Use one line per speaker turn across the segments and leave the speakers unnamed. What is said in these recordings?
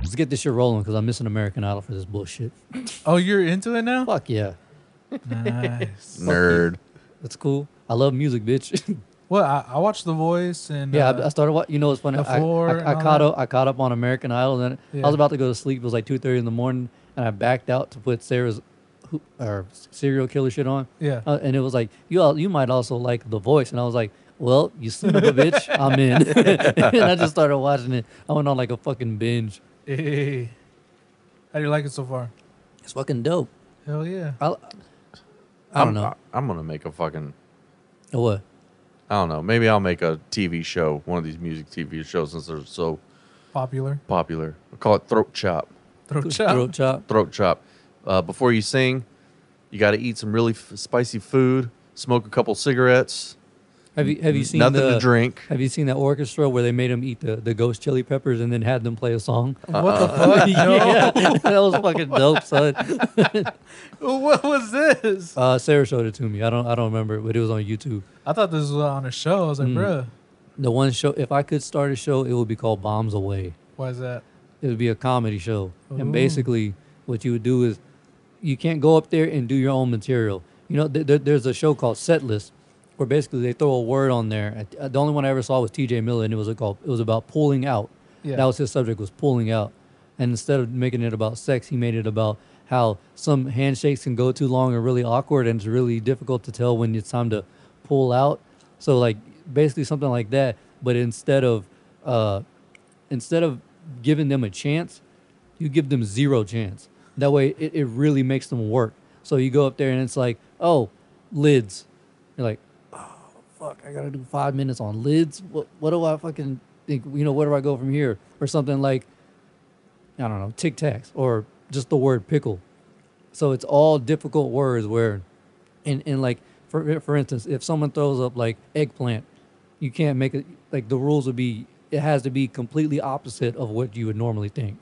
Let's get this shit rolling because I'm missing American Idol for this bullshit.
Oh, you're into it now?
Fuck yeah.
Nice.
Nerd.
That's cool. I love music, bitch.
well, I, I watched The Voice and
yeah, I, I
uh,
started. wa- You know, it's funny.
The
I,
Four and
I, I
all
caught
that.
up. I caught up on American Idol, and then I
Yeah.
was about to go to sleep. It was like two thirty in the morning, and I backed out to put Sarah's who- or serial killer shit on.
Yeah.
Uh, and it was like you. All, you might also like The Voice, and I was like, "Well, you son of a bitch, I'm in." and I just started watching it. I went on like a fucking binge.
hey. how do you like it so far?
It's fucking dope.
Hell yeah.
I, I don't
I'm-
know
I, am gonna make a fucking.
what.
I don't know. Maybe I'll make a TV show, one of these music TV shows, since they're so
Popular.
popular. I'll call it Throat Chop.
Throat
Throat chop.
chop.
Throat Chop. Uh, before you sing, you got to eat some really f- spicy food, smoke a couple cigarettes,
Have you have you seen
nothing
the
to drink.
Have you seen that orchestra where they made them eat the, the ghost chili peppers and then had them play a song?
What the fuck?
Uh, yeah, that was fucking dope, son.
What was this?
Uh, Sarah showed it to me. I don't I don't remember, but it was on YouTube.
I thought this was on a show. I was like,
Hmm.
bruh,
The one show, if I could start a show, it would be called Bombs Away.
why is that?
It would be a comedy show,
Ooh.
and basically, what you would do is, you can't go up there and do your own material. You know, th- there there's a show called Setlist, where basically they throw a word on there. I- uh, The only one I ever saw was T.J. Miller, and it was a called it was about pulling out.
Yeah.
That was his subject was pulling out. And instead of making it about sex, he made it about how some handshakes can go too long and really awkward and it's really difficult to tell when it's time to pull out. So like basically something like that, but instead of uh instead of giving them a chance, you give them zero chance. That way it, it really makes them work. So you go up there and it's like, oh, lids. You're like, fuck, I gotta do five minutes on lids. What what do I fucking think? You know, where do I go from here? Or something like, I don't know, tic tacs or just the word pickle. So it's all difficult words where, and and like for for instance, if someone throws up like eggplant, you can't make it like the rules would be it has to be completely opposite of what you would normally think.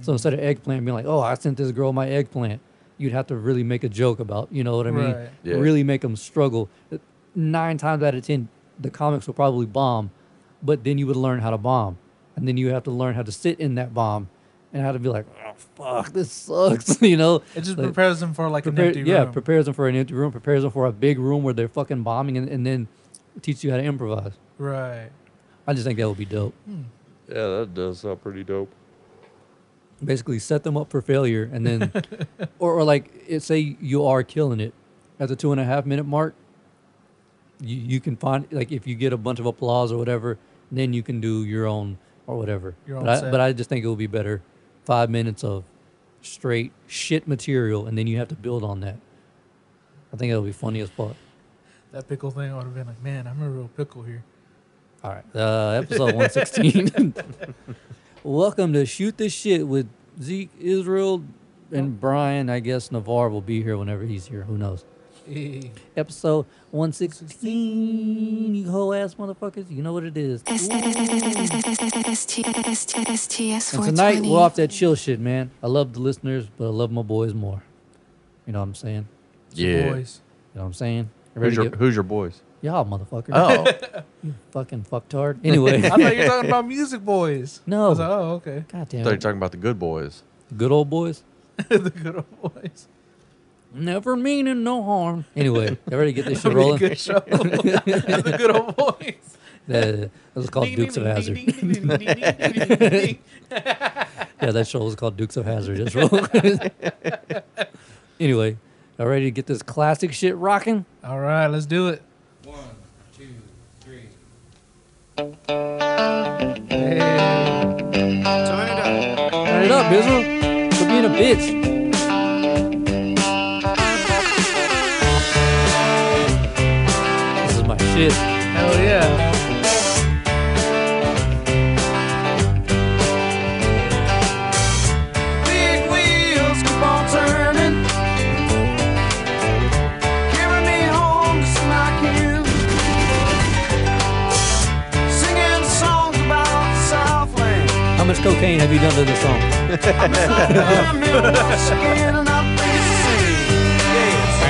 So instead of eggplant being like, oh, I sent this girl my eggplant, you'd have to really make a joke about, you know what I mean?
Right.
Yeah.
Really make them struggle. Nine times out of ten, the comics will probably bomb, but then you would learn how to bomb, and then you have to learn how to sit in that bomb, and how to be like, oh fuck, this sucks, you know?
It just
Like,
prepares them for like
prepare-
an empty
yeah,
room.
prepares them for an empty room, prepares them for a big room where they're fucking bombing, and, and then teach you how to improvise.
right.
I just think that would be dope.
Yeah, that does sound pretty dope.
basically set them up for failure and then or, or like it, say you are killing it at the two and a half minute mark you, you can find like if you get a bunch of applause or whatever then you can do your own or whatever
Your
but,
own
I,
set.
but i just think it would be better five minutes of straight shit material and then you have to build on that i think it'll be funny as fuck
That pickle thing would have been like, man, I'm a real pickle here.
all right uh, episode 116 welcome to shoot this shit with zeke israel and brian i guess navarre will be here whenever he's here who knows
Eh.
episode 116 you whole ass motherfuckers you know what it is
S-
Ooh.
S- S- S- S- S- S- S- S- T- S- T- S- T- S-
and tonight we're
420.
off that chill shit man i love the listeners but i love my boys more you know what i'm saying
Yeah.
Boys.
you know what i'm saying You ready
Who's
to
your,
get-
who's your boys?
y'all motherfuckers
Oh,
fucking fucktard anyway
I thought you were talking about music boys. I was like,
no
oh, okay.
god
I
damn
thought you were
it.
talking about the good boys.
good old boys
the good old boys.
never meaning no harm anyway you ready to get this shit
That'd be a
rolling
good show. the good old boys.
that was called dukes of hazard
Hazard.
Yeah, that show was called Dukes of Hazard. That's wrong. anyway, y'all ready to get this classic shit rocking?
All right, let's do it.
One, two, three.
Hey.
Turn it up, Bizzle. For being a bitch. This is my shit.
Hell yeah.
Big wheels keep on turning. Carry me home to smack you. Singing songs about the Southland.
How much cocaine have you done to this song?
I'm here once again and I'm pleased to see. Yes.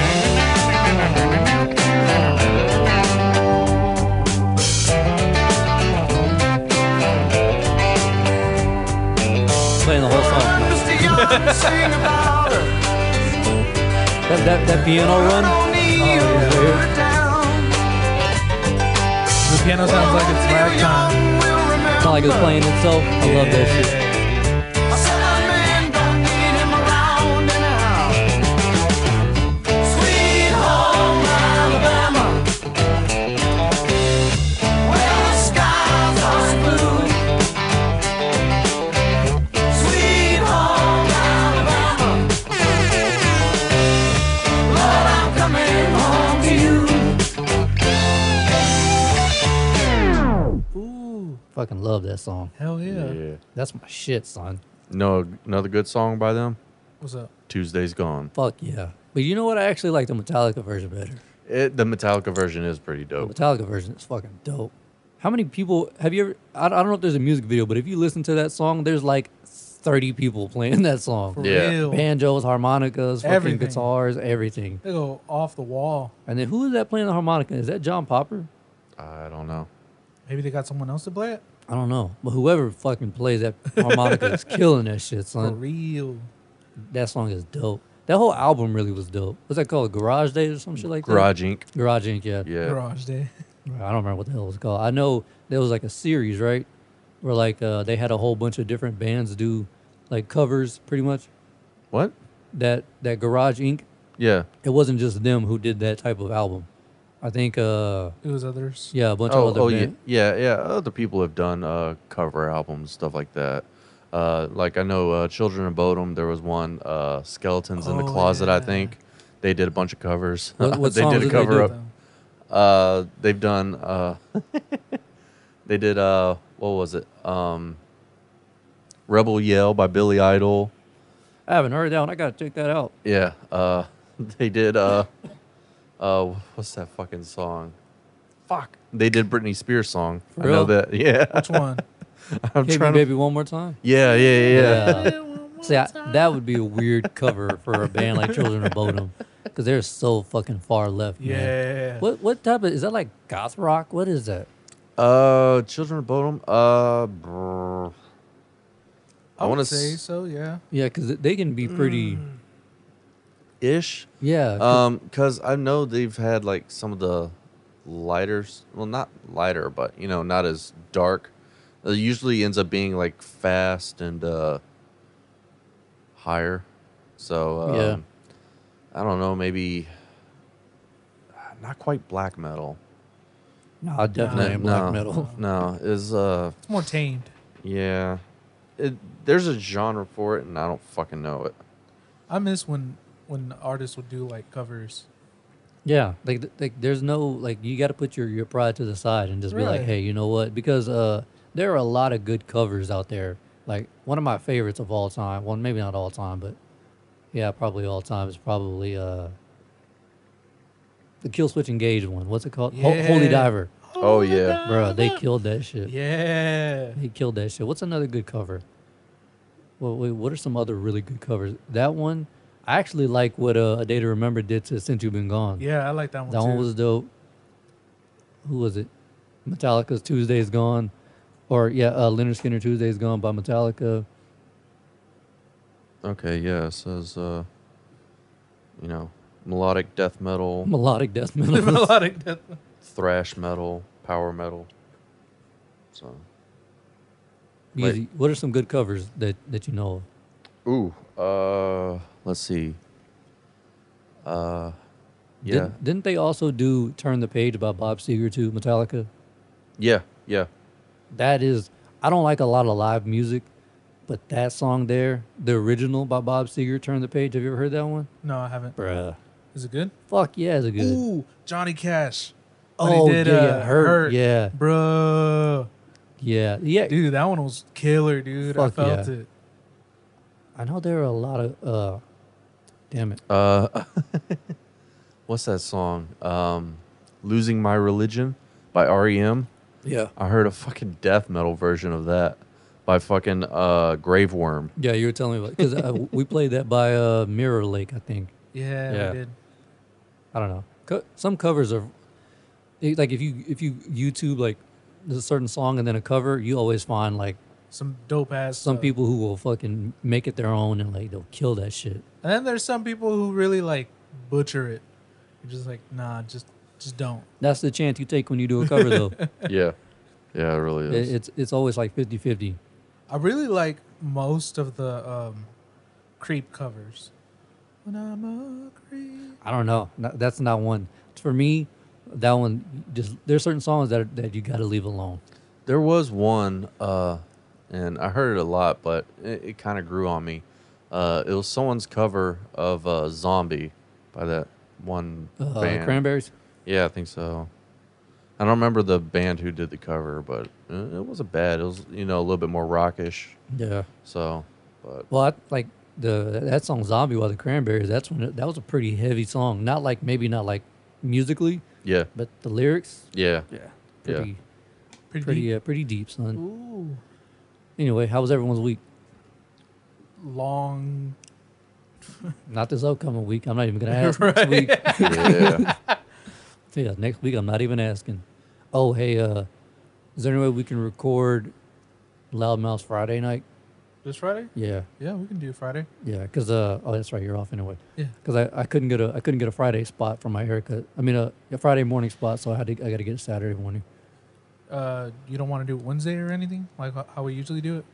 But playing the whole song. No.
Mr. Young, sing about her.
That, that, that piano run.
Don't need you
Oh,
yeah.
to put her down.
The piano sounds like it's
Neil
ragtime.
Young will remember.
It's not like it was playing itself. I love that shit.
I said, "Oh, man, don't need him around and out." Sweet home Alabama. Where the skies are blue. Sweet home Alabama. Lord, I'm coming home to you.
Ooh,
Fucking love that song.
hell yeah.
Yeah.
That's my shit, son.
No, another good song by them.
What's up?
Tuesday's gone.
Fuck yeah. But you know what? I actually like the Metallica version better.
It, the Metallica version is pretty
The
dope.
Metallica version is fucking dope. How many people have you ever? I, I don't know if there's a music video, but if you listen to that song, there's like 30 people playing that
For
song.
Yeah.
real.
Banjos, harmonicas, fucking
Everything.
guitars, everything.
They go off the wall.
And then who is that playing the harmonica? Is that John Popper?
I don't know.
Maybe they got someone else to play it?
I don't know. But whoever fucking plays that harmonica is killing that shit,
For
son.
real.
That song is dope. That whole album really was dope. What's that called? Garage Days or some shit like
Garage Inc.
that? Garage Inc. Yeah.
Yeah.
Garage Day.
I don't remember what the hell it was called. I know there was like a series, right? Where like uh, they had a whole bunch of different bands do like covers, pretty much.
What?
That that Garage Inc.
Yeah.
It wasn't just them who did that type of album. I think, uh,
It was others.
yeah, a bunch
Oh,
of
oh
other
yeah,
bands.
yeah, yeah. Other people have done uh, cover albums, stuff like that. Uh, like I know uh, Children of Bodom. There was one uh, Skeletons in the
Oh,
Closet. I
yeah.
think they did a bunch of covers.
What- what
they
Oh,
songs
did a
did they
cover
do?
up. Uh, they've done. Uh, they did. Uh, what was it? Um, Rebel Yell by Billy Idol.
I haven't heard that one. I gotta check that out.
Yeah. Uh, they did. Uh, uh, what's that fucking song? Fuck. They did Britney Spears song. I know
real?
that. Yeah.
Which one?
I'm
Hit me,
trying to.
baby, one more time.
Yeah, yeah, yeah. yeah.
See, I, that would be a weird cover for a band like Children of Bodom, because they're so fucking far left. man.
Yeah.
What what type of is that like goth rock? What is that?
Uh, Children of Bodom. Uh,
I,
brr. I
want
wanna
to say
s-
so, yeah.
Yeah, because they can be pretty.
Mm. ish.
Yeah. 'cause-
Um, because I know they've had like some of the lighter, s- well, not lighter, but you know, not as dark. It usually ends up being like fast and uh higher. So um,
Yeah.
I don't know, maybe uh, not quite black metal.
no, definitely
no,
ain't black
no,
metal.
No, is uh
It's more tamed.
Yeah. It, there's a genre for it, and I don't fucking know it.
I miss when when artists would do like covers.
Yeah, like, th- like there's no like you got to put your your pride to the side and just be like,
Really?
hey, you know what? Because uh, there are a lot of good covers out there. Like one of my favorites of all time. Well, maybe not all time, but yeah, probably all time is probably uh. The Kill Switch Engage one. What's it called? Ho- Holy
Yeah.
Diver.
Oh, yeah.
Bro, they killed that shit.
Yeah.
He killed that shit. What's another good cover? Well, wait, what are some other really good covers? That one, I actually like what uh, A Day to Remember did to Since You've Been Gone.
Yeah, I like that one
that
too.
one was dope. Who was it? Metallica's Tuesday's Gone, or yeah, uh, Leonard Skinner Tuesday's Gone by Metallica.
Okay, yeah, it says, uh, you know, melodic death metal,
Melodic death metal.
melodic death.
thrash metal, power metal. So,
Easy. What are some good covers that that you know of?
ooh, uh, let's see. Uh, yeah,
Didn't, didn't they also do "Turn the Page" by Bob Seger to Metallica?
yeah, yeah.
that is I don't like a lot of live music, but that song there, the original by Bob Seger, Turn the Page. Have you ever heard that one?
No, I haven't.
Bruh.
Is it good?
Fuck yeah, it's a good.
Ooh, Johnny Cash. When he
oh
did,
yeah,
uh,
yeah, hurt,
Hurt.
yeah,
Bro.
yeah, yeah.
Dude, that one was killer, dude.
Fuck
I felt
yeah.
it.
I know there are a lot of. uh Damn it,
Uh, what's that song? Um, Losing My Religion by REM.
yeah,
I heard a fucking death metal version of that by fucking uh Graveworm.
yeah. You were telling me about because uh, we played that by uh Mirror Lake, I think.
Yeah,
Yeah.
we did.
I don't know. Co- some covers are they- like if you if you YouTube like there's a certain song and then a cover, you always find like
some dope ass.
Some
stuff.
people who will fucking make it their own and like they'll kill that shit.
and then there's some people who really like butcher it. You're just like, nah, just just don't.
That's the chance you take when you do a cover though. It-
Yeah, yeah, it really is.
it's it's always like 50-50.
I really like most of the um, creep covers. When I'm a creep.
I don't know. No, that's not one. For me, that one just there's certain songs that are, that you got to leave alone.
There was one, uh, and I heard it a lot, but it, it kind of grew on me. Uh, it was someone's cover of uh, "Zombie" by that one
Uh,
band.
Cranberries.
Yeah, I think so. I don't remember the band who did the cover, but uh, it wasn't bad. It was you know a little bit more rockish.
Yeah.
So, but
Well, I, like the that song "Zombie" by the Cranberries. That's when it, that was a pretty heavy song. Not like maybe not like musically,
yeah,
but the lyrics
yeah,
yeah,
Yeah.
pretty
Pretty.
pretty
deep.
uh, pretty deep, son.
Ooh,
Anyway, how was everyone's week?
long.
Not this upcoming week. I'm not even gonna ask next
Right.
week.
yeah.
yeah, next week I'm not even asking. Oh, hey, uh, is there any way we can record Loudmouth Friday night?
This Friday?
Yeah,
Yeah, we can do Friday.
yeah, because uh, oh, that's right, you're off anyway.
Yeah.
Because I, I couldn't get a I couldn't get a Friday spot for my haircut. I mean a, a Friday morning spot, so I had to I got to get it Saturday morning.
Uh, you don't want to do it Wednesday or anything like ho- how we usually do it.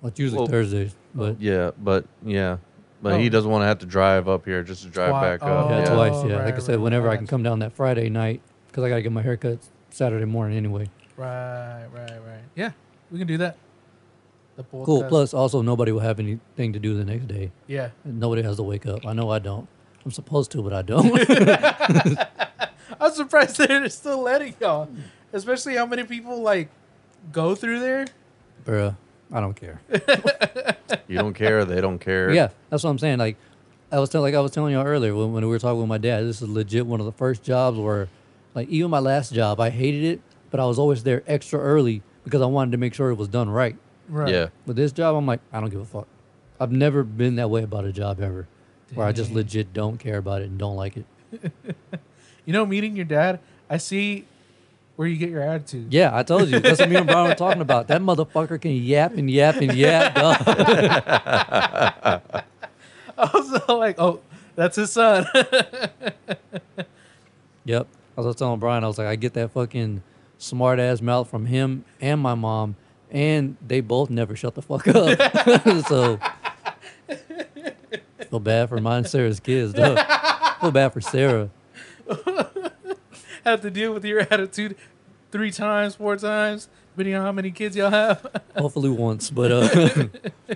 Well, it's usually
Well-
Thursdays, but
yeah, but yeah, but he
Oh.
doesn't want to have to drive up here just to drive
Twi-
back up.
oh,
yeah,
yeah,
twice. Yeah,
right,
like I said,
right,
whenever
I
I can
got
come down that Friday night, because I got to get my haircut Saturday morning anyway.
Right, right, right. Yeah, we can do that. The
Cool.
podcast.
Plus, also nobody will have anything to do the next day.
Yeah,
Nobody has to wake up. I know I don't. I'm supposed to, but I don't.
I'm surprised they're still letting y'all, especially how many people like go through there.
Bruh, I don't care.
you don't care, they don't care.
Yeah, that's what I'm saying. Like I was telling, like I was telling y'all earlier when, when we were talking with my dad. This is legit one of the first jobs where, like, even my last job, I hated it, but I was always there extra early because I wanted to make sure it was done right.
Right.
yeah.
But this job, I'm like, I don't give a fuck. I've never been that way about a job ever, where I just
Dang.
legit don't care about it and don't like it.
You know, meeting your dad, I see where you get your attitude.
Yeah, I told you. That's what me and Brian were talking about. That motherfucker can yap and yap and yap. dog.
I was like, oh, that's his son.
Yep. I was telling Brian, I was like, I get that fucking smart ass mouth from him and my mom, and they both never shut the fuck up. so feel bad for mine and Sarah's kids, though. Feel bad for Sarah.
Have to deal with your attitude three times, four times, depending on how many kids y'all have.
Hopefully once, but uh,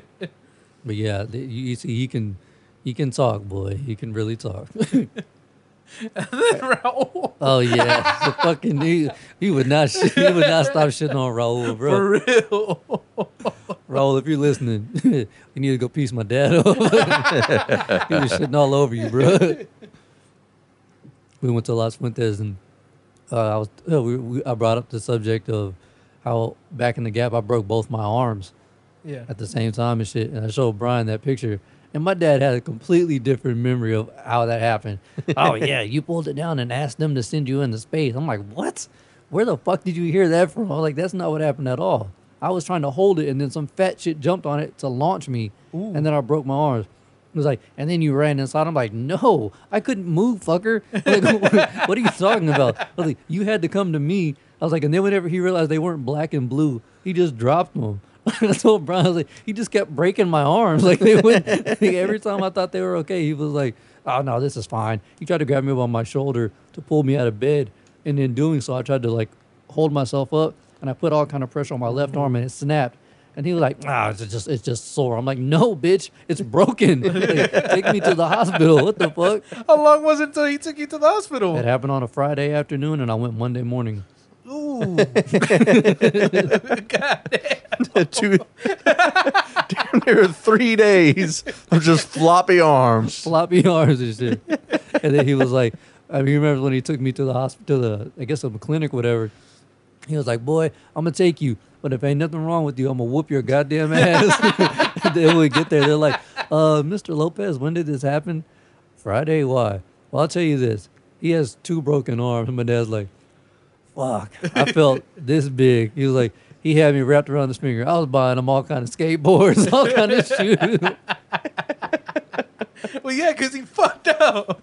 but yeah, th- you, you see, he can he can talk, boy. He can really talk.
Raul,
oh yeah, the fucking he, he would not sh- he would not stop shitting on Raul, bro.
for real.
Raul, if you're listening, you need to go piece my dad up. he was shitting all over you, bro. We went to Las Fuentes, and uh, I was uh, we, we, I brought up the subject of how back in the gap I broke both my arms
Yeah.
at the same time and shit. And I showed Brian that picture, and my dad had a completely different memory of how that happened. oh yeah, you pulled it down and asked them to send you into space. I'm like, what? Where the fuck did you hear that from? I was like, that's not what happened at all. I was trying to hold it, and then some fat shit jumped on it to launch me, and then I broke my arms. It was like, and then you ran inside. I'm like, no, I couldn't move, fucker. Like, what are you talking about? I was like, you had to come to me. I was like, and then whenever he realized they weren't black and blue, he just dropped them. I told Brian, I was like, he just kept breaking my arms. Like they went like, every time I thought they were okay, he was like, oh no, this is fine. He tried to grab me by my shoulder to pull me out of bed, and in doing so, I tried to like hold myself up, and I put all kind of pressure on my left arm, and it snapped. And he was like, "Ah, it's just it's just sore." I'm like, "No, bitch, it's broken. Like, take me to the hospital. What the fuck?"
How long was it until he took you to the hospital?
It happened on a Friday afternoon, and I went Monday morning.
Ooh.
two damn near three days of just floppy arms.
floppy arms and shit. and then he was like, I mean, he remembers when he took me to the hospital, to the I guess some clinic, whatever. He was like, "Boy, I'm gonna take you, but if ain't nothing wrong with you, I'm gonna whoop your goddamn ass." And then we get there, they're like, "Uh, Mr. Lopez, when did this happen? Friday? Why? Well, I'll tell you this. He has two broken arms." And my dad's like, "Fuck, I felt this big." He was like, He had me wrapped around his finger. I was buying him all kind of skateboards, all kind of shoes.
Well, yeah, because he fucked up.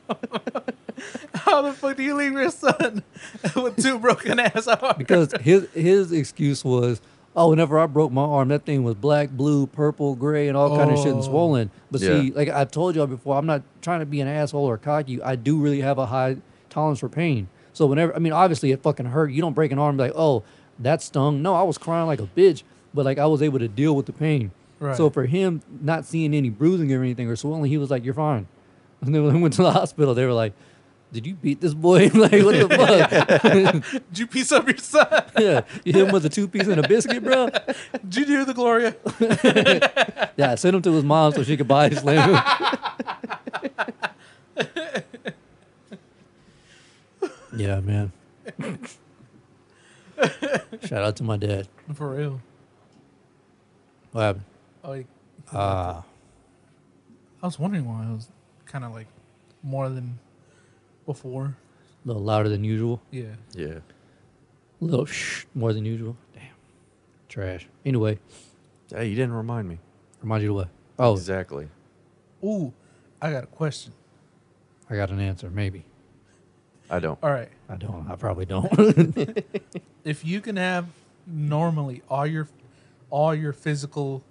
How the fuck do you leave your son with two broken ass arms?
because his his excuse was, oh, whenever I broke my arm, that thing was black, blue, purple, gray, and all kind of shit and
Oh.
swollen. But
Yeah.
see, like I told y'all before, I'm not trying to be an asshole or cocky. I do really have a high tolerance for pain. So whenever, I mean, obviously it fucking hurt. You don't break an arm like, oh, that stung. No, I was crying like a bitch, but like I was able to deal with the pain.
Right.
So for him not seeing any bruising or anything or swelling, he was like, "You're fine." And then when I went to the hospital, they were like, "Did you beat this boy?" like, what the fuck?
Did you piece up your son?
Yeah, you hit him with a two piece and a biscuit, bro.
Did you hear the Gloria?
Yeah, I sent him to his mom so she could buy his Lego. yeah, man. Shout out to my dad.
For real.
What happened?
Like,
Ah,
I was wondering why I was kind of like more than before.
a little louder than usual.
Yeah.
Yeah.
A little shh more than usual. Damn. Trash. Anyway,
Hey, you didn't remind me.
remind you to what? Oh,
Exactly.
Ooh, I got a question.
I got an answer. Maybe.
I don't.
All right.
I don't. I probably don't.
If you can have normally all your all your physical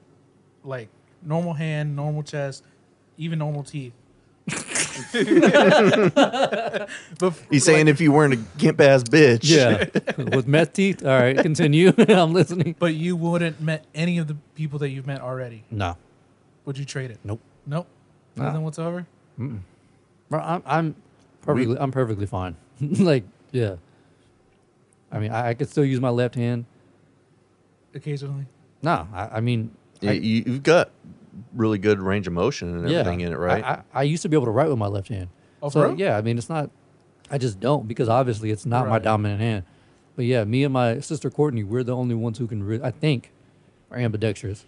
like normal hand, normal chest, even normal teeth. but
He's saying if you weren't a gimp ass bitch.
yeah. With meth teeth. All right, continue. I'm listening.
but you wouldn't met any of the people that you've met already.
No.
Would you trade it?
Nope.
Nope.
Nah.
Nothing whatsoever.
Bro, I'm I'm perfectly I'm perfectly fine. like yeah. I mean, I, I could still use my left hand.
Occasionally.
No, I, I mean,
Y-
I-
you, you've got really good range of motion and
yeah,
everything in it, right?
I, I, I used to be able to write with my left hand.
Oh, for
so
real?
yeah, I mean, it's not. I just don't because obviously it's not my
Right.
dominant hand. But yeah, me and my sister Courtney, we're the only ones who can. Re- I think are ambidextrous.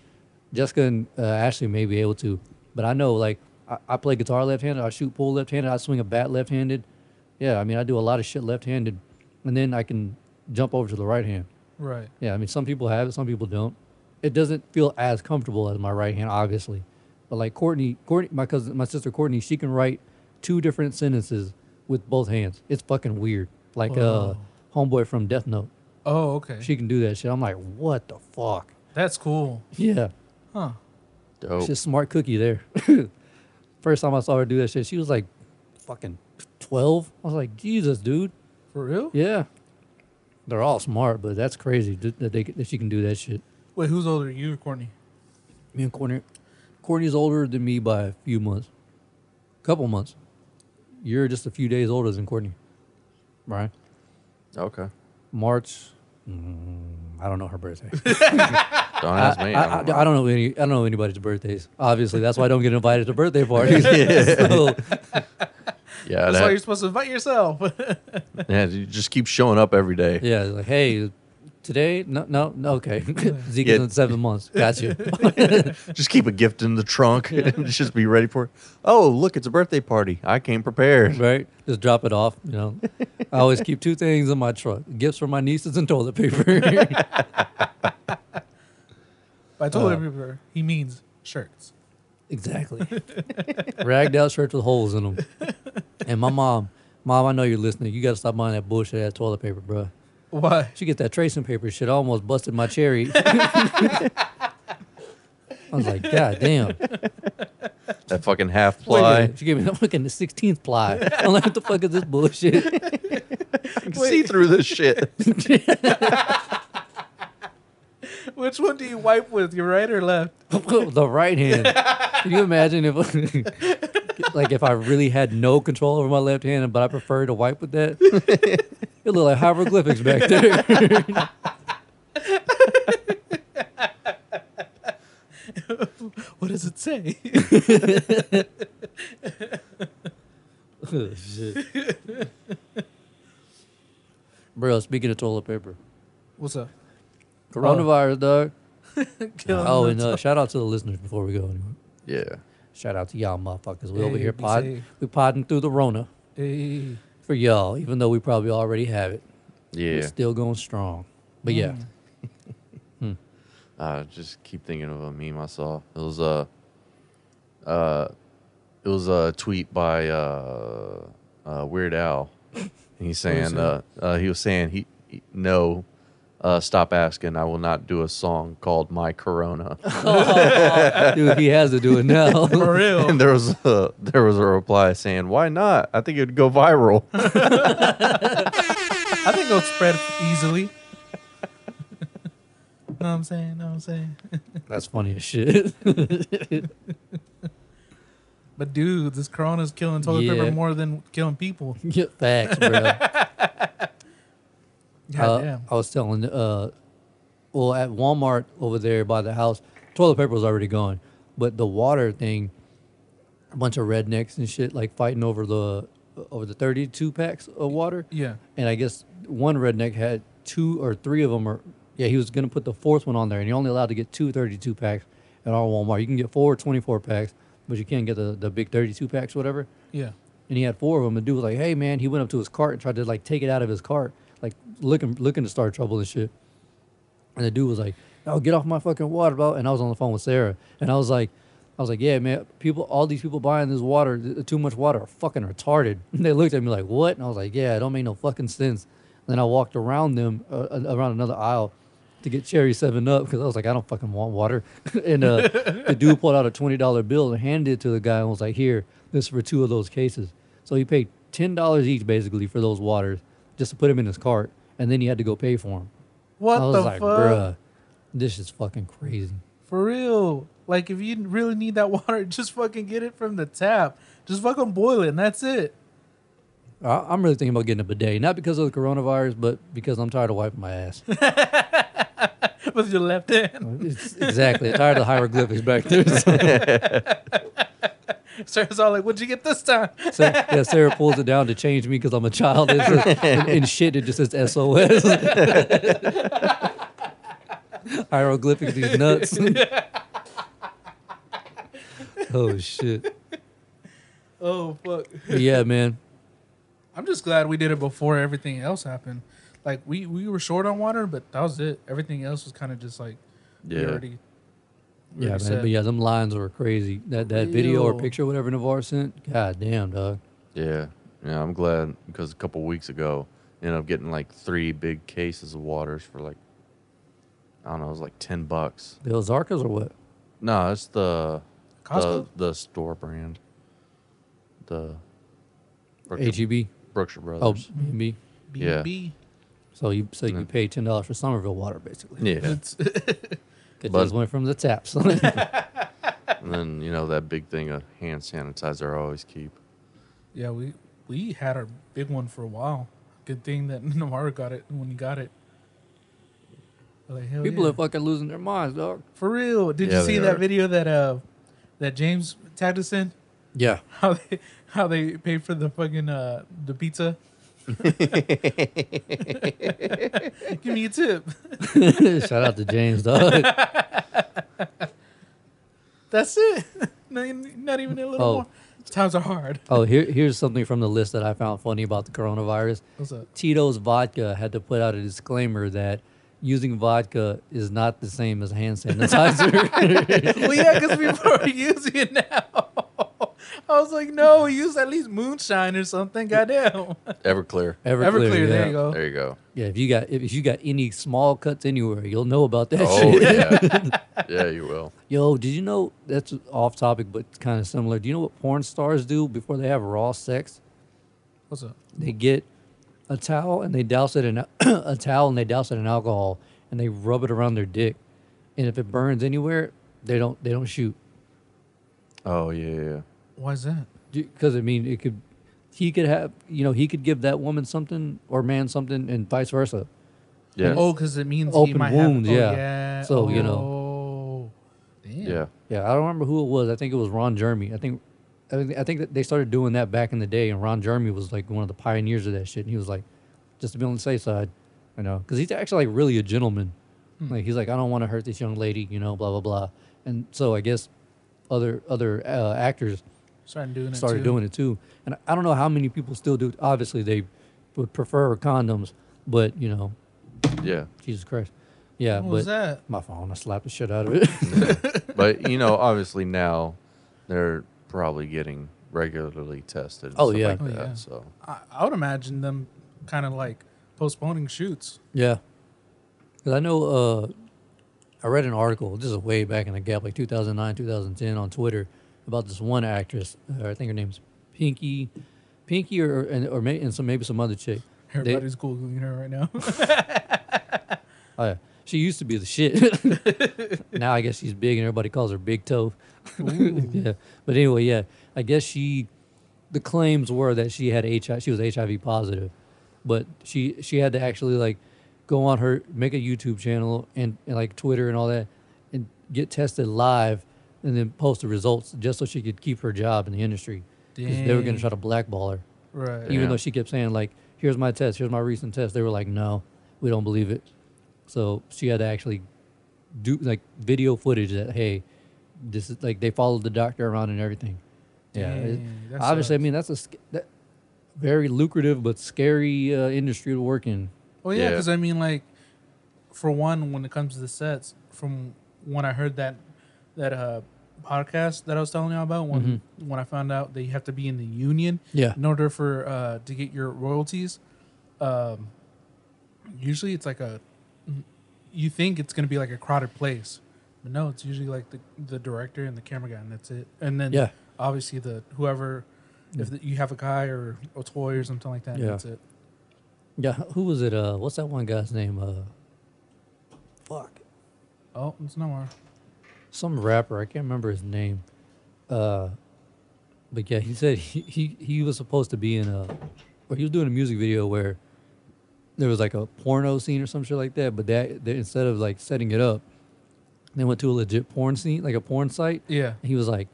Jessica and uh, Ashley may be able to, but I know like I, I play guitar left-handed, I shoot pool left-handed, I swing a bat left-handed. Yeah, I mean I do a lot of shit left-handed, and then I can jump over to the right hand.
Right.
Yeah, I mean some people have it, some people don't. It doesn't feel as comfortable as my right hand, obviously. But like Courtney, Courtney, my cousin, my sister Courtney, she can write two different sentences with both hands. It's fucking weird. Like uh,
Whoa.
homeboy from Death Note,
Oh, okay.
she can do that shit. I'm like, what the fuck?
That's cool.
Yeah.
Huh.
Dope.
She's a smart cookie there. First time I saw her do that shit, she was like fucking 12. I was like, Jesus, dude.
For real?
Yeah. They're all smart, but that's crazy th- that, they, c- that she can do that shit.
Wait, who's older, you or Courtney?
Me and Courtney. Courtney's older than me by a few months, couple months. You're just a few days older than Courtney, right?
okay.
March. Mm, I don't know her birthday.
Don't
I,
ask me.
I- I-
don't know.
I don't know any. I don't know anybody's birthdays. Obviously, that's why I don't get invited to birthday parties. So-
yeah,
That's why you're
that,
supposed to invite yourself.
yeah, you just keep showing up every day.
Yeah, it's like hey, today? No, no, no. Okay, Zeke is
Yeah.
in seven months. Got you.
Just keep a gift in the trunk and just be ready for it. Oh, look, it's a birthday party. I came prepared.
right? Just drop it off. You know, I always keep two things in my truck: gifts for my nieces and toilet paper.
I told
Uh.
everybody he means shirts.
exactly. Ragged out shirts with holes in them. And my mom, mom, I know you're listening. You got to stop buying that bullshit ass toilet paper, bro.
Why?
She get that tracing paper shit. I almost busted my cherry. I was like, God damn.
That fucking half
Wait a
ply.
minute. She gave me, I'm looking at the 16th ply. I'm like, what the fuck is this bullshit?
I can see through this shit.
Which one do you wipe with, your right or left?
the right hand. Can you imagine if, like, if I really had no control over my left hand, but I prefer to wipe with that? it looked like hieroglyphics back there.
What does it say?
Oh, shit. Bro, speaking of toilet paper,
What's up? Oh.
coronavirus, dog.
Killing
Oh,
the
and uh, shout out to the listeners before we go. Anyway.
Yeah.
Shout out to y'all motherfuckers. We over
Hey,
here
be
pod,
safe.
we podding through the Rona
t- hey.
for y'all, even though we probably already have it.
Yeah.
Mm.
It's still going strong. But yeah.
I Uh, just keep thinking of a meme I saw. It was a, uh, it was a tweet by uh, uh, Weird Al. And He's saying uh, uh, he was saying he, he- no, uh, stop asking. I will not do a song called My Corona.
Dude, he has to do it now.
For real.
and there was a there was a reply saying, "Why not? I think it'd go viral."
I think it'll spread easily. know what I'm saying? Know what I'm saying?
That's funny as shit.
But dude, this corona's killing toilet
Yeah.
paper more than killing people.
Get facts, bro. Uh,
Goddamn.
I was telling, uh, well, at Walmart over there by the house, toilet paper was already gone, but the water thing, a bunch of rednecks and shit like fighting over the over the 32 packs of water.
yeah.
And I guess one redneck had two or three of them, or yeah, he was gonna put the fourth one on there, and you're only allowed to get two 32 packs at our Walmart. You can get four 24 packs, but you can't get the the big 32 packs, whatever
Yeah.
and he had four of them. The dude was like, "Hey, man!" He went up to his cart and tried to like take it out of his cart, like looking looking to start trouble and shit. And the dude was like, "Oh, get off my fucking water, bro!" And I was on the phone with Sarah, and I was like, "I was like, yeah, man, people, all these people buying this water, th- too much water, are fucking retarded." And they looked at me like, "What?" And I was like, "Yeah, it don't make no fucking sense." And then I walked around them, uh, uh, around another aisle. To get cherry seven up because I was like, I don't fucking want water. and uh, the dude pulled out a twenty dollar bill and handed it to the guy and was like, "Here, this is for two of those cases." So he paid ten dollars each basically for those waters just to put them in his cart, and then he had to go pay for them.
What
I was
the
like,
fuck?
bruh, this is fucking crazy.
For real. Like if you really need that water, just fucking get it from the tap. Just fucking boil it and that's it.
I, I'm really thinking about getting a bidet, not because of the coronavirus, but because I'm tired of wiping my ass.
With your left hand.
It's- exactly, I'm tired of the hieroglyphics back there. So,
Sarah's all like, What'd you get this time?
Sarah, yeah, Sarah pulls it down to change me because I'm a child. It's just, and, and shit, it just says SOS. hieroglyphics, these nuts. oh shit.
Oh fuck.
But yeah, man.
I'm just glad we did it before everything else happened. Like we we were short on water, but that was it. Everything else was kind of just like we
Yeah.
already-
Yeah, man.
Really
But
sad.
yeah, them lines were crazy. That that video or
Real.
picture, whatever Navarre sent. God damn, dog.
Yeah, yeah, I'm glad because a couple weeks ago, ended up getting like three big cases of waters for like, I don't know, it was like ten bucks.
The Ozarkas or what?
No, it's the
Costco?
the, the store brand, the Brookshire,
HEB.
Brookshire
Oh,
Brothers.
B.
Yeah.
B&B.
So you so you pay ten dollars for Somerville water basically.
Yeah,
It's-
It
But-
just went from the taps.
and then you know that big thing of hand sanitizer I always keep.
yeah, we we had our big one for a while. Good thing that Navarro got it when he got it. Like, hell
People
yeah.
are fucking losing their minds, dog.
for real. Did
Yeah,
you see
they
that
are.
video that uh that James tagged us in?
Yeah.
How they how they paid for the fucking uh the pizza? Give me a tip.
Shout out to James, dog.
That's it. not, even- not even a little
Oh.
more. Times are hard.
Oh, here here's something from the list that I found funny about the coronavirus.
What's up?
Tito's Vodka had to put out a disclaimer that using vodka is not the same as hand sanitizer.
well, yeah, because people are using it now. I was like, no, use at least moonshine or something. Goddamn.
Everclear.
Everclear,
Everclear,
yeah.
there you go.
There you go.
Yeah, if you got if you got any small cuts anywhere, you'll know about that
Oh
shit.
yeah, yeah, you will.
Yo, did you know that's off topic but kind of similar? Do you know what porn stars do before they have raw sex?
What's up?
They get a towel and they douse it in a towel and they douse it in alcohol and they rub it around their dick, and if it burns anywhere, they don't they don't shoot
Oh yeah, yeah.
Why is that?
because I mean it could he could have you know he could give that woman something or man something and vice versa.
yeah.
Oh, because it means he
Open
might
wounds,
Have, oh,
yeah.
yeah.
So,
oh,
you know.
Damn.
yeah.
Yeah, I don't remember who it was. I think it was Ron Jeremy. I think, I think, I think that they started doing that back in the day, and Ron Jeremy was like one of the pioneers of that shit. And he was like, just to be on the safe side, you know, because he's actually like really a gentleman.
Hmm.
Like he's like, I don't want to hurt this young lady, you know, blah blah blah. And so I guess other other uh, actors
Started doing it.
started
too.
doing it too. And I don't know how many people still do. it. Obviously, they would prefer condoms, but you know,
Yeah.
Jesus Christ. Yeah,
What
but
was that?
my phone, I slapped the shit out of it.
but you know, obviously now they're probably getting regularly tested. And
Oh,
stuff
yeah.
like
Oh,
that,
yeah.
So
I, I would imagine them kind of like postponing shoots.
yeah, because I know uh, I read an article. This is way back in the gap, like 2009, 2010, on Twitter about this one actress. Uh, I think her name's Pinky, Pinky, or and, or may, and some maybe some other chick. They-
Everybody's googling her right now.
oh, yeah. She used to be the shit. now I guess she's big and everybody calls her Big Toe. yeah. But anyway, yeah. I guess she the claims were that she had HIV she was HIV positive. But she she had to actually like go on her make a YouTube channel and, and like Twitter and all that and get tested live and then post the results just so she could keep her job in the industry. 'Cause They were gonna
Dang.
try to blackball her
right.
even
Yeah.
though she kept saying like here's my test here's my recent test they were like no we don't believe it so she had to actually do like video footage that hey this is like they followed the doctor around and everything yeah it-
Dang, that
obviously i
sucks.
mean that's a sc- that, very lucrative but scary uh, industry to work in
Well, yeah,
Yeah.
because I mean, like, for one, when it comes to the sets, from when I heard that that uh, podcast that I was telling you about, when when I found out that you have to be in the union,
Mm-hmm. Yeah.
in order for uh, to get your royalties, um, usually it's like a, you think it's gonna be like a crowded place, but no, it's usually like the the director and the camera guy, and that's it, and then
Yeah. Mm.
obviously the whoever. If the, you have a guy or a toy or something like that,
Yeah.
that's it.
yeah who was it uh what's that one guy's name uh fuck
Oh, it's no more.
some rapper i can't remember his name uh but yeah he said he he, he was supposed to be in a or he was doing a music video where there was like a porno scene or some shit like that but that they, instead of like setting it up they went to a legit porn scene like a porn site
Yeah.
and he was like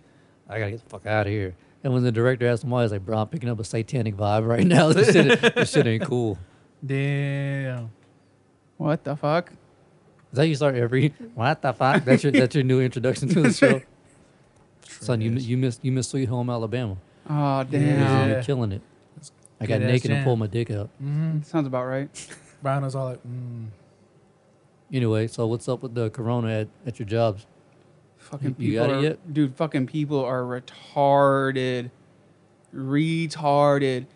i gotta get the fuck out of here and when the director asked him why he's like bro i'm picking up a satanic vibe right now this shit, this shit ain't cool
Damn.
What the fuck?
Is that how you start every what the fuck? That's your that's your new introduction to the show. Son, you mi- you missed you missed Sweet Home Alabama.
Oh
You're
damn.
Yeah.
killing it. I got
good ass
naked and
jam.
pulled my dick out.
Sounds about right.
Brown was all like, mm.
Anyway, so what's up with the corona at, at your jobs?
Fucking people
You got it
are,
yet?
dude. Fucking people are retarded, retarded,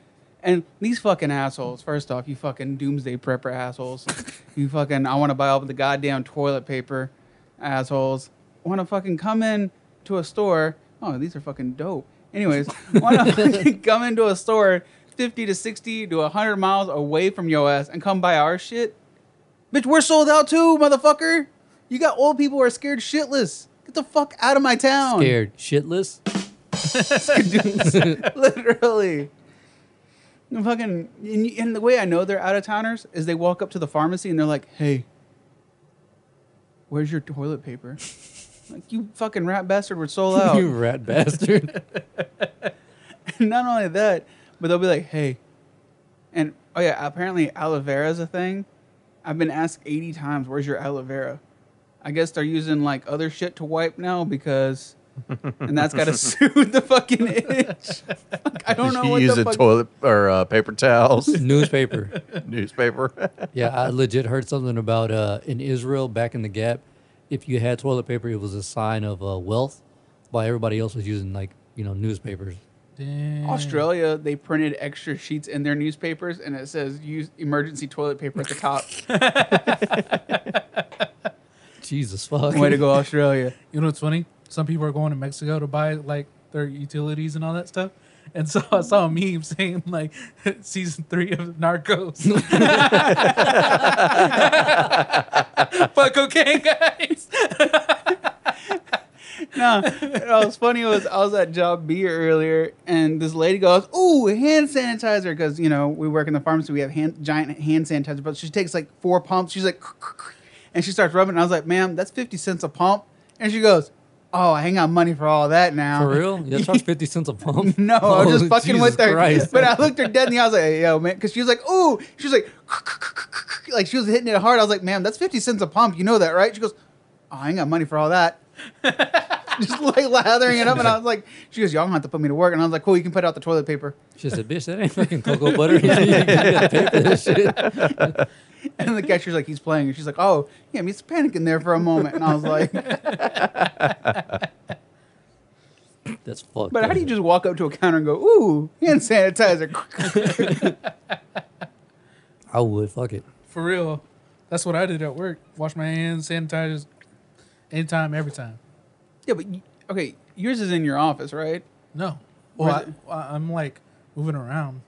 and these fucking assholes. First off, you fucking doomsday prepper assholes. you fucking I want to buy all the goddamn toilet paper, assholes. Want to fucking come in to a store? Oh, these are fucking dope. Anyways, want to come into a store fifty to sixty to hundred miles away from your ass and come buy our shit? Bitch, we're sold out too, motherfucker. You got old people who are scared shitless. Get the fuck out of my town.
Scared shitless.
Literally. And fucking, and, you- and the way I know they're out of towners is they walk up to the pharmacy and they're like, hey, where's your toilet paper? like, you fucking rat bastard, we're sold out.
you rat bastard.
not only that, but they'll be like, "Hey," and oh yeah, apparently aloe vera is a thing. I've been asked eighty times, "Where's your aloe vera?" I guess they're using like other shit to wipe now because, and that's got to soothe the fucking itch. Fuck, I don't know
you
what
use
the
a
fuck.
toilet or uh, paper towels,
Newspaper.
newspaper.
Yeah, I legit heard something about uh, in Israel back in the gap, if you had toilet paper, it was a sign of uh, wealth, while everybody else was using like you know newspapers.
damn.
Australia, they printed extra sheets in their newspapers, and it says "use emergency toilet paper" at the top.
Jesus fuck.
Way to go, Australia!
You know what's funny? Some people are going to Mexico to buy like their utilities and all that stuff. And so I saw a meme saying like season three of Narcos. Fuck cocaine, guys.
no, what was funny was I was at Job B earlier, and this lady goes, "Ooh, hand sanitizer," because you know we work in the pharmacy, we have hand, giant hand sanitizer, but she takes like four pumps. She's like, and she starts rubbing. And I was like, "Ma'am, that's fifty cents a pump," and she goes, "Oh, I ain't got money for all that now."
For real? Yeah, charge fifty cents a pump.
No, I was just
Oh,
fucking
Jesus
with her.
Christ.
But I looked her dead in the eye. I was like, "Hey, yo, man, because she was like, ooh, she was like, like she was hitting it hard. I was like, ma'am, that's 50 cents a pump. You know that, right? She goes, oh, I ain't got money for all that. just like lathering it up. And I was like, she goes, y'all gonna have to put me to work. And I was like, cool, you can put out the toilet paper.
She said, "Bitch, that ain't fucking cocoa butter. you gotta pay for this shit."
And the catcher's like, he's playing. And she's like, oh, yeah, he's panicking there for a moment. And I was like,
That's fucked.
but how
up.
do you just walk up to a counter and go, ooh, hand sanitizer?
I would fuck it.
For real. That's what I did at work. Wash my hands, sanitize anytime, every time.
yeah, but, you- okay, yours is in your office, right?
No.
Where's
Well, I, I, I'm like moving around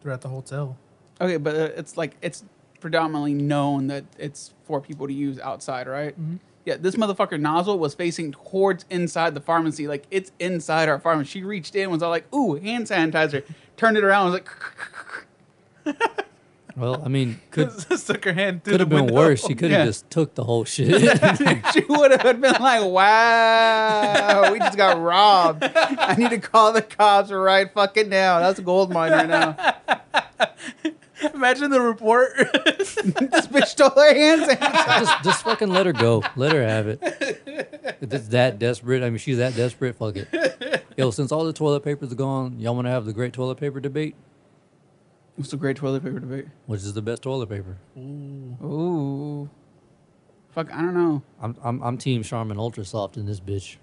throughout the hotel.
Okay, but uh, it's like, it's predominantly known that it's for people to use outside, right?
Mm-hmm.
Yeah, this motherfucker nozzle was facing towards inside the pharmacy. Like, it's inside our pharmacy. She reached in, was all like, ooh, hand sanitizer. Turned it around, was like,
Well, I mean, could
Stuck her hand through
could
the
have been
window.
worse. She could have
Yeah.
just took the whole shit.
she would have been like, "Wow, we just got robbed. I need to call the cops right fucking now. That's a gold mine right now.
Imagine the report.
This bitch stole her hands."
just, just fucking let her go. Let her have it. If it's that desperate, I mean, she's that desperate. Fuck it. Yo, since all the toilet papers are gone, y'all want to have the great toilet paper debate?
What's a great toilet paper debate?
Which is the best toilet paper?
Ooh, fuck, I don't know.
I'm I'm, I'm team Charmin Ultra Soft in this bitch.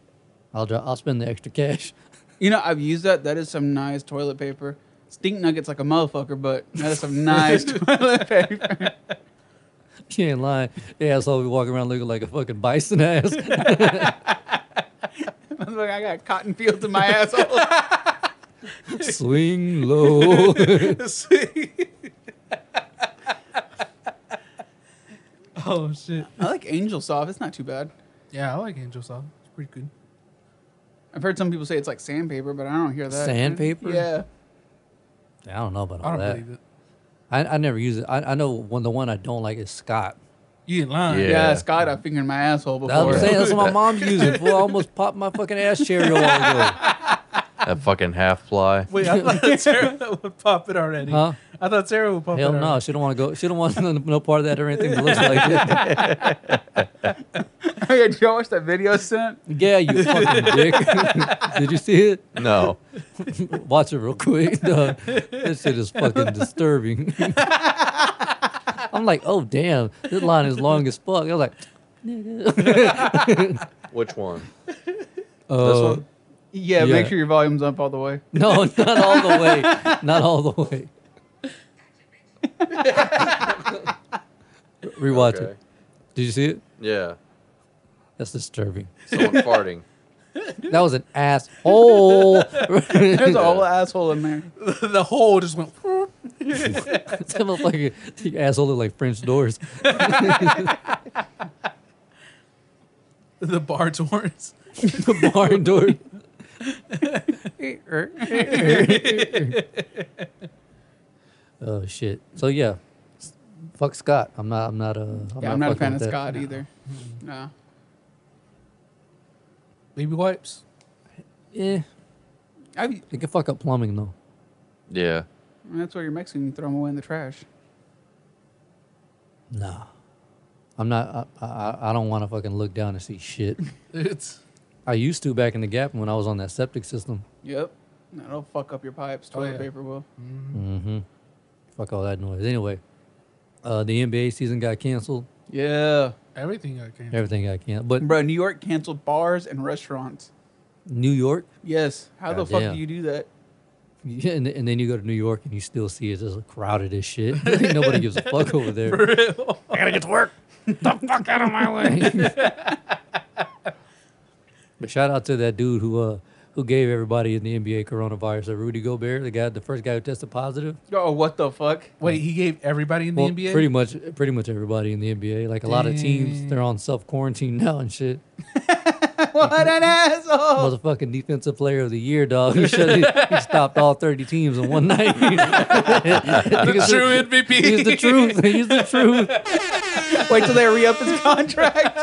I'll dri- I'll spend the extra cash.
You know, I've used that. That is some nice toilet paper. Stink nuggets like a motherfucker, but that is some nice toilet paper.
she ain't lying. Yeah, so we walking around looking like a fucking bison ass.
Like, I got cotton fields in my asshole.
Swing low.
oh shit.
I like Angel Soft. It's not too bad.
Yeah, I like angel saw. It's pretty good.
I've heard some people say it's like sandpaper, but I don't hear that.
Sandpaper?
Yeah.
I don't know about all
I don't
that.
believe it.
I, I never use it. I, I know one the one I don't like is Scott.
You ain't lying.
Yeah,
Yeah.
Scott, I fingered my asshole before.
That's what I'm saying. That's what my mom's using. Fool, I almost popped my fucking ass cherry a while ago.
That fucking half ply.
Wait, I thought Sarah would pop it already.
Huh?
I thought Sarah would pop
Hell
it already.
no, she don't want to go. She don't want no, no part of that or anything that looks like that.
Oh yeah, did y'all watch that video sent?
Yeah, you fucking dick. Did you see it?
No.
Watch it real quick. No, this shit is fucking disturbing. I'm like, oh damn, this line is long as fuck. I was like,
Which one? this
uh,
one?
Yeah,
Yeah.
make sure your volume's up all the way.
no, not all the way, not all the way. Rewatch it. Did you see it?
Yeah.
That's disturbing.
Someone farting.
That was an asshole.
There's a whole asshole in there.
the hole just went.
That motherfucker, the asshole look like French doors.
The bar doors.
the barn door. oh shit. So yeah, S- fuck Scott. I'm not. I'm not a. I'm
Yeah, I'm not a
fucking
fan of
with that.
Scott either. No.
Baby wipes.
Eh,
I,
it can fuck up plumbing though.
Yeah.
that's where you're Mexican, you throw them away in the trash.
Nah. I'm not. I, I, I don't want to fucking look down and see shit.
It's
I used to back in the gap when I was on that septic system.
Yep. That'll fuck up your pipes. Toilet
yeah.
paper will.
Mm-hmm. Fuck all that noise. Anyway, uh, the NBA season got canceled.
Yeah.
everything I can.
Everything got canceled. But
Bro, New York canceled bars and restaurants.
New York,
Yes. How the fuck
Goddamn.
do you do that?
Yeah, and, and then you go to New York and you still see it just crowded as shit. Like, nobody gives a fuck over there.
I gotta get to work. the fuck out of my way.
But shout out to that dude who uh who gave everybody in the NBA coronavirus. Uh, Rudy Gobert, the guy, the first guy who tested positive.
Oh, what the fuck?
Wait, he gave everybody in the
Well,
NBA.
pretty much, pretty much everybody in the NBA. Like a lot of teams, they're
Dang.
on self quarantine now and shit.
What an
Oh.
asshole!
Motherfucking defensive player of the year, dog. He, shut, he, he stopped all thirty teams in one night. the
True MVP.
He's the truth. He's the truth.
Wait till they re up his contract.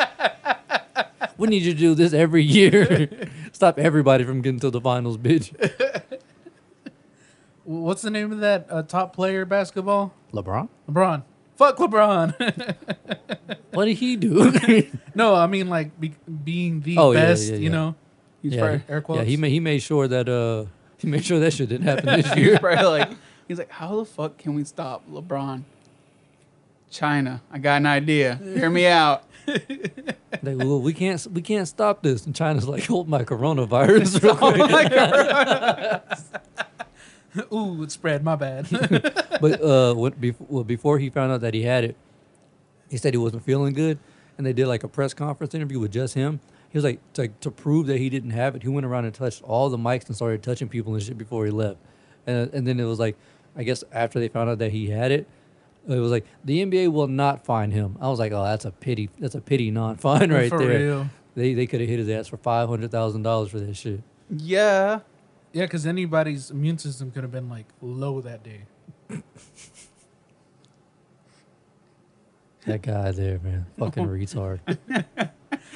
We need you to do this every year. Stop everybody from getting to the finals, bitch.
What's the name of that uh, top player basketball?
LeBron?
LeBron. Fuck LeBron.
What did he do?
no, I mean like be, being the
Oh, yeah,
best.
yeah,
You
yeah.
know,
He's
yeah,
probably,
air
yeah,
quotes.
he made he made sure that uh he made sure that shit didn't happen this
he's
year.
probably like, he's like, how the fuck can we stop LeBron? China, I got an idea. Hear me out.
Like, well, we can't we can't stop this. And China's like, hold my coronavirus. real quick.
Ooh, it spread. My bad.
but uh, what bef- well, before he found out that he had it, he said he wasn't feeling good, and they did like a press conference interview with just him. He was like, to, like to prove that he didn't have it, he went around and touched all the mics and started touching people and shit before he left. And and then it was like, I guess after they found out that he had it, it was like the NBA will not fine him. I was like, oh, that's a pity. That's a pity non-fine right
For
there.
real.
They they could have hit his ass for five hundred thousand dollars for this shit.
Yeah.
yeah, because anybody's immune system could have been like low that day.
That guy there, man, fucking retard.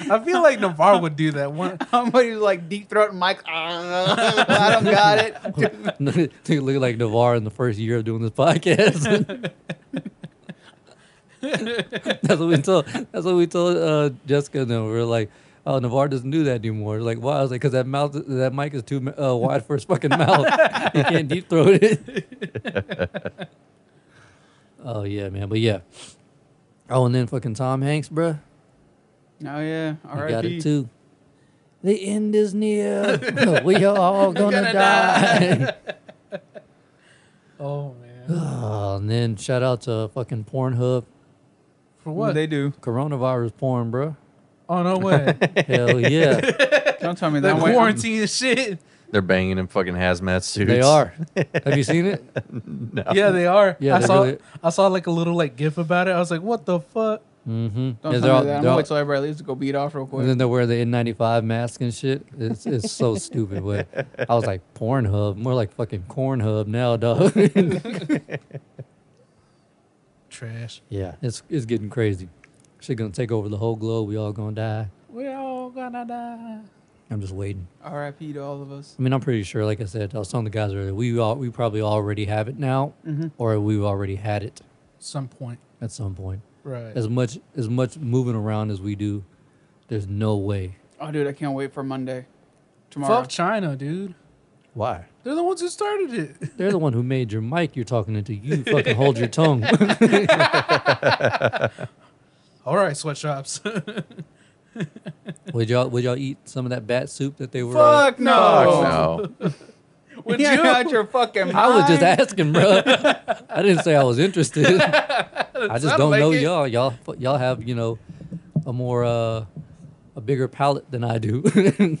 I feel like Navarre would do that. One,
Somebody's like deep throating Mike. "Ah, I don't got it.
They look like Navarre in the first year of doing this podcast. that's what we told. That's what we told uh, Jessica. And then we were like, "Oh, Navarre doesn't do that anymore." Like, why? I was like, "Cause that mouth, that mic is too uh, wide for his fucking mouth. he can't deep throat it." oh yeah, man. But yeah. Oh, and then fucking Tom Hanks, bruh.
Oh yeah. All
I
right.
got it too. The end is near. we are all gonna, die.
oh man,
Oh, and then shout out to fucking Pornhub,
for what?
they do?
coronavirus porn, bro.
oh no way!
Hell yeah,
Don't tell me
the
that. went-
quarantine and shit.
They're banging in fucking hazmat suits.
they are. Have you seen it?
Yeah, they are.
Yeah,
I
they
saw.
really-
I saw like a little like gif about it. I was like, what the fuck?
Mm-hmm.
Don't tell me that. I'm gonna wait till everybody leaves to go beat off real
and
quick.
then they wear the N95 mask and shit. It's it's so stupid. But I was like Pornhub, more like fucking Cornhub now, dog.
Trash.
yeah, it's it's getting crazy. Shit gonna take over the whole globe. We all gonna die.
We all gonna die.
I'm just waiting.
R.I.P. to all of us.
I mean, I'm pretty sure. Like I said, I was telling the guys earlier, we all we probably already have it now, or we've already had it
Some point,
at some point.
right?
As much as much moving around as we do, there's no way.
Oh, dude, I can't wait for Monday. Tomorrow.
Fuck China, dude.
Why?
They're the ones who started it.
They're the one who made your mic. You're talking into you. Fucking hold your tongue.
All right, sweatshops.
would y'all Would y'all eat some of that bat soup that they were?
Fuck no.
Fuck no.
Oh.
Would
You're
you?
out your fucking
I was just
mind.
asking, bro. I didn't say I was interested. I just
Sounded
don't
like
know
it.
y'all. Y'all fu- y'all have you know a more uh a bigger palate than I do.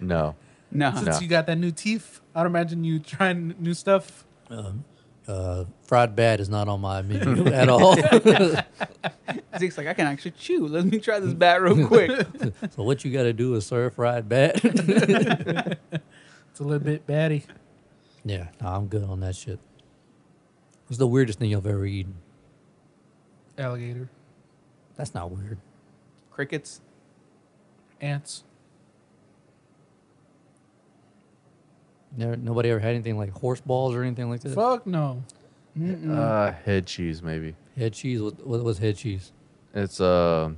No.
No.
Since
No.
you got that new teeth, I'd imagine you trying new stuff.
uh, fried bat is not on my menu at all.
Zeke's like, I can actually chew. Let me try this bat real quick.
so what you got to do is serve fried bat.
It's a little bit batty.
yeah, no, I'm good on that shit. What's the weirdest thing you've ever eaten?
Alligator,
That's not weird.
Crickets.
ants.
Never, nobody ever had anything like horse balls or anything like that.
Fuck no.
Uh, head cheese, maybe.
Head cheese. What, what was head cheese?
It's uh,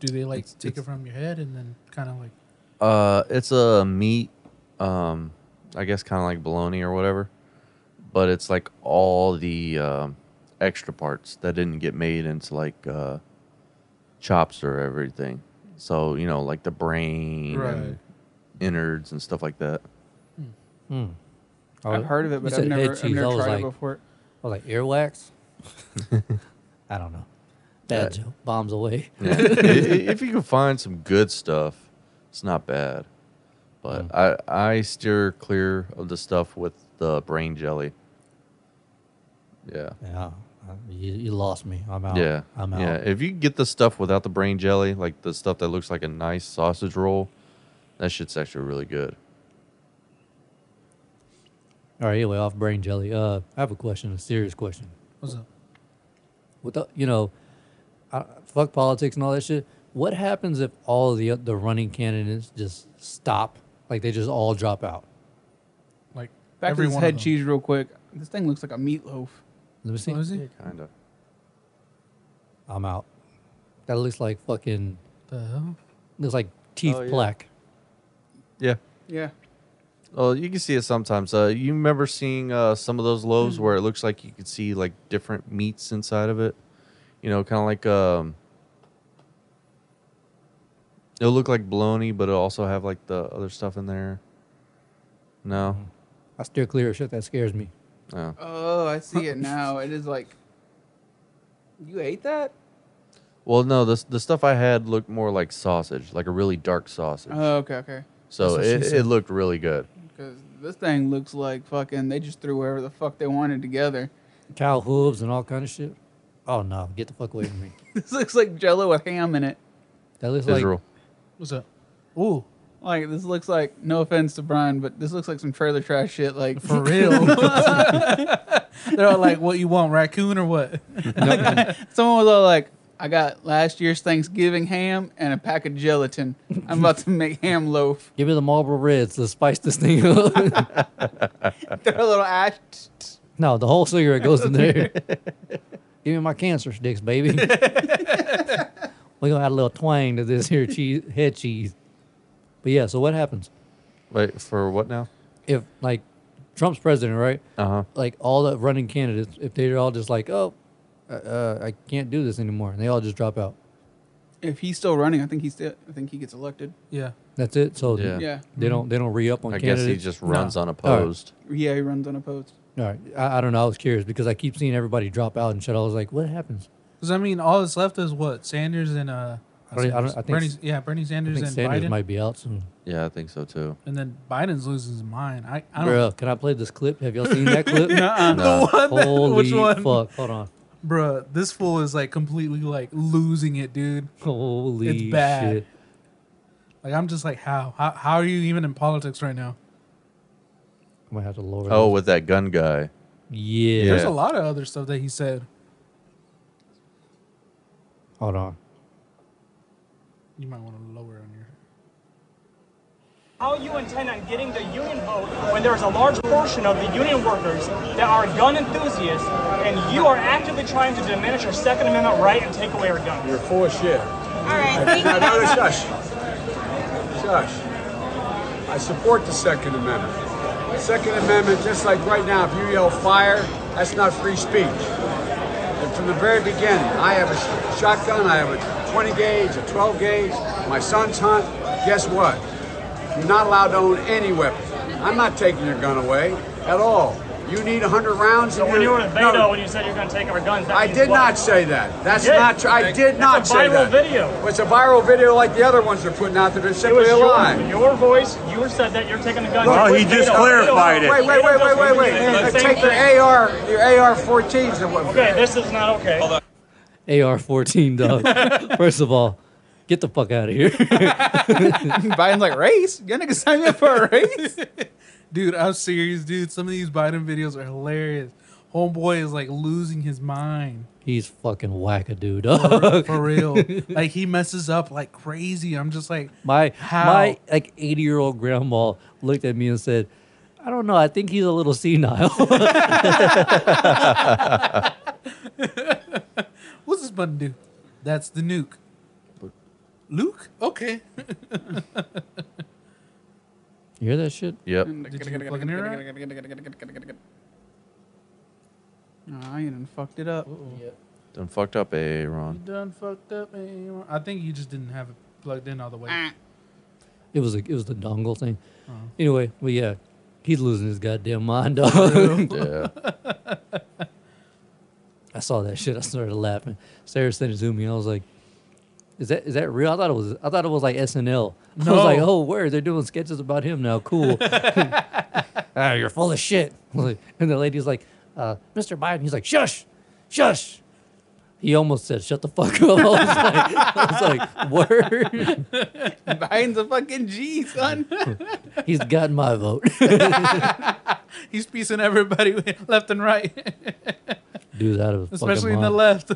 Do they like
It's-
take
it's-
it from your head and then kind of like?
uh, it's a meat. Um, I guess kind of like bologna or whatever, but it's like all the um, extra parts that didn't get made into like uh, chops or everything. So you know, like the brain
Right.
and innards and stuff like that.
I
I've
was-
heard of it,
Oh, you
but I've
said
never,
head
I've
cheese.
never
I was
tried
like,
it before.
I was like earwax. I don't know. Bad
Uh,
joke. Bombs away.
Yeah. I- i- if you can find some good stuff, it's not bad. But
Mm.
I I steer clear of the stuff with the brain jelly. Yeah.
Yeah, I- Uh, you, you lost me. I'm out.
Yeah.
I'm out.
Yeah. If you can get the stuff without the brain jelly, like the stuff that looks like a nice sausage roll, that shit's actually really good.
All right. Anyway, off brain jelly. Uh, I have a question. A serious question.
What's up?
with the, you know, uh, fuck politics and all that shit. What happens if all the the running candidates just stop? Like they just all drop out.
Like
Back
every
to this
one of
head
them.
cheese real quick. This thing looks like a meatloaf.
Let me see.
What is it?
Kinda.
I'm out. That looks like fucking
The hell?
looks like teeth
Oh, yeah.
plaque.
Yeah.
Yeah.
Well, Oh, you can see it sometimes. Uh,
Mm-hmm.
you remember seeing uh, some of those loaves where it looks like you could see like different meats inside of it? you know, kind of like um, it'll look like bologna, but it'll also have like the other stuff in there. No,
I steer clear of shit that scares me.
Mm-hmm.
no.
Oh, I see it now. It is like, you ate that?
Well, no, the the stuff I had looked more like sausage, like a really dark sausage.
Oh, okay, okay.
so
Uh, that's what she
it, it
said.
looked really good.
Because this thing looks like fucking. They just threw whatever the fuck they wanted together.
Cow hooves and all kind of shit. Oh no, get the fuck away from me.
This looks like Jello with ham in it.
That looks like
Israel.
What's up? Ooh,
Like this looks like. No offense to Brian, but this looks like some trailer trash shit. Like
for real. They're all like, "What you want, raccoon or what?"
someone was all like, "I got last year's Thanksgiving ham and a pack of gelatin. I'm about to make ham loaf."
give me the Marlboro Reds. Let's spice this thing up.
Throw a little ash.
no, the whole cigarette goes in there. give me my cancer sticks, baby. We're gonna add a little twang to this here cheese head cheese. But yeah, so what happens?
Wait for what now?
If like Trump's president, right?
Uh huh.
like all the running candidates, if they're all just like, oh, uh, uh, I can't do this anymore, and they all just drop out.
If he's still running, I think he's still. I think he gets elected.
Yeah,
That's it. So
Yeah.
Yeah,
they don't they don't re up on
I guess
candidates.
he just runs unopposed.
yeah, he runs unopposed.
all right. I, I don't know. I was curious because I keep seeing everybody drop out and shit. I was like, what happens?
because I mean, all that's left is what Sanders and uh,
Bernie- I don't- I think-
Bernie, yeah, Bernie
I
Sanders
think
and
Sanders
Biden,
might be out soon.
Yeah, I think so too.
and then Biden's losing his mind. I, I don't,
Bro, can I play this clip? Have y'all seen that clip?
Nah.
Holy
Which one?
fuck! Hold on.
Bruh, this fool is like completely like losing it, dude.
Holy
It's bad.
shit!
Like I'm just like, how, how, how are you even in politics right now?
I might have to lower.
Oh,
this.
with that gun guy.
yeah.
There's
Yeah.
a lot of other stuff that he said.
Hold on.
You might want to lower on your.
How you intend on getting the union vote when there is a large portion of the union workers that are gun enthusiasts and you are actively trying to diminish our Second Amendment right and take away our guns?
You're full of shit.
All right, thank
Now,
you.
no, no, shush. Shush. I support the Second Amendment. Second Amendment, just like right now, if you yell fire, that's not free speech. And from the very beginning, I have a sh- shotgun, I have a 20 gauge, a 12 gauge, my sons hunt. Guess what? You're not allowed to own any weapon. I'm not taking your gun away at all. You need 100 rounds.
So
in
when you
your-
were with Beto
No.
and you said you're going to take our guns, that
I
means
did
what?
not say that. That's
You did.
not true. I did
That's
not
a
say that.
viral video.
Well, It's a viral video like the other ones they're putting out there. They're
It was
simply a
your,
lie.
your voice. You said that you're taking the guns.
Well, he
just
Wait, wait, wait, wait, wait, wait. Take your AR, your AR-14s and what?
Okay, this is not okay.
AR-14, dog. First of all, get the fuck out of here.
Biden's like race. You niggas sign me up for a race.
Dude, I'm serious, dude. Some of these Biden videos are hilarious. Homeboy is like losing his mind
He's fucking wackadoo,
for,
dog.
for real. like he messes up like crazy. I'm just like,
My
How?
my like eighty year old grandma looked at me and said, "I don't know. I think he's a little senile."
what's this button do? That's the nuke. Luke? Okay.
you hear that shit?
Yep.
Nah, you done fucked it up.
Done fucked up Aaron.
Done fucked up. man. I think you just didn't have it plugged in all the
Ah.
way.
It was a, it was the dongle thing.
Oh.
Anyway, but yeah, he's losing his goddamn mind, dog.
Yeah.
I saw that shit. I started laughing. Sarah sent it to me. and I was like, "Is that is that real?" I thought it was. I thought it was like SNL. I was like,
No.
"Oh, where they're doing sketches about him now? Cool." ah, you're full of shit. Like, and the lady's like, uh, "Mr. Biden." He's like, "Shush, shush." He almost said, "Shut the fuck up." I was like, I was like "Word."
Biden's a fucking G, son.
He's got my vote,
He's piecing everybody left and right,
dude. Out of
especially in the left.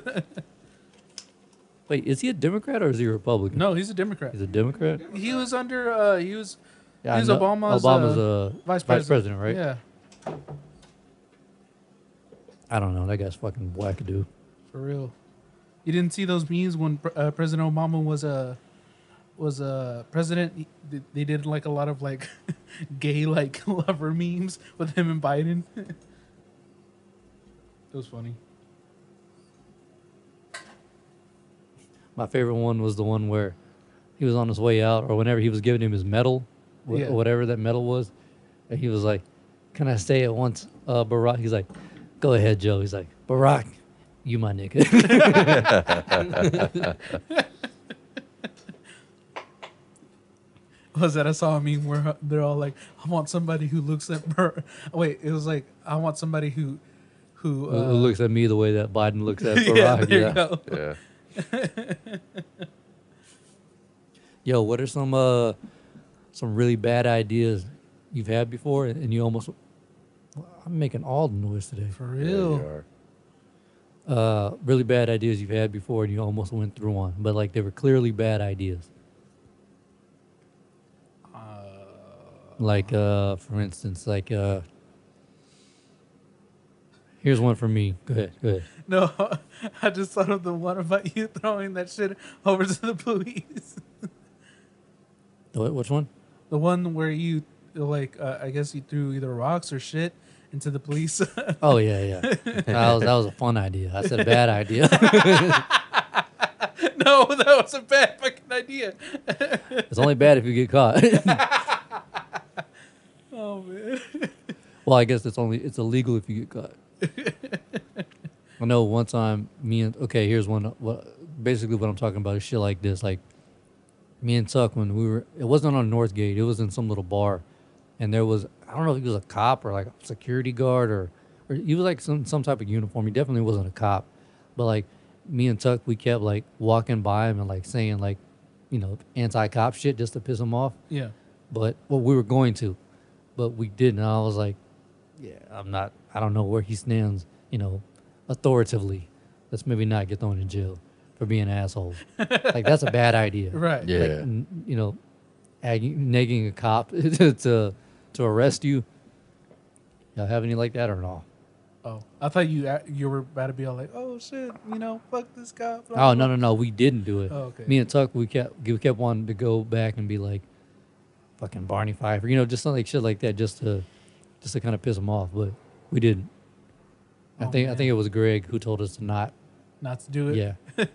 Wait, is he a Democrat or is he a Republican?
no, he's a Democrat.
he's a Democrat.
He was under, uh, he was
Yeah, I
He's
know-
Obama's,
Obama's
uh,
uh,
vice,
vice president, right?
Yeah,
I don't know. That guy's fucking wackadoo.
for real. You didn't see those memes when Pre- uh, President Obama was uh, was uh, president. He- they- They did like a lot of like gay like lover memes with him and Biden. it was funny.
My favorite one was the one where he was on his way out, or whenever he was giving him his medal, wh-
Yeah.
whatever that medal was, and he was like, "Can I stay at once, uh, Barack?" He's like, "Go ahead, Joe." He's like, "Barack, you my nigga."
was that I saw a meme where h- they're all like, "I want somebody who looks at Barack." Wait, it was like, "I want somebody who, who
Who
uh,
looks at me the way that Biden looks at
yeah,
Barack.
there
yeah.
you go.
Yeah.
Yo, what are some uh some really bad ideas you've had before, and you almost? I'm making all the noise today.
For
Yeah, you
real,
are.
uh, really bad ideas you've had before and you almost went through on, but like they were clearly bad ideas. Like, uh, for instance, like, uh, here's one for me. Go ahead, go ahead.
no, I just thought of the one about you throwing that shit over to the police.
The wh- Which one?
The one where you like, uh, I guess you threw either rocks or shit into the police.
Oh yeah, yeah. that was that was a fun idea. I said bad idea.
no, that was a bad fucking idea.
it's only bad if you get caught.
Oh man,
Well, I guess it's only it's illegal if you get caught. I know one time me and okay, here's one what basically what I'm talking about is shit like this. Like me and Tuck when we were it wasn't on Northgate, it was in some little bar. And there was I don't know if he was a cop or like a security guard or, or he was like some some type of uniform. He definitely wasn't a cop. But like me and Tuck we kept like walking by him and like saying like, you know, anti cop shit just to piss him off
yeah,
but well, we were going to, but we didn't. And I was like, yeah, I'm not. I don't know where he stands, you know, authoritatively. Let's maybe not get thrown in jail for being assholes. like that's a bad idea.
right.
Like,
Yeah.
n- you know, ag- negging a cop to to to arrest you. Y'all have any like that or no?
Oh, I thought you a- you were about to be all like, "Oh shit," you know, fuck this cop. blah,
Oh
blah,
no no no, we didn't do it.
Oh, okay.
Me and Tuck, we kept we kept wanting to go back and be like, fucking Barney Fife, you know, just something like shit like that, just to just to kind of piss him off, but we didn't. I
Oh,
think I
man.
think it was Greg who told us to not.
not to do it.
Yeah,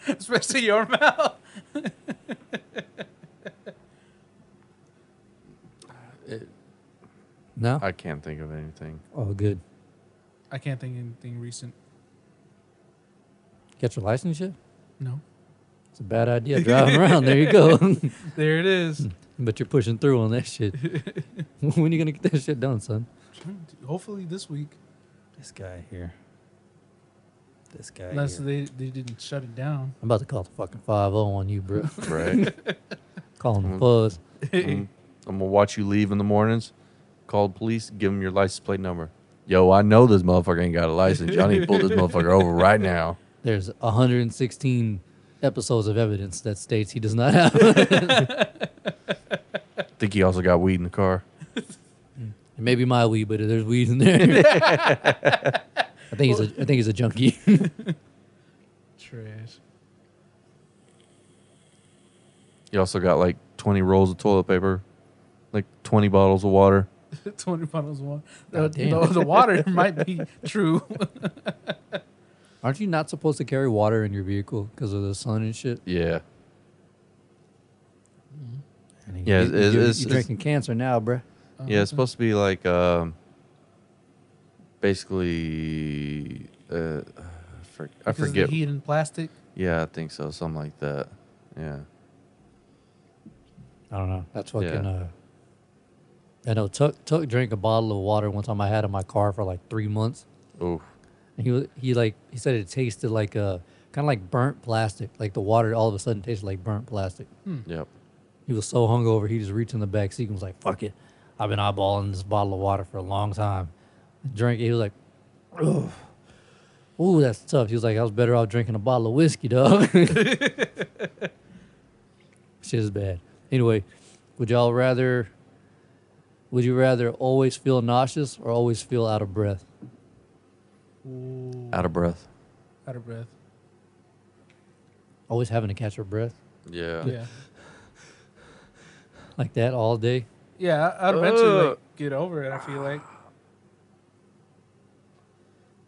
especially your mouth.
no.
I can't think of anything.
oh, good.
I can't think of anything recent.
Get your license yet?
No,
It's a bad idea driving around. There you go.
there it is.
but you're pushing through on that shit. when you gonna get that shit done, son?
Hopefully this week,
This guy here. This guy.
unless they, they didn't shut it down.
I'm about to call the fucking five zero on you, bro.
Right.
Call him
Mm.
the fuzz.
I'm, I'm gonna watch you leave in the mornings. Call the police. Give them your license plate number. Yo, I know this motherfucker ain't got a license. Y'all need to pull this motherfucker over right now.
There's 116 episodes of evidence that states he does not have.
Think he also got weed in the car.
Maybe my weed, but there's weed in there. I think he's a I think he's a junkie.
Trash.
He also got like 20 rolls of toilet paper, like 20 bottles of water.
Twenty bottles of water. The,
God damn.
the, the water might be true.
Aren't you not supposed to carry water in your vehicle because of the sun and shit?
Yeah.
And you-
Yeah,
you,
it's-
you-
it's-
you
it's-
drinking cancer now, bruh.
Yeah, it's supposed to be like um, basically. Uh, I for- I
Because of
forget.
the heat and plastic.
Yeah, I think so. Something like that. Yeah.
I don't know. That's fucking.
Yeah.
Uh, I know Tuck Tuck drank a bottle of water one time I had in my car for like three months.
Oh,
And he was he like he said it tasted like a kind of like burnt plastic. Like the water all of a sudden tasted like burnt plastic.
Hmm.
yep.
He was so hungover, he just reached in the back seat and was like, fuck it. I've been eyeballing this bottle of water for a long time. Drink it. He was like, Ugh. ooh, that's tough. He was like, I was better off drinking a bottle of whiskey, dog. Shit is bad. Anyway, would y'all rather, would you rather always feel nauseous or always feel out of breath?
Ooh,
Out of breath.
out of breath.
Always having to catch your breath
Yeah.
Yeah.
like that all day?
Yeah, I- I'd eventually
Ugh.
like get over it. I feel like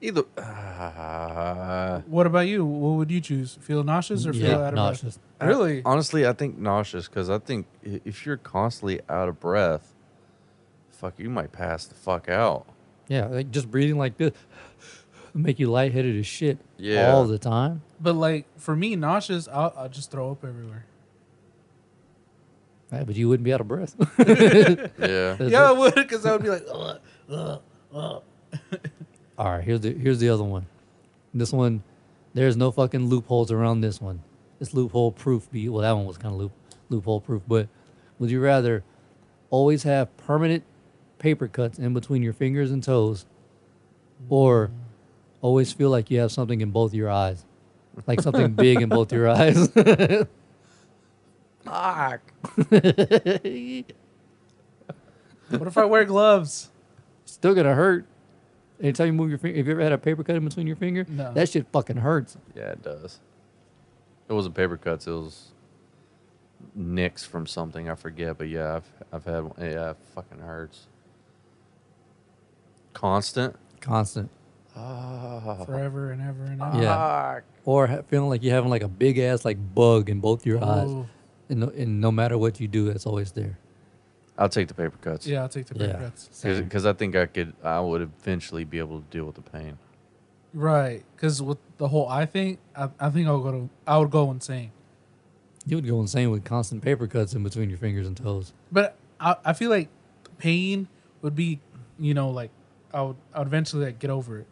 Either. Uh,
What about you? What would you choose? Feel nauseous or feel
Yeah,
out of
nauseous.
breath? Really?
honestly, I think nauseous because I think i- if you're constantly out of breath, fuck, you might pass the fuck out.
Yeah, like just breathing like this make you lightheaded as shit
Yeah.
all the time.
But like for me, nauseous, I'll, I'll just throw up everywhere.
Yeah, but you wouldn't be out of breath.
Yeah.
Yeah, I would, because I would be like, Ugh.
All right, here's the here's the other one. This one, there's no fucking loopholes around this one. It's loophole proof. Be well, that one was kind of loop loophole proof. But would you rather always have permanent paper cuts in between your fingers and toes,
Mm.
or always feel like you have something in both your eyes, like something big in both your eyes?
Fuck.
what if I wear gloves?
Still gonna hurt. Anytime you move your finger, have you ever had a paper cut in between your finger?
No.
That shit fucking hurts.
Yeah, it does. It wasn't paper cuts. It was nicks from something. I forget, but yeah, I've I've had one. Yeah, it fucking hurts. Constant.
Constant.
Forever and ever and ever.
Yeah. Or ha- feeling like you're having like a big ass like bug in both your eyes,
Ooh.
and no, and no matter what you do, it's always there.
I'll take the paper cuts.
Yeah, I'll take the
Yeah.
regrets.
Same.
Because I think I could, I would eventually be able to deal with the pain.
Right, because with the whole eye thing, I, I think I'll go to I would go insane.
You would go insane with constant paper cuts in between your fingers and toes.
But I, I feel like the pain would be, you know, like I would, I would eventually like get over it.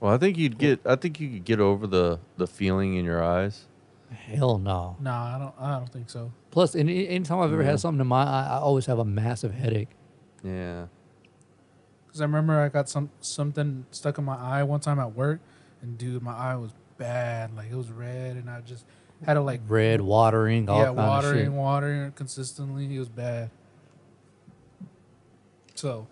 Well, I think you'd get, I think you could get over the the feeling in your eyes.
Hell no.
Nah, I don't I don't think so.
Plus, any anytime I've ever had something in my eye, I always have a massive headache.
Yeah.
Because I remember I got some something stuck in my eye one time at work, and dude, my eye was bad. Like it was red, and I just had to like
Red watering, all
yeah,
yeah, kind of shit.
watering, watering consistently. It was bad. So,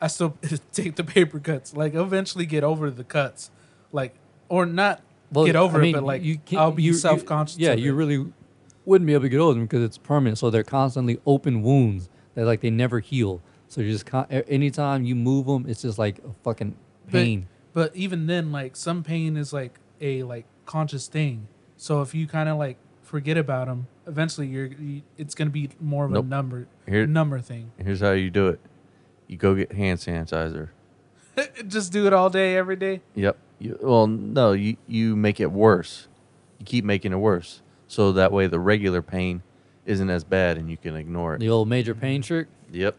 I still take the paper cuts. Like eventually get over the cuts, like or not get over
I mean,
it, but like
can't-
I'll be
you- you-
self conscious.
Yeah, you really wouldn't be able to get over them because it's permanent. So they're constantly open wounds that like they never heal. So you just con- a- anytime you move them, it's just like a fucking pain.
But, but even then, like some pain is like a like conscious thing. So if you kind of like forget about them, eventually you're you, it's gonna be more of
Nope.
a number
Here-
number thing.
Here's how you do it. You go get hand sanitizer.
Just do it all day, every day.
Yep. You, well, no, you you make it worse. You keep making it worse, so that way the regular pain isn't as bad, and you can ignore it.
the old major pain trick.
Yep.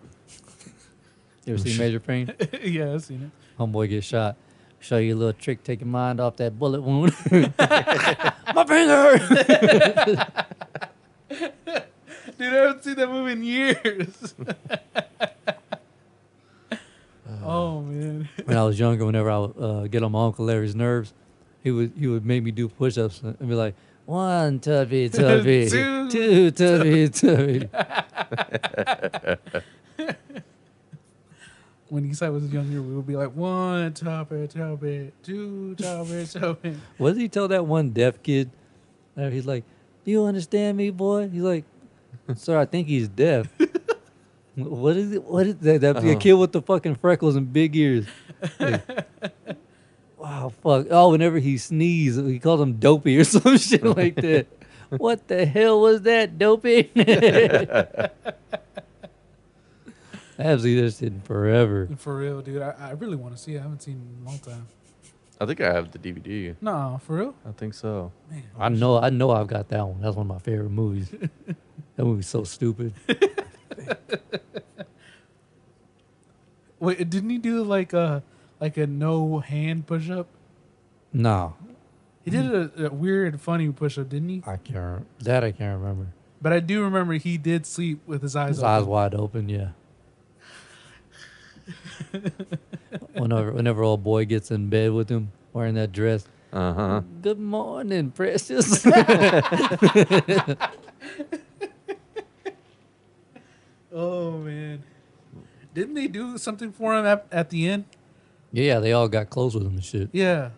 You ever see major pain?
yeah, I've seen it.
Homeboy get shot. Show you a little trick, take your mind off that bullet wound. My finger.
Dude, I haven't seen that movie in years. oh man.
when I was younger, whenever I would uh, get on my uncle Larry's nerves, he would he would make me do push-ups and be like, one tubby tubby,
Two.
two tubby tubby.
When Esai was younger, we would be like one topic, topic, two topic, topic.
What did he tell that one deaf kid? Uh, He's like, "Do you understand me, boy?" He's like, "Sir, I think he's deaf." Wh- what is it? What is that? That a kid with the fucking freckles and big ears. Like, wow, fuck! Oh, whenever he sneezed, he called him dopey or some shit like that. what the hell was that, dopey? I haven't seen this shit in forever.
For real, dude. I, I really want to see it. I haven't seen it in a long time.
I think I have the DVD.
No, for real?
I think so.
I know, I know, I've got that one. That's one of my favorite movies. that movie's so stupid.
Wait, didn't he do like a like a no hand push up?
No,
He did a, a weird, funny push up, didn't he?
Mm-hmm. I can't. rem- That I can't remember.
But I do remember he did sleep with his eyes
His
open.
eyes wide open. Yeah. whenever, whenever old boy gets in bed with him wearing that dress.
Uh huh.
Good morning, precious.
Oh man! Didn't they do something for him at, at the end?
yeah, they all got close with him and shit.
Yeah.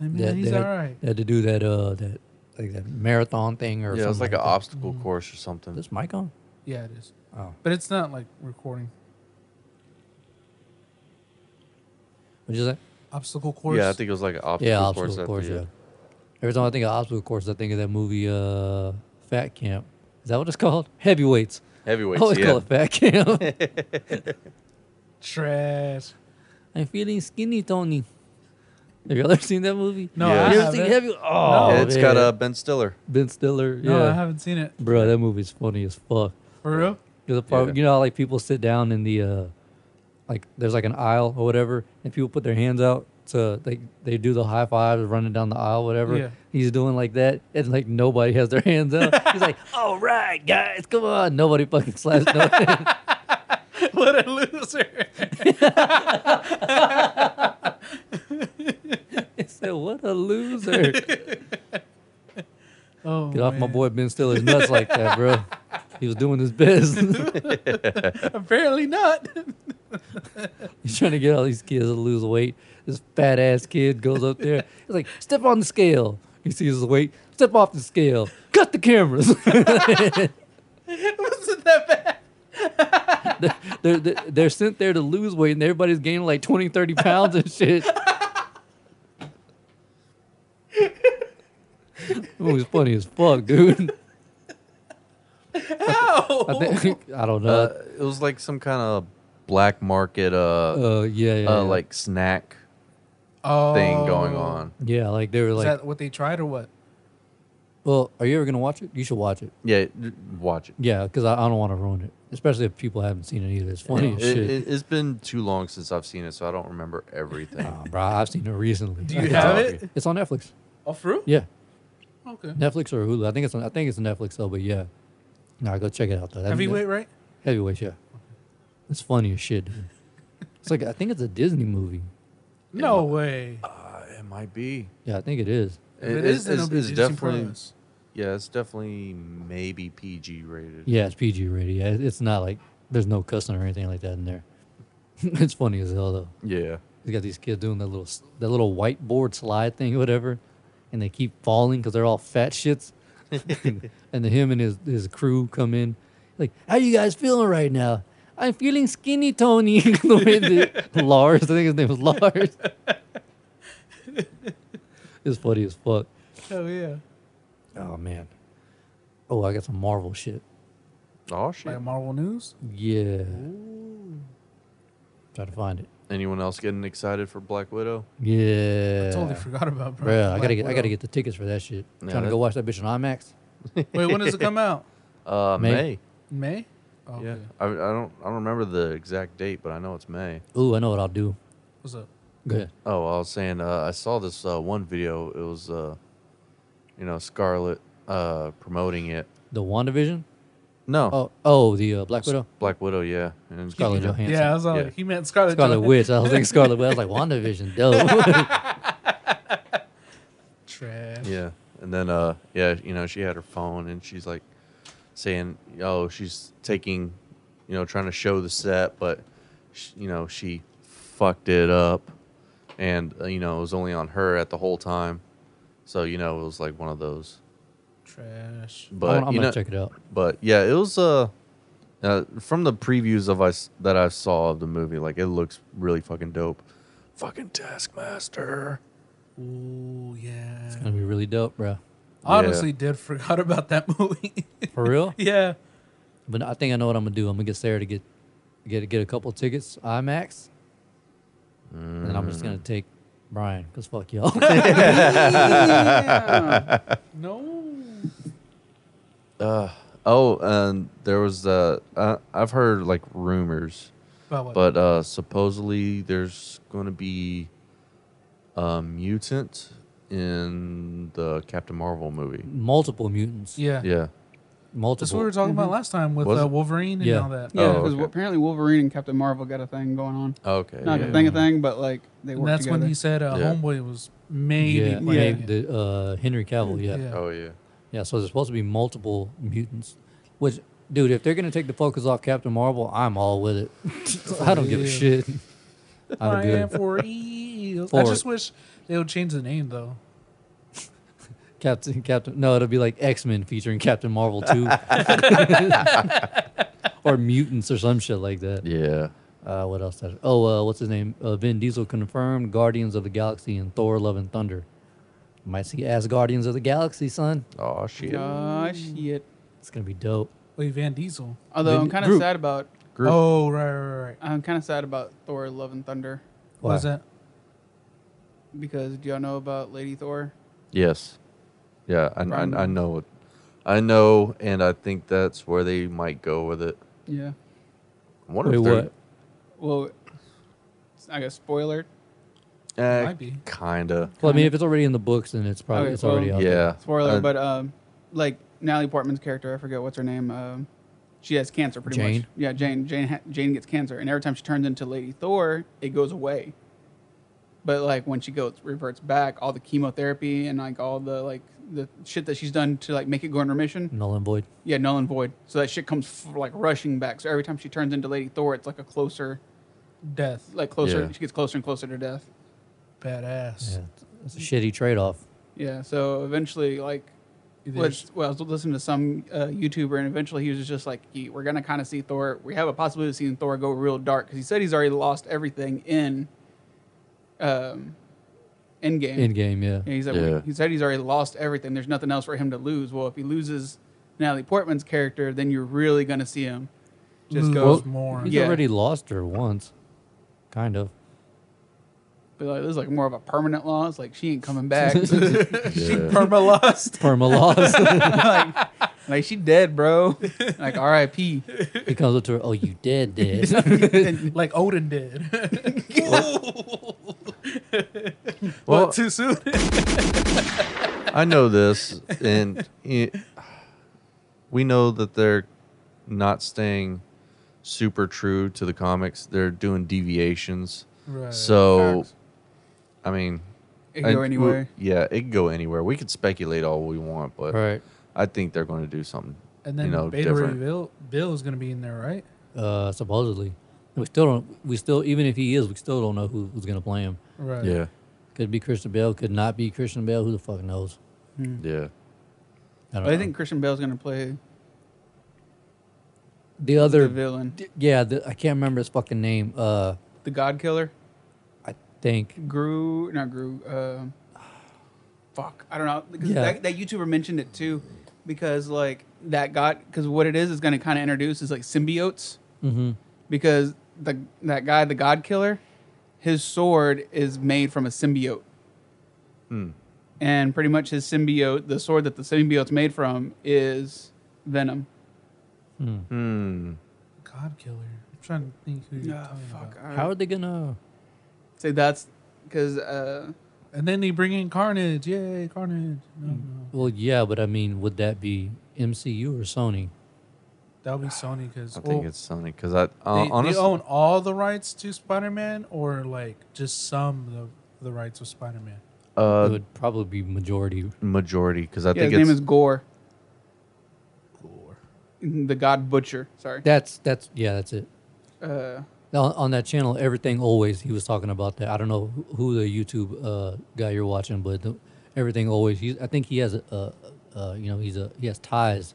I mean,
That-
he's
they
all
had-
right.
They had to do that. Uh, that like that marathon thing or
Yeah,
something.
it's like an
that.
obstacle course or something.
This mic on?
Yeah, it is.
Oh.
But it's not like recording.
Would you say?
Obstacle course.
Yeah, I think it was like an obstacle
Yeah,
course.
obstacle
after,
course.
yeah.
Yeah. Every time I think of obstacle course, I think of that movie, uh, Fat Camp. Is that what it's called? Heavyweights. I
Heavyweights.
always
yeah.
call it Fat Camp.
Trash.
I'm feeling skinny, Tony. Have you ever seen that movie?
No, I
Yeah.
You ever
haven't.
seen Heavy? Oh,
Yeah, it's got
man.
uh, Ben Stiller.
Ben Stiller.
No, I
yeah,
haven't seen it.
bro, that movie's funny as fuck.
For real?
There's a part,
Yeah.
you know, how, like people sit down in the, uh, like there's like an aisle or whatever, and people put their hands out to like they do the high fives running down the aisle, whatever.
Yeah.
He's doing like that, and like nobody has their hands out. He's like, "All right, guys, come on!" Nobody fucking slaps nothing.
what a loser.
He said, "What a loser!" Get
Oh,
off my
man.
boy Ben Stiller's nuts like that, bro. He was doing his best.
Apparently not.
He's trying to get all these kids to lose weight. This fat ass kid goes up there. He's like, step on the scale. He sees the weight. Step off the scale. Cut the cameras.
Wasn't that bad?
they're, they're, they're sent there to lose weight, and everybody's gaining like 20, 30 pounds and shit. It was funny as fuck, dude.
How?
I, think, I don't
Uh,
know.
it was like some kind of black market, uh, uh,
Uh, yeah, yeah, yeah.
like snack
oh.
thing going on.
yeah, like they were
Is
like,
that what they tried or what?
well, are you ever gonna watch it? You should watch it.
Yeah, d- watch it.
Yeah, because I, I don't want to ruin it, especially if people haven't seen it either. It's funny as
It,
shit.
it, has been too long since I've seen it, so I don't remember everything.
Nah, bro, I've seen it recently.
Do you
It's
have
on-
it?
It's on Netflix.
Oh, for real?
Yeah,
Okay.
Netflix or Hulu. I think it's on. I think it's on Netflix though. But yeah, nah, go check it out though. That'd be good.
Heavyweight, right?
Heavyweight, yeah. It's funny as shit. Dude. It's like I think it's a Disney movie.
No way.
Uh, it might be.
Yeah, I think it is.
If it
It-
is, then
it's-
it'll be
it's
Jason
definitely-
Perez.
Yeah, it's definitely maybe PG rated.
Yeah, it's PG rated. Yeah, it- it's not like there's no cussing or anything like that in there. it's funny as hell though.
Yeah.
He's got these kids doing that little s- that little whiteboard slide thing, whatever, and they keep falling because they're all fat shits. and then him and his his crew come in, like, "How you guys feeling right now?" I'm feeling skinny, Tony. the way that Lars, I think his name was Lars. it's funny as fuck.
Oh, yeah.
Oh man. Oh, I got some Marvel shit.
Oh shit.
Like Marvel News?
Yeah. Try to find it.
Anyone else getting excited for Black Widow?
Yeah.
Totally forgot about, bro.
Bruh, I gotta
Black
get I gotta
Widow.
get the tickets for that shit.
Yeah,
Trying to
that-
go watch that bitch on IMAX.
Wait, when does it come out?
Uh,
May.
May.
May? Oh,
Yeah.
okay.
I, I don't. I don't remember the exact date, but I know it's May.
Ooh, I know what I'll do.
What's up?
Go ahead.
Oh, I was saying, uh, I saw this uh, one video. It was, uh, you know, Scarlet uh, promoting it.
The WandaVision?
No,
Oh, oh, the uh, Black Widow.
Black Widow, yeah. And
Scarlett
you know,
Johansson.
Yeah, I was all
Yeah.
like, he meant Scarlet.
Scarlet
Johansson.
Witch. I was thinking Scarlet Witch. I was like WandaVision. Dope.
Trash.
Yeah, and then uh, yeah, you know, she had her phone and she's like saying, "Oh, she's taking, you know, trying to show the set, but sh you know, she fucked it up, and uh, you know, it was only on her at the whole time, so you know, it was like one of those.
Trash.
I'm,
But
I'm
you
gonna
know,
check it out.
but yeah, it was uh, uh from the previews of us that I saw of the movie, like it looks really fucking dope. Fucking Taskmaster.
Ooh, yeah.
It's gonna be really dope, bro.
Honestly, did forgot about that movie.
For real?
yeah.
But I think I know what I'm gonna do. I'm gonna get Sarah to get get get a couple tickets IMAX, and I'm just gonna take Brian because fuck y'all.
No.
Oh, and there was uh, I, I've heard like rumors,
But, what?
but uh, supposedly there's going to be a mutant in the Captain Marvel movie.
multiple mutants.
yeah.
Yeah,
multiple.
That's what we were talking about last time with
Was
uh,
it?
Wolverine and
Yeah.
all that.
Yeah,
Oh,
because
okay.
apparently Wolverine and Captain Marvel got a thing going on.
okay.
Not
yeah.
a thing, a thing, but like they
And
work
that's
together.
when he said uh,
Yeah.
Homeboy was maybe.
Yeah,
playing
maybe
it.
the, uh, Henry Cavill. Yeah. yeah,
Yeah.
Oh yeah,
So there's supposed to be multiple mutants. Which, dude, if they're gonna take the focus off Captain Marvel, I'm all with it. I don't give a
Yeah.
shit. I'm
I am
good.
for eels. I
For-
just wish they would change the name though.
Captain, Captain. No, it'll be like X Men featuring Captain Marvel too, or mutants or some shit like that.
yeah.
Uh, what else? Did I, oh, uh, what's his name? Uh, Vin Diesel confirmed Guardians of the Galaxy and Thor: Love and Thunder. Might see as Guardians of the Galaxy, son.
Oh shit.
Oh shit.
It's gonna be dope.
Wait, Van Diesel.
Although I'm
Then-
kind of
Groot.
sad about
Groot.
Oh, right, right, right.
I'm kind of sad about Thor: Love and Thunder
What was
Why?
that?
because do y'all know about Lady Thor?
Yes. Yeah, I, I,
Brian-
I know it. I know, and I think that's where they might go with it.
Yeah.
I wonder
Wait,
if they're-
what?
Well, it's not gonna spoiler.
Eh,
Might be.
Kinda.
Well, I mean, if it's already in the books, then it's probably
Okay,
it's already
well,
out. there.
Yeah.
Spoiler,
Uh,
but um, like Natalie Portman's character, I forget what's her name. Um, she has cancer, pretty much.
Jane?
Yeah, Jane. Jane. ha- Jane gets cancer, and every time she turns into Lady Thor, it goes away. But like when she goes reverts back, all the chemotherapy and like all the like the shit that she's done to like make it go in remission,
Mm-hmm.
Null and void.
yeah, null and void. So that shit comes f- like rushing back. So every time she turns into Lady Thor, it's like a closer,
Death.
like closer.
Yeah.
She gets closer and closer to death.
Badass.
Yeah, it's a shitty trade-off.
Yeah. So eventually, like
Either
was well, I was listening to some uh, YouTuber, and eventually he was just like, "Ye- "We're gonna kind of see Thor. We have a possibility of seeing Thor go real dark because he said he's already lost everything in um, Endgame.
End game, yeah.
Yeah, he's like,
Yeah.
he said he's already lost everything. There's nothing else for him to lose. Well, if he loses Natalie Portman's character, then you're really gonna see him just
Mm.
Lose
go.
more.
He's
yeah.
already lost her once, kind of.
But like, this is like more of a permanent loss. Like she ain't coming back.
yeah.
Perma lost.
Perma loss.
like she dead, bro. Like R.I.P.
he comes up to her. Oh, you dead, dead.
like Odin did.
Well,
Too soon.
I know this, and it, we know that they're not staying super true to the comics. They're doing deviations.
right.
So,
Facts.
I mean,
It can go
I-
anywhere.
we- yeah, it can go anywhere. We could speculate all we want, but
right.
I think they're going to do something.
and then
you know,
Beta Ray
different.
Bill, Bill is gonna be in there, right?
Uh, supposedly, we still don't. We still, even if he is, we still don't know who, who's gonna play him.
Right.
Yeah,
Could be Christian Bale. Could not be Christian Bale. Who the fuck knows? I
yeah.
don't
But I
know.
think Christian Bale's gonna play
the
the
other.
villain,
d- yeah, the, I can't remember his fucking name. Uh,
the God Killer.
I think.
Gru, not Gru. Uh, fuck, I don't know. 'Cause
Yeah.
that, that YouTuber mentioned it too, because like that got because what it is is going to kind of introduce is like symbiotes
Mm-hmm.
because the that guy, the God Killer, his sword is made from a symbiote. And pretty much his symbiote, the sword that the symbiote's made from, is Venom.
Hmm.
God killer. I'm trying to think who
Ah,
you're talking about.
How are they gonna?
Say that's because uh,
And then they bring in Carnage. Yay, Carnage.
Hmm.
Mm-hmm. No, no.
Well, yeah, but I mean, would that be MCU or Sony?
That'll be Sony because
I think it's Sony because I uh,
they,
honestly
they own all the rights to Spider-Man, or like just some of the, the rights of Spider-Man.
it
uh,
would probably be majority.
majority because I
yeah, his
think
name
it's
is Gore. Gore. The God Butcher. Sorry.
That's that's yeah, that's it.
Uh,
Now, on that channel, everything always he was talking about that. I don't know who- who the YouTube uh, guy you're watching, but the, everything always. He's, I think he has a, a, a you know he's a he has ties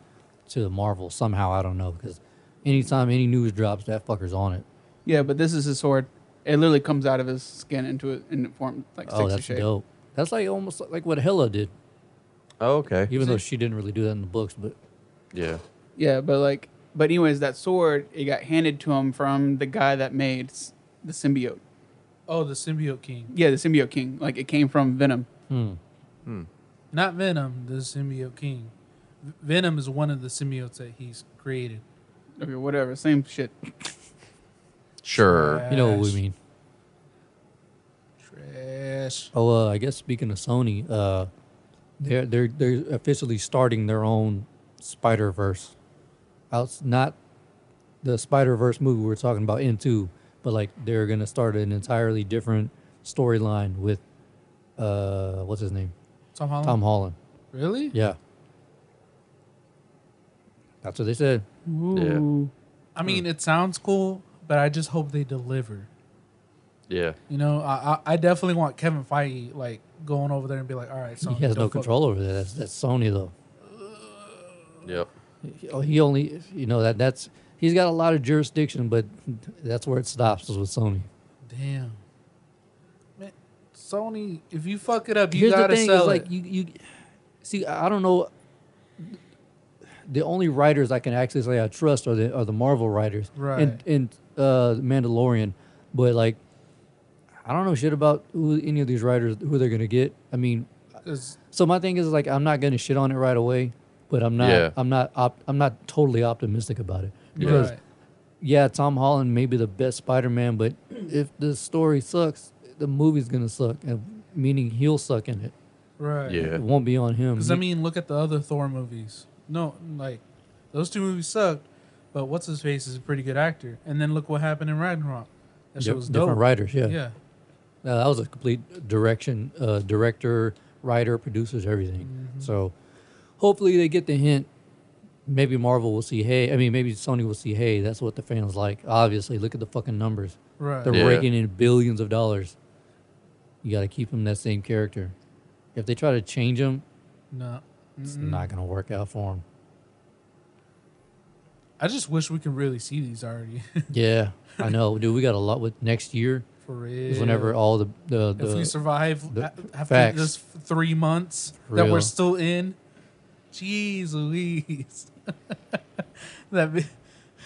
to Marvel somehow. I don't know because anytime any news drops, that fucker's on it.
Yeah, but this is his sword. It literally comes out of his skin into it and it forms like six
Oh,
oh,
that's
shape.
dope. That's like almost like what Hela did,
oh, okay
even though she didn't really do that in the books. But
yeah
Yeah, but like, but anyways, that sword it got handed to him from the guy that made s- the symbiote.
Oh, the Symbiote King.
Yeah, the symbiote king. Like it came from Venom.
hmm,
Not Venom, the Symbiote King. V- Venom is one of the symbiotes that he's created.
Okay, whatever, same shit.
sure
you know what we
Trash.
mean.
Trash.
Oh, uh, I guess speaking of Sony, uh, they're they're they're officially starting their own Spider Verse. Out not the Spider Verse movie we were talking about in two, but like they're gonna start an entirely different storyline with uh what's his name
Tom Holland.
Tom Holland.
Really?
Yeah, that's what they said.
Ooh.
I mean, it sounds cool, but I just hope they deliver.
yeah
You know, I I, I definitely want Kevin Feige like going over there and be like, all right, so
he has no control over that. That's, that's Sony though.
yep
He- He only you know that that's he's got a lot of jurisdiction, but that's where it stops is with Sony.
Damn. Man, Sony, if you fuck it up, you
Here's
gotta
the thing:
sell
is
it.
like you, you see, I I don't know. The only writers I can actually say I trust are the are the Marvel writers,
Right.
And and uh, Mandalorian, but like, I don't know shit about who any of these writers who they're gonna get. I mean,
'Cause-
so my thing is like I'm not gonna shit on it right away, but I'm not
Yeah.
I'm not op- I'm not totally optimistic about it because
right.
yeah, Tom Holland may be the best Spider Man, but if the story sucks, the movie's gonna suck, and meaning he'll suck in it.
Right.
Yeah.
It won't be on him.
Because I mean, look at the other Thor movies. No, like those two movies sucked, but what's his face is a pretty good actor. And then look what happened in Ragnarok. That shit
Yep,
was dope.
different writers. Yeah,
Yeah.
Uh, that was a complete direction, uh, director, writer, producers, everything.
Mm-hmm.
So hopefully they get the hint. Maybe Marvel will see. Hey, I mean, maybe Sony will see. Hey, that's what the fans like. Obviously, look at the fucking numbers.
Right.
They're
Yeah.
raking in billions of dollars. You got to keep them that same character. If they try to change them,
No.
it's
Mm-hmm.
not gonna work out for them.
I just wish we could really see these already.
Yeah, I know, dude. We got a lot with next year.
For real.
Is whenever all the the,
if we
the
survive
the-
a- after
facts.
this f- three months
For
that we're
real.
still in, jeez Louise. that vi-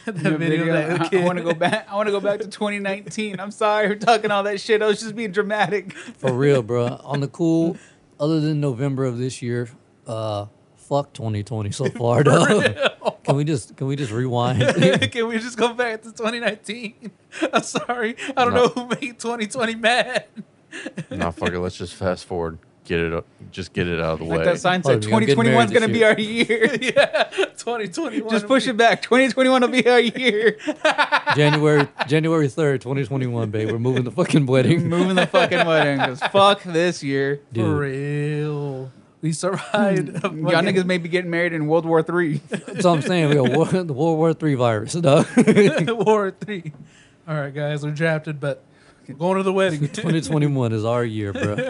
that
The
video, that
I,
kid.
want to go back. I want to go back to 2019. I'm sorry for talking all that shit. I was just being dramatic.
for real, bro. On the cool, other than November of this year, uh, fuck 2020 so far, though. can we just can we just rewind?
Can we just go back to 2019? I'm sorry. I don't
No.
know who made 2020 mad.
nah, fuck it. Let's just fast forward. Get it up. Just get it out of the way.
Like that sign said,
Hold on, we're getting married
2021 is gonna
this
be our year.
yeah, 2021.
Just push it back. 2021 will be our year.
January January 3rd, 2021, babe. We're moving the fucking wedding.
Moving the fucking wedding because fuck this year.
For
Dude,
real. We survived. a
Hmm. Y'all
fucking-
niggas may be getting married in World War Three.
that's what I'm saying. We got war, the World War Three virus, dog.
War Three. All right, guys, we're drafted, but we're going to the wedding.
2021 is our year, bro.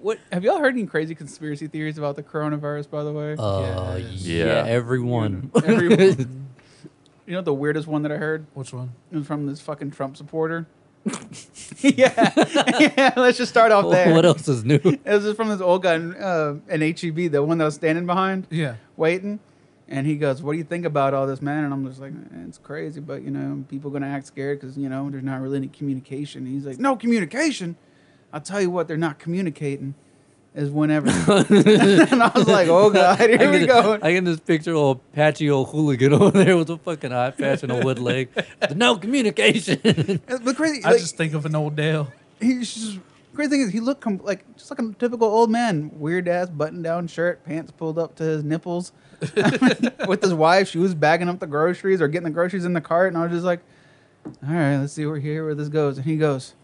what have y'all heard any crazy conspiracy theories about the coronavirus? By the way,
Uh,
Yes.
yeah,
Yeah.
everyone.
Everyone. you know the weirdest one that I heard
Which one?
It was from this fucking Trump supporter. yeah, yeah. Let's just start off there.
what else is new?
It was just from this old guy in, uh, in HEB, the one that was standing behind,
Yeah.
waiting. And he goes, "What do you think about all this, man?" And I'm just like, "Eh, "It's crazy, but you know, people gonna act scared because you know there's not really any communication." And he's like, "No communication. I'll tell you what, they're not communicating is whenever." and I was like, "Oh god, here
I
we
can,
go."
I can just picture old patchy old hooligan over there with a fucking eye patch and a wood leg. No communication.
the crazy,
I
like,
just think of an old Dale.
he's just crazy thing is he looked com- like just like a typical old man, weird ass button down shirt, pants pulled up to his nipples, with his wife. She was bagging up the groceries or getting the groceries in the cart, and I was just like, "All right, let's see where here where this goes." And he goes,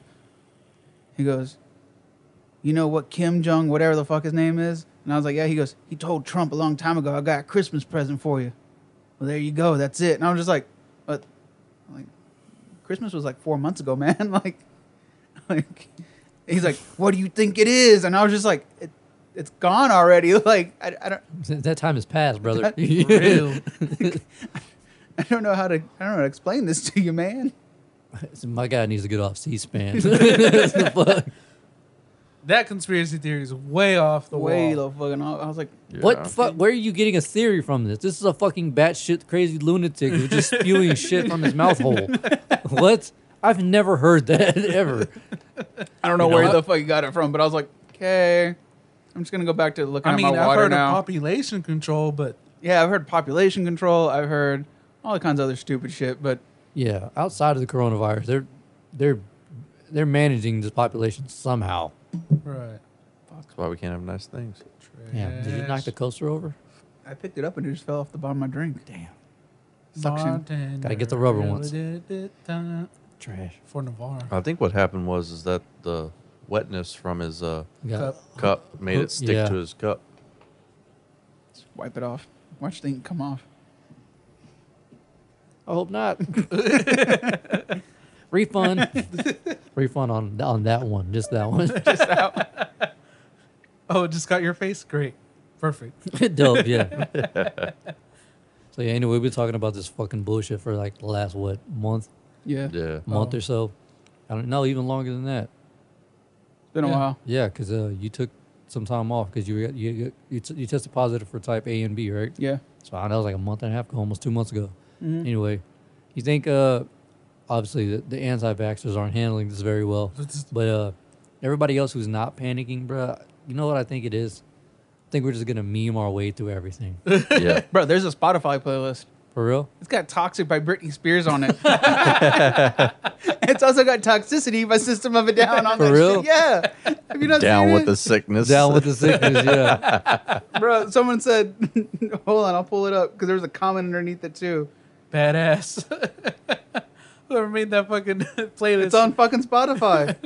he goes, "You know what Kim Jong whatever the fuck his name is?" And I was like, "Yeah." He goes, "He told Trump a long time ago, I got a Christmas present for you." Well, there you go. That's it. And I'm just like, "What?" Like, Christmas was like four months ago, man. like like he's like what do you think it is and i was just like it, it's gone already like I, I don't
that time has passed, brother.
real.
i don't know how to i don't know how to explain this to you man
My guy needs to get off C-SPAN. The fuck?
That conspiracy theory is way off the
way
wall.
the fucking i was like
What
Yeah.
the fuck? Where are you getting a theory from this? This is a fucking batshit crazy lunatic who's just spewing shit from his mouth hole. What? I've never heard that ever.
i don't
know
know where
what?
the fuck you got it from but i was like okay i'm just gonna go back to looking
I
at
mean,
my
I've
water
heard of
now
population control, but
yeah i've heard population control i've heard all kinds of other stupid shit but
Yeah, outside of the coronavirus, they're they're they're managing this population somehow.
right.
That's why we can't have nice things.
Yeah. Did you knock the coaster over?
i picked it up and it just fell off the bottom of my drink
Damn.
suction.
Bartender,
Gotta get the rubber ones. Trash.
For Navarre.
I think what happened was is that the wetness from his uh,
Got
Cup.
cup made
Huh?
it stick
Yeah.
to his cup.
wipe it off watch the ink come off
I hope not. Refund. Refund on on that one, just that one.
Oh, it just got your face? Great. Perfect.
Dope, yeah. So yeah, anyway, we've been talking about this fucking bullshit for like the last what month,
Yeah. It's
Yeah.
month
Oh.
or so. I don't know, even longer than that.
been a
Yeah.
while.
Yeah, because uh, you took some time off because you were- you you, t- you tested positive for type A and B, right?
Yeah.
So I know it was like a month and a half ago, almost two months ago. Anyway, you think uh, obviously the, the anti-vaxxers aren't handling this very well, but uh, everybody else who's not panicking, bruh, you know what I think it is? I think we're just gonna meme our way through everything.
yeah.
Bro, there's a Spotify playlist.
for real?
It's got Toxic by Britney Spears on it. it's also got Toxicity by System of a Down on
For
that
real?
shit. Yeah. Have you not
Down
seen
with
it?
the sickness.
Down with the sickness, yeah.
Bro, someone said, hold on, I'll pull it up because there was a comment underneath it too.
Badass. Whoever made that fucking playlist.
It's on fucking Spotify.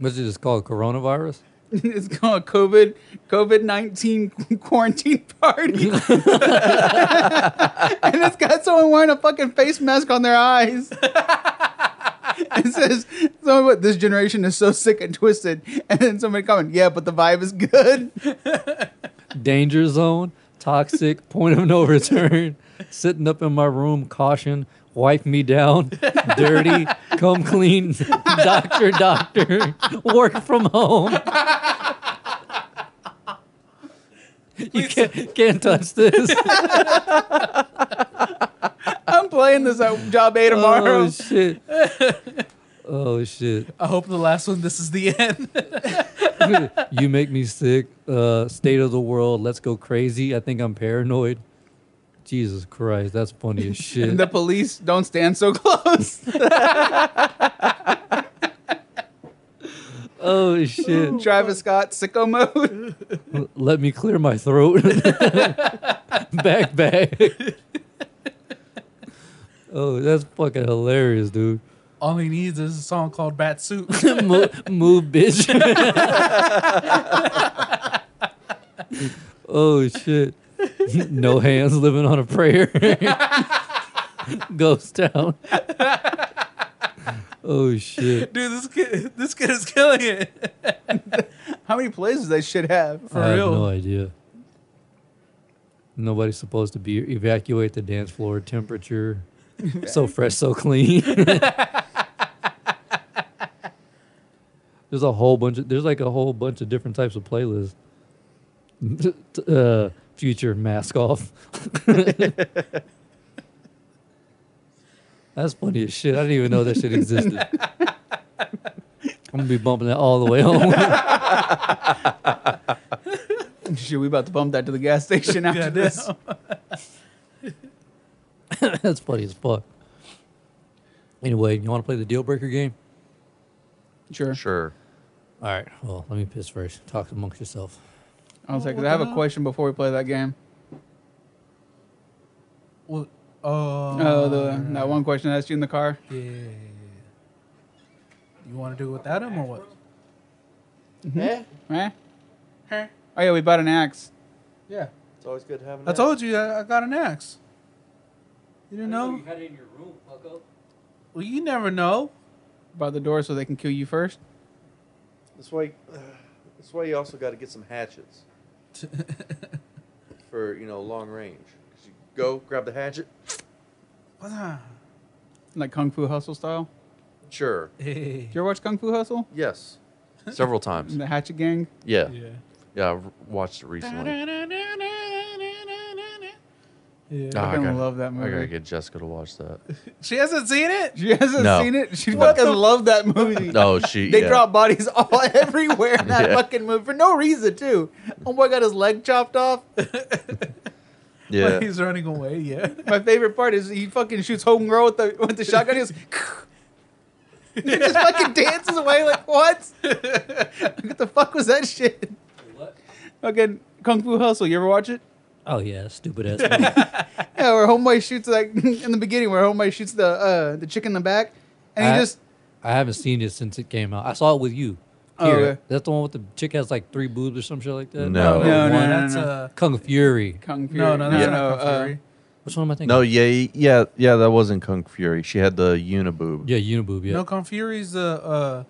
What's it just called? Coronavirus?
it's called COVID COVID nineteen quarantine party, and it's got someone wearing a fucking face mask on their eyes. It says, someone wrote, this generation is so sick and twisted. And then somebody commented, yeah, but the vibe is good.
Danger zone, toxic, point of no return, sitting up in my room, caution, wipe me down, dirty, come clean, doctor, doctor, work from home. You can't, can't touch this.
I'm playing this at job A tomorrow.
Oh, shit. Oh, shit.
I hope the last one, this is the end.
you make me sick. Uh, state of the world. Let's go crazy. I think I'm paranoid. Jesus Christ, that's funny as shit.
the police don't stand so close.
oh shit!
Travis Scott, sicko mode.
Let me clear my throat. back, back. oh, that's fucking hilarious, dude.
All he needs is a song called Bat Suit.
Mo- move, bitch. oh shit! no hands, living on a prayer. Ghost town. oh shit!
Dude, this kid, this kid is killing it.
How many plays does that shit have?
For
I
real.
have no idea. Nobody's supposed to be evacuate the dance floor. Temperature so fresh, so clean. there's a whole bunch of there's like a whole bunch of different types of playlists. uh, future mask off. That's funny as shit. I didn't even know that shit existed. I'm gonna be bumping that all the way home.
Shit, we about to bump that to the gas station after
Goddamn.
this.
That's funny as fuck. Anyway, you want to play the deal breaker game?
Sure.
Sure.
All right. Well, let me piss first. Talk amongst yourself.
I was like, 'cause I have a question before we play that game.
Well, oh.
Oh, the that one question I asked you in the car.
Yeah. You want to do it without him or what?
Eh? Oh yeah, we bought an axe.
Yeah.
It's always good having.
I told you I, I got an axe. You didn't know?
had it in your room, fucko.
Well, you never know.
By the door so they can kill you first.
That's why. that's why you also got to get some hatchets for you know long range. 'Cause you go grab the hatchet.
Like Kung Fu Hustle style.
Sure.
Hey.
Did you ever watch Kung Fu Hustle?
Yes. Several times.
The Hatchet Gang?
Yeah.
Yeah.
Yeah. I've watched it recently.
Yeah.
Ah,
I fucking love that
I gotta
movie.
get Jessica to watch that.
She hasn't seen it?
She hasn't
No.
seen it. She
No.
fucking loved that movie.
No, she.
They
yeah.
drop bodies all everywhere in that
Yeah.
fucking movie for no reason too. Oh boy got his leg chopped off.
Yeah.
He's running away, yeah.
My favorite part is he fucking shoots homegirl with the with the shotgun. He goes, and he just fucking dances away like what? what the fuck was that shit? Fucking Kung Fu Hustle. You ever watch it?
Oh yeah, stupid ass. movie.
Yeah, where homeboy shoots like in the beginning, where homeboy shoots the uh, the chick in the back, and
I-
he just
I haven't seen it since it came out. I saw it with you.
Oh,
Here.
okay.
That's the one with the chick has like three boobs or some shit like that.
No.
No, no, no,
That's
no.
uh,
Kung Fury.
Kung Fury.
no, no, that's
yeah.
not Kung
uh,
Fury.
Which one am I thinking?
No,
of?
yeah, yeah, yeah. That wasn't Kung Fury. She had the uniboob.
Yeah, Uniboob. Yeah.
No, Kung Fury's uh, uh,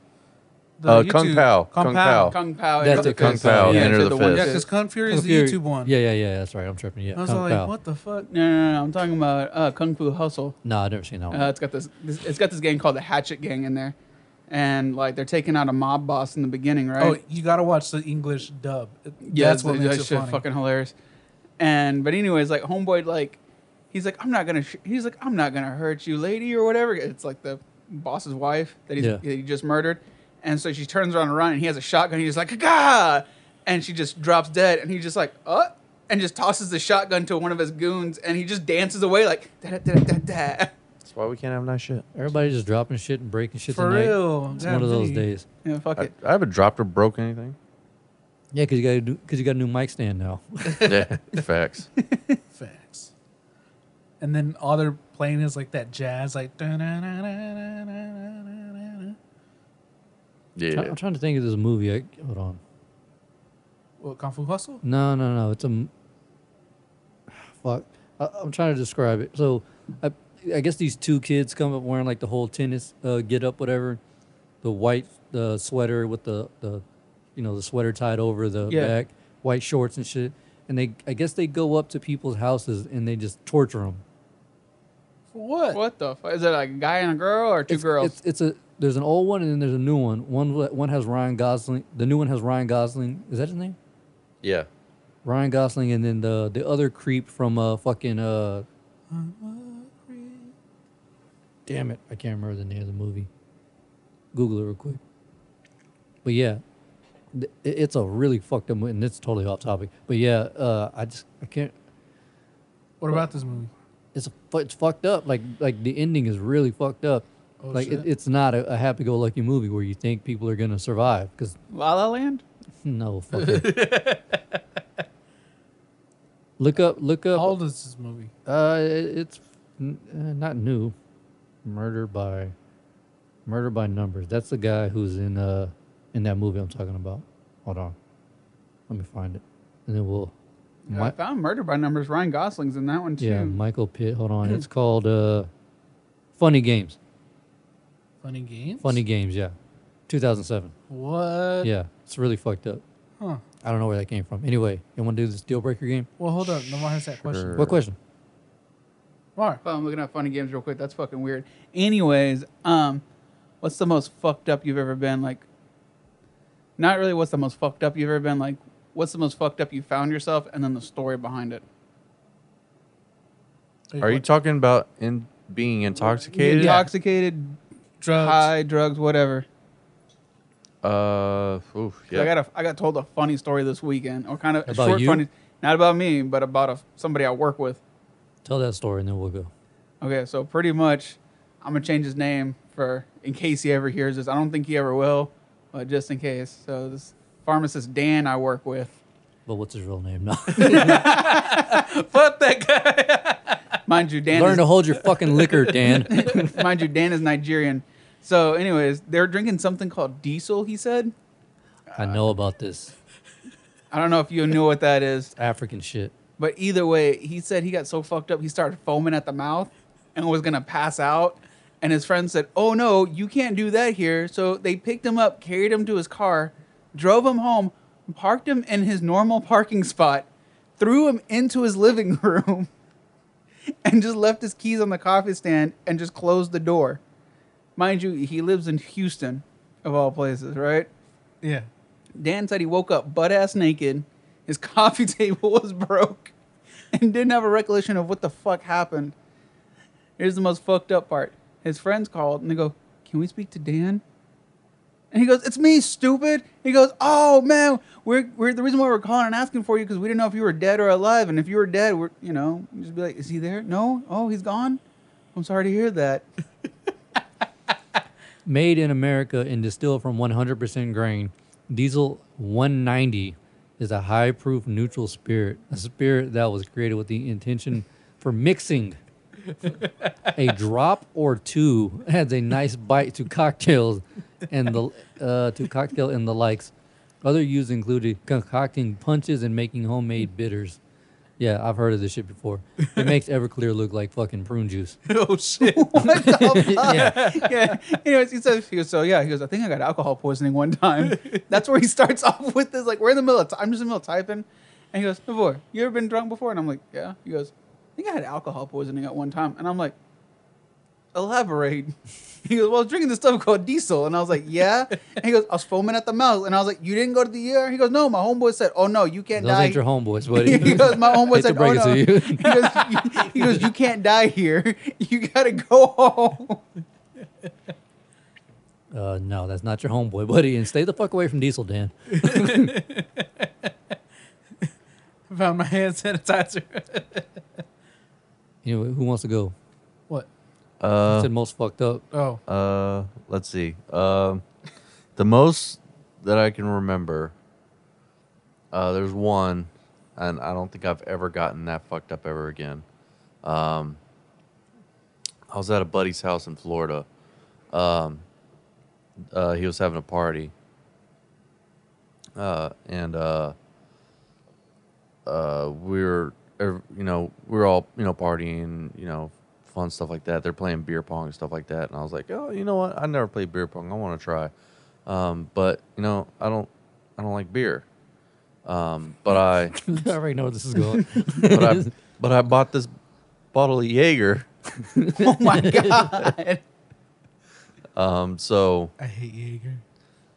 the
Uh,
YouTube-
Kung Pao.
Kung
Kung
Pao.
Pao.
Kung Pao.
That's
and
the
Kung
Kung
Fist.
Pao,
Yeah,
Enter
it's
the
the one
Fist.
Yeah, because
fist.
Kung Fury is the
Fury-
YouTube one.
Yeah, yeah, yeah. That's right. I'm tripping. Yeah,
I was
Kung
like,
Pao.
what the fuck?
No, no, no, I'm talking about uh, Kung Fu Hustle.
No, I've never seen that one.
Uh, it's got this, this. It's got this gang called the Hatchet Gang in there, and like they're taking out a mob boss in the beginning, right?
Oh, you gotta watch the English dub.
Yeah,
that's what
that-
makes
that
it
shit
funny.
fucking hilarious. And but anyways, like homeboy, like he's like, I'm not gonna. Sh-. He's like, I'm not gonna hurt you, lady, or whatever. It's like the boss's wife that, he's,
Yeah.
that he just murdered, and so she turns around and run, and he has a shotgun. He's like, Gah! and she just drops dead, and he's just like, uh. And just tosses the shotgun to one of his goons, and he just dances away like da da da da da.
That's why we can't have nice shit.
Everybody just dropping shit and breaking shit
For
tonight.
real,
It's one of those
golly.
days.
Yeah, fuck
I,
it.
I haven't dropped or broke anything.
Yeah, because you got do because you got a new mic stand now.
yeah, facts.
Facts. And then all they're playing is like that jazz, like. da-na-na-na-na-na-na-na-na.
I'm-
Yeah.
I'm trying to think of this movie. I, hold on.
What Kung Fu Hustle?
No, no, no. It's a m- fuck. I, I'm trying to describe it. So, I, I guess these two kids come up wearing like the whole tennis uh, get up, whatever, the white uh, sweater with the the, you know, the sweater tied over the
Yeah.
back, white shorts and shit. And they, I guess they go up to people's houses and they just torture them.
For what?
What the fuck? Is it like a guy and a girl or two
it's,
girls?
It's, it's a there's an old one and then there's a new one. One wa- one has Ryan Gosling. The new one has Ryan Gosling. Is that his name?
Yeah.
Ryan Gosling and then the the other creep from uh fucking uh. Damn it! I can't remember the name of the movie. Google it real quick. But yeah, th- it- it's a really fucked up movie, and it's totally off topic. But yeah, uh, I just I can't.
What about this movie?
It's a, fu- it's fucked up. Like like the ending is really fucked up.
Oh,
like it,
shit.
it's not a, a happy-go-lucky movie where you think people are gonna survive because
La La Land.
no fucking. look up, look up.
How old is this movie?
uh, it- it's n- uh, not new. Murder by, Murder by Numbers. That's the guy who's in uh in that movie I'm talking about. Hold on, let me find it, and then we'll.
I
Mi-
found Murder by Numbers. Ryan Gosling's in that one too.
yeah, Michael Pitt. Hold on, it's called uh, Funny Games.
Funny Games.
Funny Games. Yeah, 2007.
What?
Yeah, it's really fucked up.
Huh.
I don't know where that came from. Anyway, you want to do this deal breaker game?
Well, hold on. Lamar has that question.
Sure.
What question?
Lamar,
Well, I'm looking up funny games real quick. That's fucking weird. Anyways, um, what's the most fucked up you've ever been? Like, not really. What's the most fucked up you've ever been? Like, what's the most fucked up you found yourself, and then the story behind it.
Are you
what-
talking about in being intoxicated?
Intoxicated,
drugs?
high, drugs, whatever.
Uh, oof, yeah.
I got a, I got told a funny story this weekend, or kind of a
About
short
you?
funny. Not about me, but about a, somebody I work with.
Tell that story, and then we'll go.
Okay, so pretty much, I'm gonna change his name for in case he ever hears this. I don't think he ever will, but just in case. So this pharmacist Dan I work with.
But what's his real name? No.
Fuck that guy. mind you, Dan.
Learn to
Is,
hold your fucking liquor, Dan.
mind you, Dan is Nigerian. So, anyways, they're drinking something called diesel. He said.
I know about this
I don't know if you knew what that is,
African shit.
but either way, he said he got so fucked up he started foaming at the mouth and was gonna pass out. And his friend said, "Oh no, you can't do that here." So they picked him up, carried him to his car, drove him home, parked him in his normal parking spot, threw him into his living room, and just left his keys on the coffee stand and just closed the door. Mind you, he lives in Houston, of all places, right?
Yeah.
Dan said he woke up butt ass naked. His coffee table was broke and didn't have a recollection of what the fuck happened. Here's the most fucked up part. His friends called and they go, Can we speak to Dan? And he goes, It's me, stupid. He goes, Oh man, we're, we're the reason why we're calling and asking for you because we didn't know if you were dead or alive. And if you were dead, we're, you know, we'd just be like, Is he there? No? Oh, he's gone? I'm sorry to hear that.
Made in America and distilled from 100% grain. Diesel 190 is a high proof neutral spirit, a spirit that was created with the intention for mixing a drop or two adds a nice bite to cocktails and the uh, to cocktail and the likes. Other use included concocting punches and making homemade bitters. Yeah, I've heard of this shit before. It makes Everclear look like fucking prune juice.
oh shit!
yeah.
yeah. Anyways, he says he was so yeah. He goes, I think I got alcohol poisoning one time. That's where he starts off with this. Like we're in the middle. Of t- I'm just in the middle of typing, and he goes, Navor, you ever been drunk before? And I'm like, yeah. He goes, I think I had alcohol poisoning at one time, and I'm like, elaborate. He goes, well, I was drinking this stuff called diesel, and I was like, yeah. And he goes, I was foaming at the mouth, and I was like, you didn't go to the ER. He goes, no, my homeboy said, oh no, you can't
Those
die.
ain't your homeboys, buddy.
he goes, my
Hate
homeboy
to
said, oh,
break
no.
it to
He
you.
goes, "You- he goes, you can't die here. You gotta go home.
Uh, no, that's not your homeboy, buddy. And stay the fuck away from Diesel, Dan.
I found my hand sanitizer.
Anyway, who wants to go?
what?
I
Uh,
said most fucked up.
Oh,
uh, let's see. Um, the most that I can remember, uh, there's one, and I don't think I've ever gotten that fucked up ever again. Um, I was at a buddy's house in Florida. Um, uh, he was having a party, uh, and uh, uh, we were, ev- you know, we were all, you know, partying, you know, fun stuff like that. They're playing beer pong and stuff like that, and I was like, oh, you know what? I never played beer pong. I want to try, um, but you know, I don't, I don't like beer. Um, but I,
I already know where this is going.
but I, but I bought this bottle of Jaeger.
Oh my god.
Um, so
I hate Jaeger.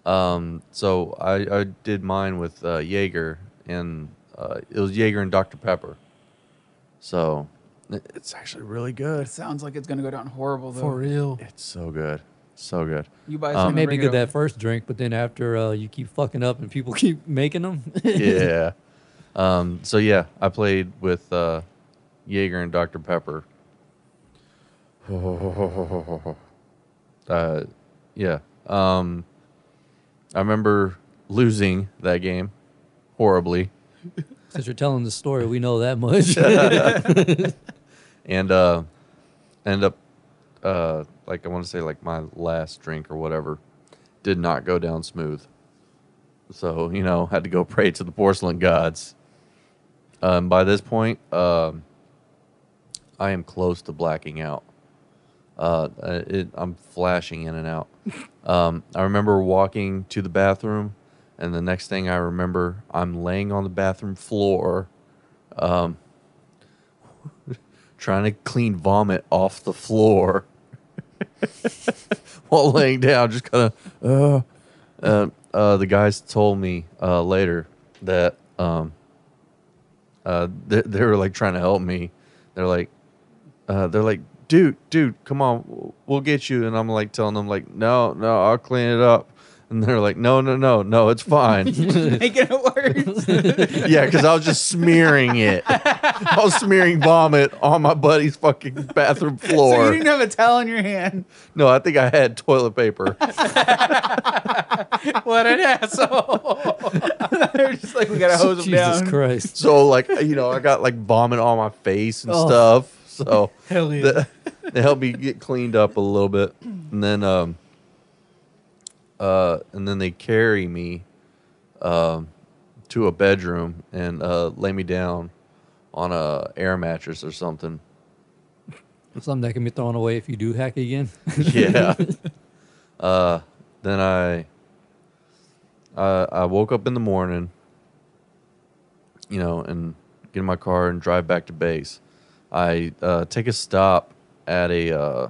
Um, so I, I did mine with uh, Jaeger, and uh, it was Jaeger and Dr. Pepper. So it- it's actually really good.
It sounds like it's gonna go down horrible though.
For real.
It's so good. So good.
You buy
Um,
some.
It may be
bring
Uh, good
it
that first drink, but then after uh, you keep fucking up and people keep making them,
Yeah. um, so yeah, I played with uh, Jaeger and Dr. Pepper. uh, yeah. Um, I remember losing that game horribly.
since you're telling the story, we know that much.
and uh end up uh like I want to say like my last drink or whatever did not go down smooth. So, you know, had to go pray to the porcelain gods. Um by this point, um I am close to blacking out. Uh uh, it, I'm flashing in and out. Um I remember walking to the bathroom and the next thing I remember, I'm laying on the bathroom floor trying to clean vomit off the floor while laying down, just kind of. Uh, uh, uh, the guys told me uh, later that um, uh, they, they were like trying to help me. They're like, uh, they're like, dude, dude, come on, w- we'll get you. And I'm like telling them like, no, no, I'll clean it up. And they're like, no, no, no, no, it's fine.
up. Making it worse.
Yeah, because I was just smearing it. I was smearing vomit on my buddy's fucking bathroom
so you
floor.
didn't have a towel in your hand.
no, I think I had toilet paper.
What an asshole. They're just like, we gotta hose him
Jesus
down.
Christ.
so like you know, I got like vomit on my face and
Oh.
stuff. So
Hell yeah.
the- they helped me get cleaned up a little bit, and then um, uh, and then they carry me, um, to a bedroom and uh, lay me down on a air mattress or something.
Something that can be thrown away if you do hack again.
yeah. Uh, then I, I I woke up in the morning, you know, and get in my car and drive back to base. I uh, take a stop at a uh,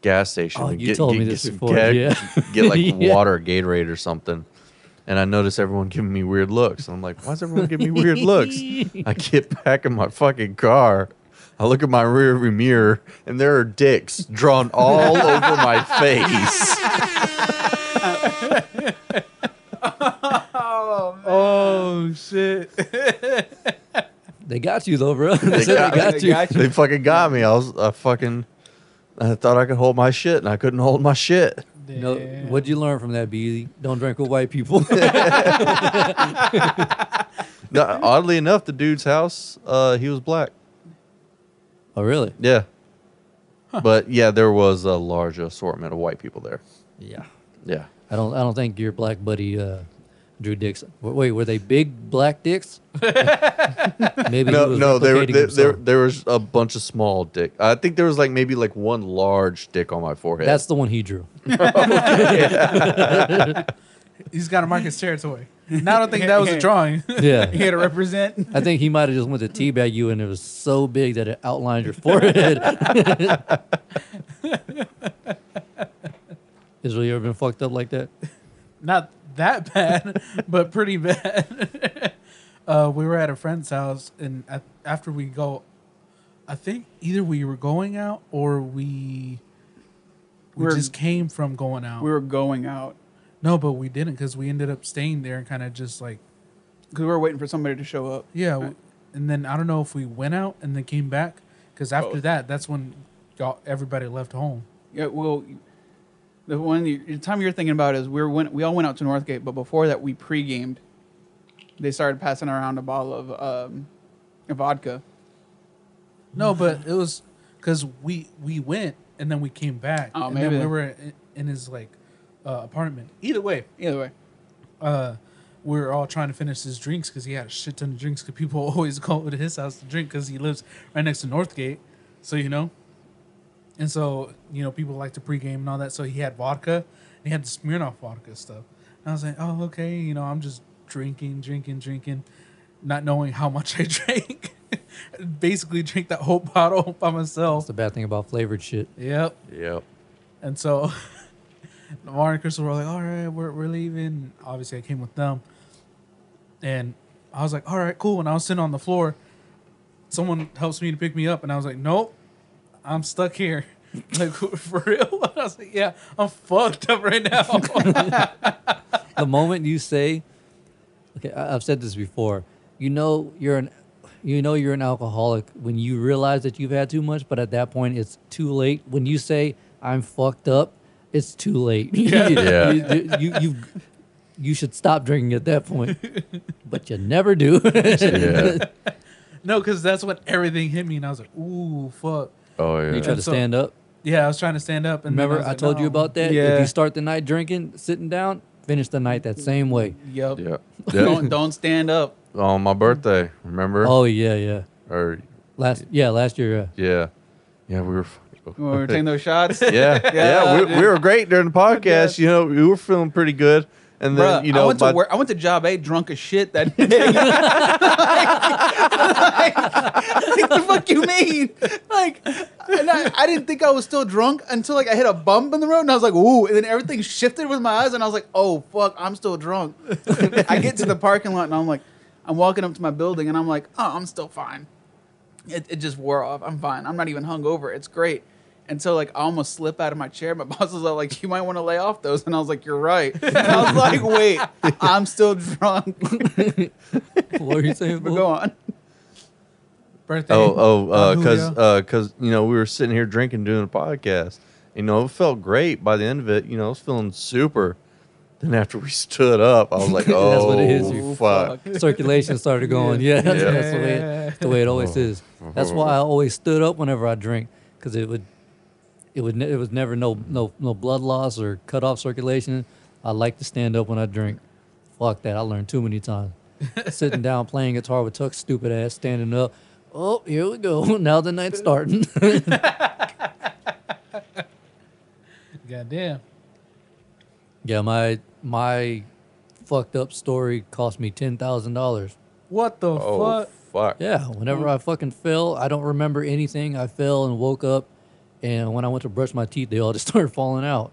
gas station.
Oh,
and
you told me this
some
before,
ga-
yeah.
get like
Yeah.
water, Gatorade, or something. And I notice everyone giving me weird looks. And I'm like, why is everyone giving me weird looks? I get back in my fucking car. I look at my rearview mirror, and there are dicks drawn all over my face.
Oh shit!
They got you though, bro. They, said
got-
they got
they
you.
got
They fucking got me. I was I fucking. I thought I could hold my shit, and I couldn't hold my shit.
No, what'd you learn from that, B? Don't drink with white people.
No, oddly enough, the dude's house, uh, he was black.
oh, really?
Yeah. But yeah, there was a large assortment of white people there.
Yeah.
Yeah.
I don't. I don't think your black buddy. Uh, Drew Dixon. W- Wait, were they big black dicks? Maybe he
No,
was
no, there,
replicating
there, there,
himself.
there was a bunch of small dick. I think there was like maybe like one large dick on my forehead.
That's the one he drew.
Oh,
He's got to mark his territory. Now I don't think that was a drawing.
You
Yeah.
gotta represent.
I think he might have just went to teabag you, and it was so big that it outlined your forehead. Israel, you ever been fucked up like that?
Not that bad, but pretty bad. uh, we were at a friend's house, and a after we go, I think either we were going out or we we
We're-
just came from going out.
We were going out
no, but we didn't because we ended up staying there and kind of just like
because we were waiting for somebody to show up.
yeah. w And then I don't know if we went out and then came back because after that, that's when y'all everybody left home.
Yeah, well, the one you, the time you're thinking about is we were went, we all went out to Northgate, but before that we pre-gamed. They started passing around a bottle of um, vodka.
No, but it was because we we went and then we came back.
Oh,
and
maybe.
then we were in, in his like uh, apartment. Either way,
Either way,
uh, we were all trying to finish his drinks because he had a shit ton of drinks. Because people always go to his house to drink because he lives right next to Northgate, so you know. And so you know people like to pregame and all that. So he had vodka. And he had the Smirnoff vodka stuff. And I was like, oh okay, you know I'm just drinking, drinking, drinking, not knowing how much I drank. Basically, drink that whole bottle by myself.
That's the bad thing about flavored shit.
Yep.
yep.
And so Lamar and Crystal were like, all right, we're, we're leaving. Obviously, I came with them. And I was like, all right, cool. And I was sitting on the floor. Someone helps me to pick me up. And I was like, nope, I'm stuck here. like, for real? And I was like, yeah, I'm fucked up right now.
the moment you say, okay, I- I've said this before. You know you're an, you know you're an alcoholic when you realize that you've had too much. But at that point, it's too late. When you say I'm fucked up, it's too late. Yeah.
Yeah.
you, you, you you should stop drinking at that point. but you never do.
Yeah.
no, because that's when everything hit me. And I was like, ooh, fuck.
Oh yeah.
you try to
And so-
stand up.
Yeah, I was trying to stand up. And then
Remember,
was
I
like,
told you
no.
about that. If
Yeah.
you start the night drinking, sitting down, finish the night that same way.
yep.
yeah.
Don't
yeah.
don't stand up.
On my birthday, remember?
Oh yeah, yeah.
Or
Last yeah, last year. Uh,
yeah, yeah. We were. fucking-
When we were taking those shots.
yeah, yeah. we, we were great during the podcast. You know, we were feeling pretty good, and then
Bruh,
you know,
I went
by-
to work. I went to job A drunk as shit that day. like, like, the fuck you mean? Like, and I, I didn't think I was still drunk until like I hit a bump in the road, and I was like, "Ooh!" And then everything shifted with my eyes, and I was like, "Oh fuck, I'm still drunk." I get to the parking lot, and I'm like, I'm walking up to my building, and I'm like, "Oh, I'm still fine." It, it just wore off. I'm fine. I'm not even hungover. It's great. And so like I almost slip out of my chair. My boss was like, "You might want to lay off those." And I was like, "You're right." And I was like, "Wait, I'm still drunk."
what were you saying?
But
fool?
go on.
Birthday.
Oh, oh, because
Julio.
because you know we were sitting here drinking doing a podcast. You know, it felt great by the end of it. You know, I was feeling super. Then after we stood up, I was like, "Oh,
That's what it is, you
fuck!"
circulation started going. Yeah, that's,
Yeah.
that's the, way it, the way it always is. That's why I always stood up whenever I drink because it would, it would, ne- it was never no no no blood loss or cut off circulation. I like to stand up when I drink. Fuck that! I learned too many times. Sitting down playing guitar with Tuck's stupid ass, standing up. Oh, here we go. Now the night's starting.
Goddamn.
yeah, my my fucked up story cost me ten thousand dollars.
What the
Oh
fuck?
fuck!
Yeah, whenever I fucking fell, I don't remember anything. I fell and woke up, and when I went to brush my teeth, they all just started falling out.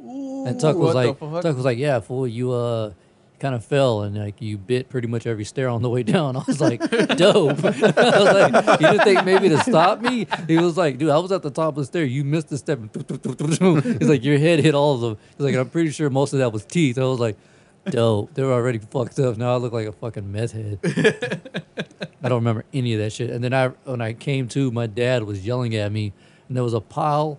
and Tuck
Ooh,
was
what the
like,
fuck?
Tuck was like, yeah, fool, you uh, kind of fell and like you bit pretty much every stair on the way down. I was like, dope. I was like, you didn't think maybe to stop me? He was like, dude, I was at the top of the stair. You missed a step. He's like, your head hit all of them. He's like, I'm pretty sure most of that was teeth. I was like. Dope. They were already fucked up. Now I look like a fucking meth head. I don't remember any of that shit. And then I, when I came to, my dad was yelling at me, and there was a pile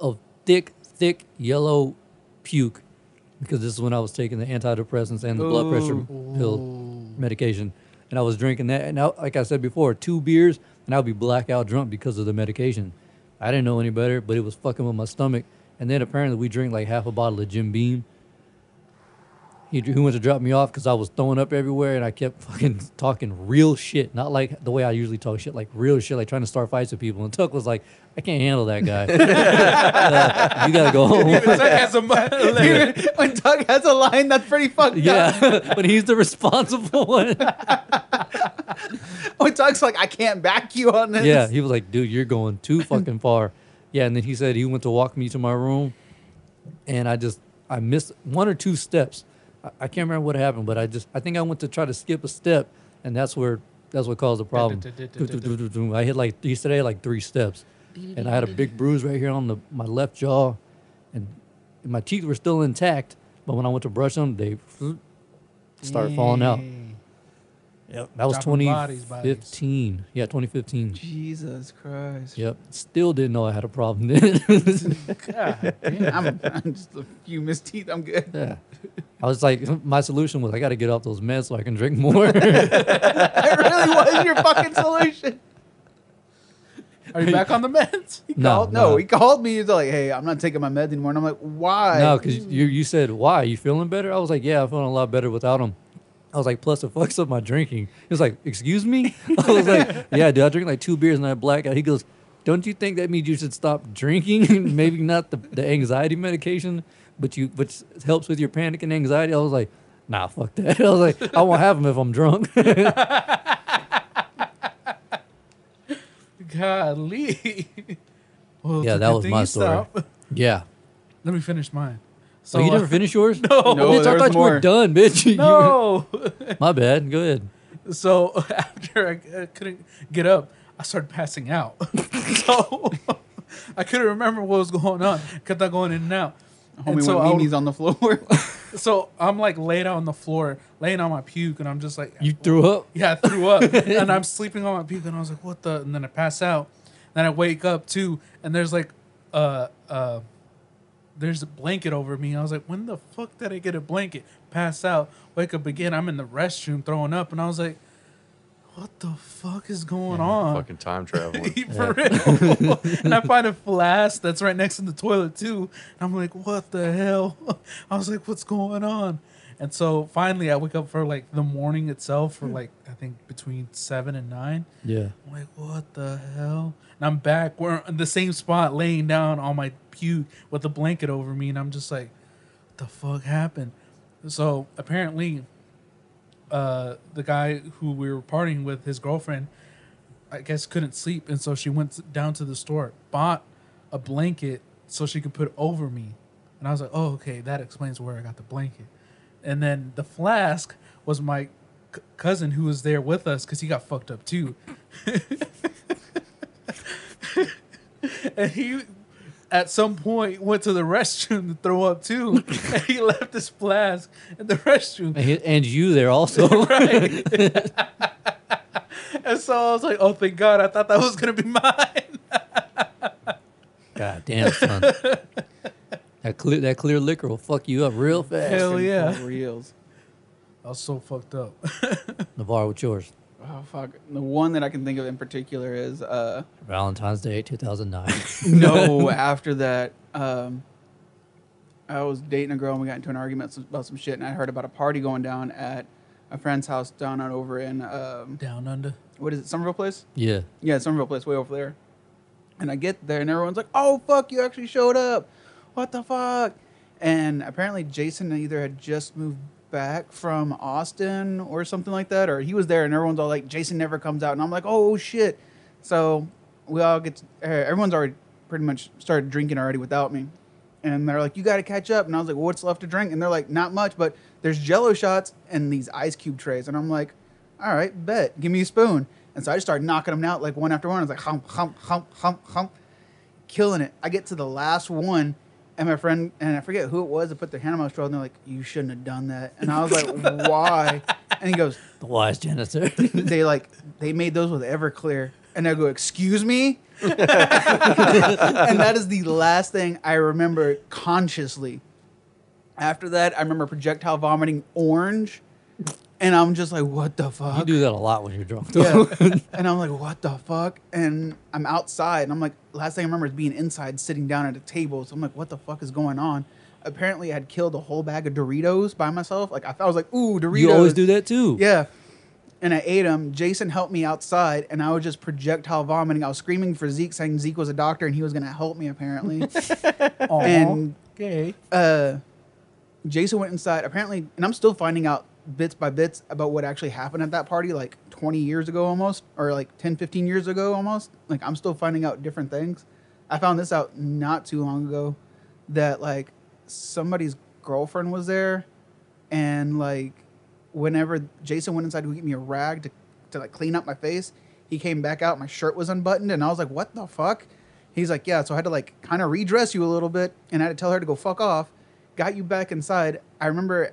of thick, thick yellow puke, because this is when I was taking the antidepressants and the blood pressure pill medication, and I was drinking that. And I, like I said before, two beers, and I'll be blackout drunk because of the medication. I didn't know any better, but it was fucking with my stomach. And then apparently we drink like half a bottle of Jim Beam. He, he went to drop me off because I was throwing up everywhere and I kept fucking talking real shit, not like the way I usually talk shit, like real shit, like trying to start fights with people. And Tuck was like, "I can't handle that guy. Uh, you gotta go home."
Dude, when Doug has a line, that's pretty fucked up.
yeah, but he's the responsible one.
When Doug's like, I can't back you on this.
Yeah, he was like, dude, you're going too fucking far. Yeah, and then he said he went to walk me to my room, and I just I missed one or two steps. I, I can't remember what happened, but I just I think I went to try to skip a step, and that's where that's what caused the problem. I hit like yesterday like three steps, and I had a big bruise right here on the my left jaw, and my teeth were still intact, but when I went to brush them, they started falling out. Yep, that was
Dropping bodies, bodies.
2015. Yeah, 2015.
Jesus Christ.
Yep. Still didn't know I had a problem then.
I'm, I'm just a few missed teeth. I'm good.
yeah. I was like, my solution was I got to get off those meds so I can drink more.
That really was your fucking solution.
Are you back on the meds?
He
No,
called, no,
no.
he called me. He's like, hey, I'm not taking my meds anymore. And I'm like, why?
no, because you, you said, why? You feeling better? I was like, yeah, I'm feeling a lot better without them. I was like, plus it fucks up my drinking. He was like, excuse me? I was like, yeah, dude, I drink like two beers and I black out. He goes, don't you think that means you should stop drinking? Maybe not the, the anxiety medication, but you which helps with your panic and anxiety. I was like, nah, fuck that. I was like, I won't have them if I'm drunk.
Golly. Well, it's
Yeah,
a
that
good
was
thing
my
you
story. Oh,
stopped.
yeah.
Let me finish mine.
So Oh, you
uh,
never finished yours? No,
No,
bitch,
there
I
was
thought you
more.
were done, bitch. You-
No.
my bad. Go ahead.
so after I uh, couldn't get up, I started passing out. so I couldn't remember what was going on. Kept on going in and out.
Homie
And so,
went
I-
meanies on the floor.
so I'm like laid out on the floor, laying on my puke, and I'm just like,
You threw up.
Yeah, I threw up, and I'm sleeping on my puke, and I was like, "What the?" And then I pass out. Then I wake up too, and there's like, uh, uh, there's a blanket over me. I was like, "When the fuck did I get a blanket?" Pass out, wake up again. I'm in the restroom throwing up, and I was like, "What the fuck is going on?"
Fucking time traveling.
for real. and I find a flask that's right next to the toilet too. And I'm like, what the hell? I was like, what's going on? And so finally, I wake up for like the morning itself for like I think between seven and nine.
Yeah.
I'm like, what the hell? And I'm back. We're in the same spot, laying down on my puke with a blanket over me, and I'm just like, what the fuck happened? So apparently, uh, the guy who we were partying with, his girlfriend, I guess couldn't sleep, and so she went down to the store, bought a blanket so she could put over me, and I was like, oh okay, that explains where I got the blanket, and then the flask was my c- cousin who was there with us because he got fucked up too, and he. At some point, went to the restroom to throw up too, and he left his flask in the restroom.
And, he- and you there also.
And so I was like, "Oh, thank God! I thought that was gonna be mine."
God damn, son. That clear, that clear liquor will fuck you up real fast.
Hell yeah!
For reals.
I was so fucked up.
Navarre, what's yours?
Oh, fuck. The one that I can think of in particular is uh,
Valentine's Day 2009.
no, after that, um, I was dating a girl and we got into an argument about some shit, and I heard about a party going down at a friend's house down on over in um,
Down under.
what is it, Somerville Place?
yeah.
Yeah, Somerville Place, way over there. And I get there, and everyone's like, "Oh fuck, you actually showed up! What the fuck?" And apparently, Jason either had just moved back from Austin or something like that, or he was there, and everyone's all like, "Jason never comes out," and I'm like, "Oh shit!" So we all get, to, eh, everyone's already pretty much started drinking already without me, and they're like, "You got to catch up," and I was like, well, "What's left to drink?" And they're like, "Not much, but there's Jello shots and these ice cube trays," and I'm like all right, bet. Give me a spoon. And so I just started knocking them out like one after one. I was like, hump, hump, hump, hump, hump, killing it. I get to the last one, and my friend, and I forget who it was that put their hand on my shoulder, and they're like, you shouldn't have done that. And I was like, why? And he goes,
The wise janitor.
they like, they made those with Everclear. And I go, excuse me? and that is the last thing I remember consciously. After that, I remember projectile vomiting orange and I'm just like, what the fuck?
You do that a lot when you're drunk.
Yeah.
Though.
and I'm like, what the fuck? And I'm outside, and I'm like, last thing I remember is being inside, sitting down at a table. So I'm like, what the fuck is going on? Apparently, I had killed a whole bag of Doritos by myself. Like I, thought I was like, ooh, Doritos.
you always do that too.
Yeah. And I ate them. Jason helped me outside, and I was just projectile vomiting. I was screaming for Zeke, saying Zeke was a doctor, and he was gonna help me apparently. and
okay.
uh, Jason went inside. Apparently, and I'm still finding out bits by bits about what actually happened at that party, like 20 years ago almost, or like 10, 15 years ago almost. Like, I'm still finding out different things. I found this out not too long ago that, like, somebody's girlfriend was there, and, like, whenever Jason went inside to get me a rag to, to like, clean up my face, he came back out. My shirt was unbuttoned, and I was like, what the fuck? He's like, yeah. So I had to like kind of redress you a little bit, and I had to tell her to go fuck off. Got you back inside. I remember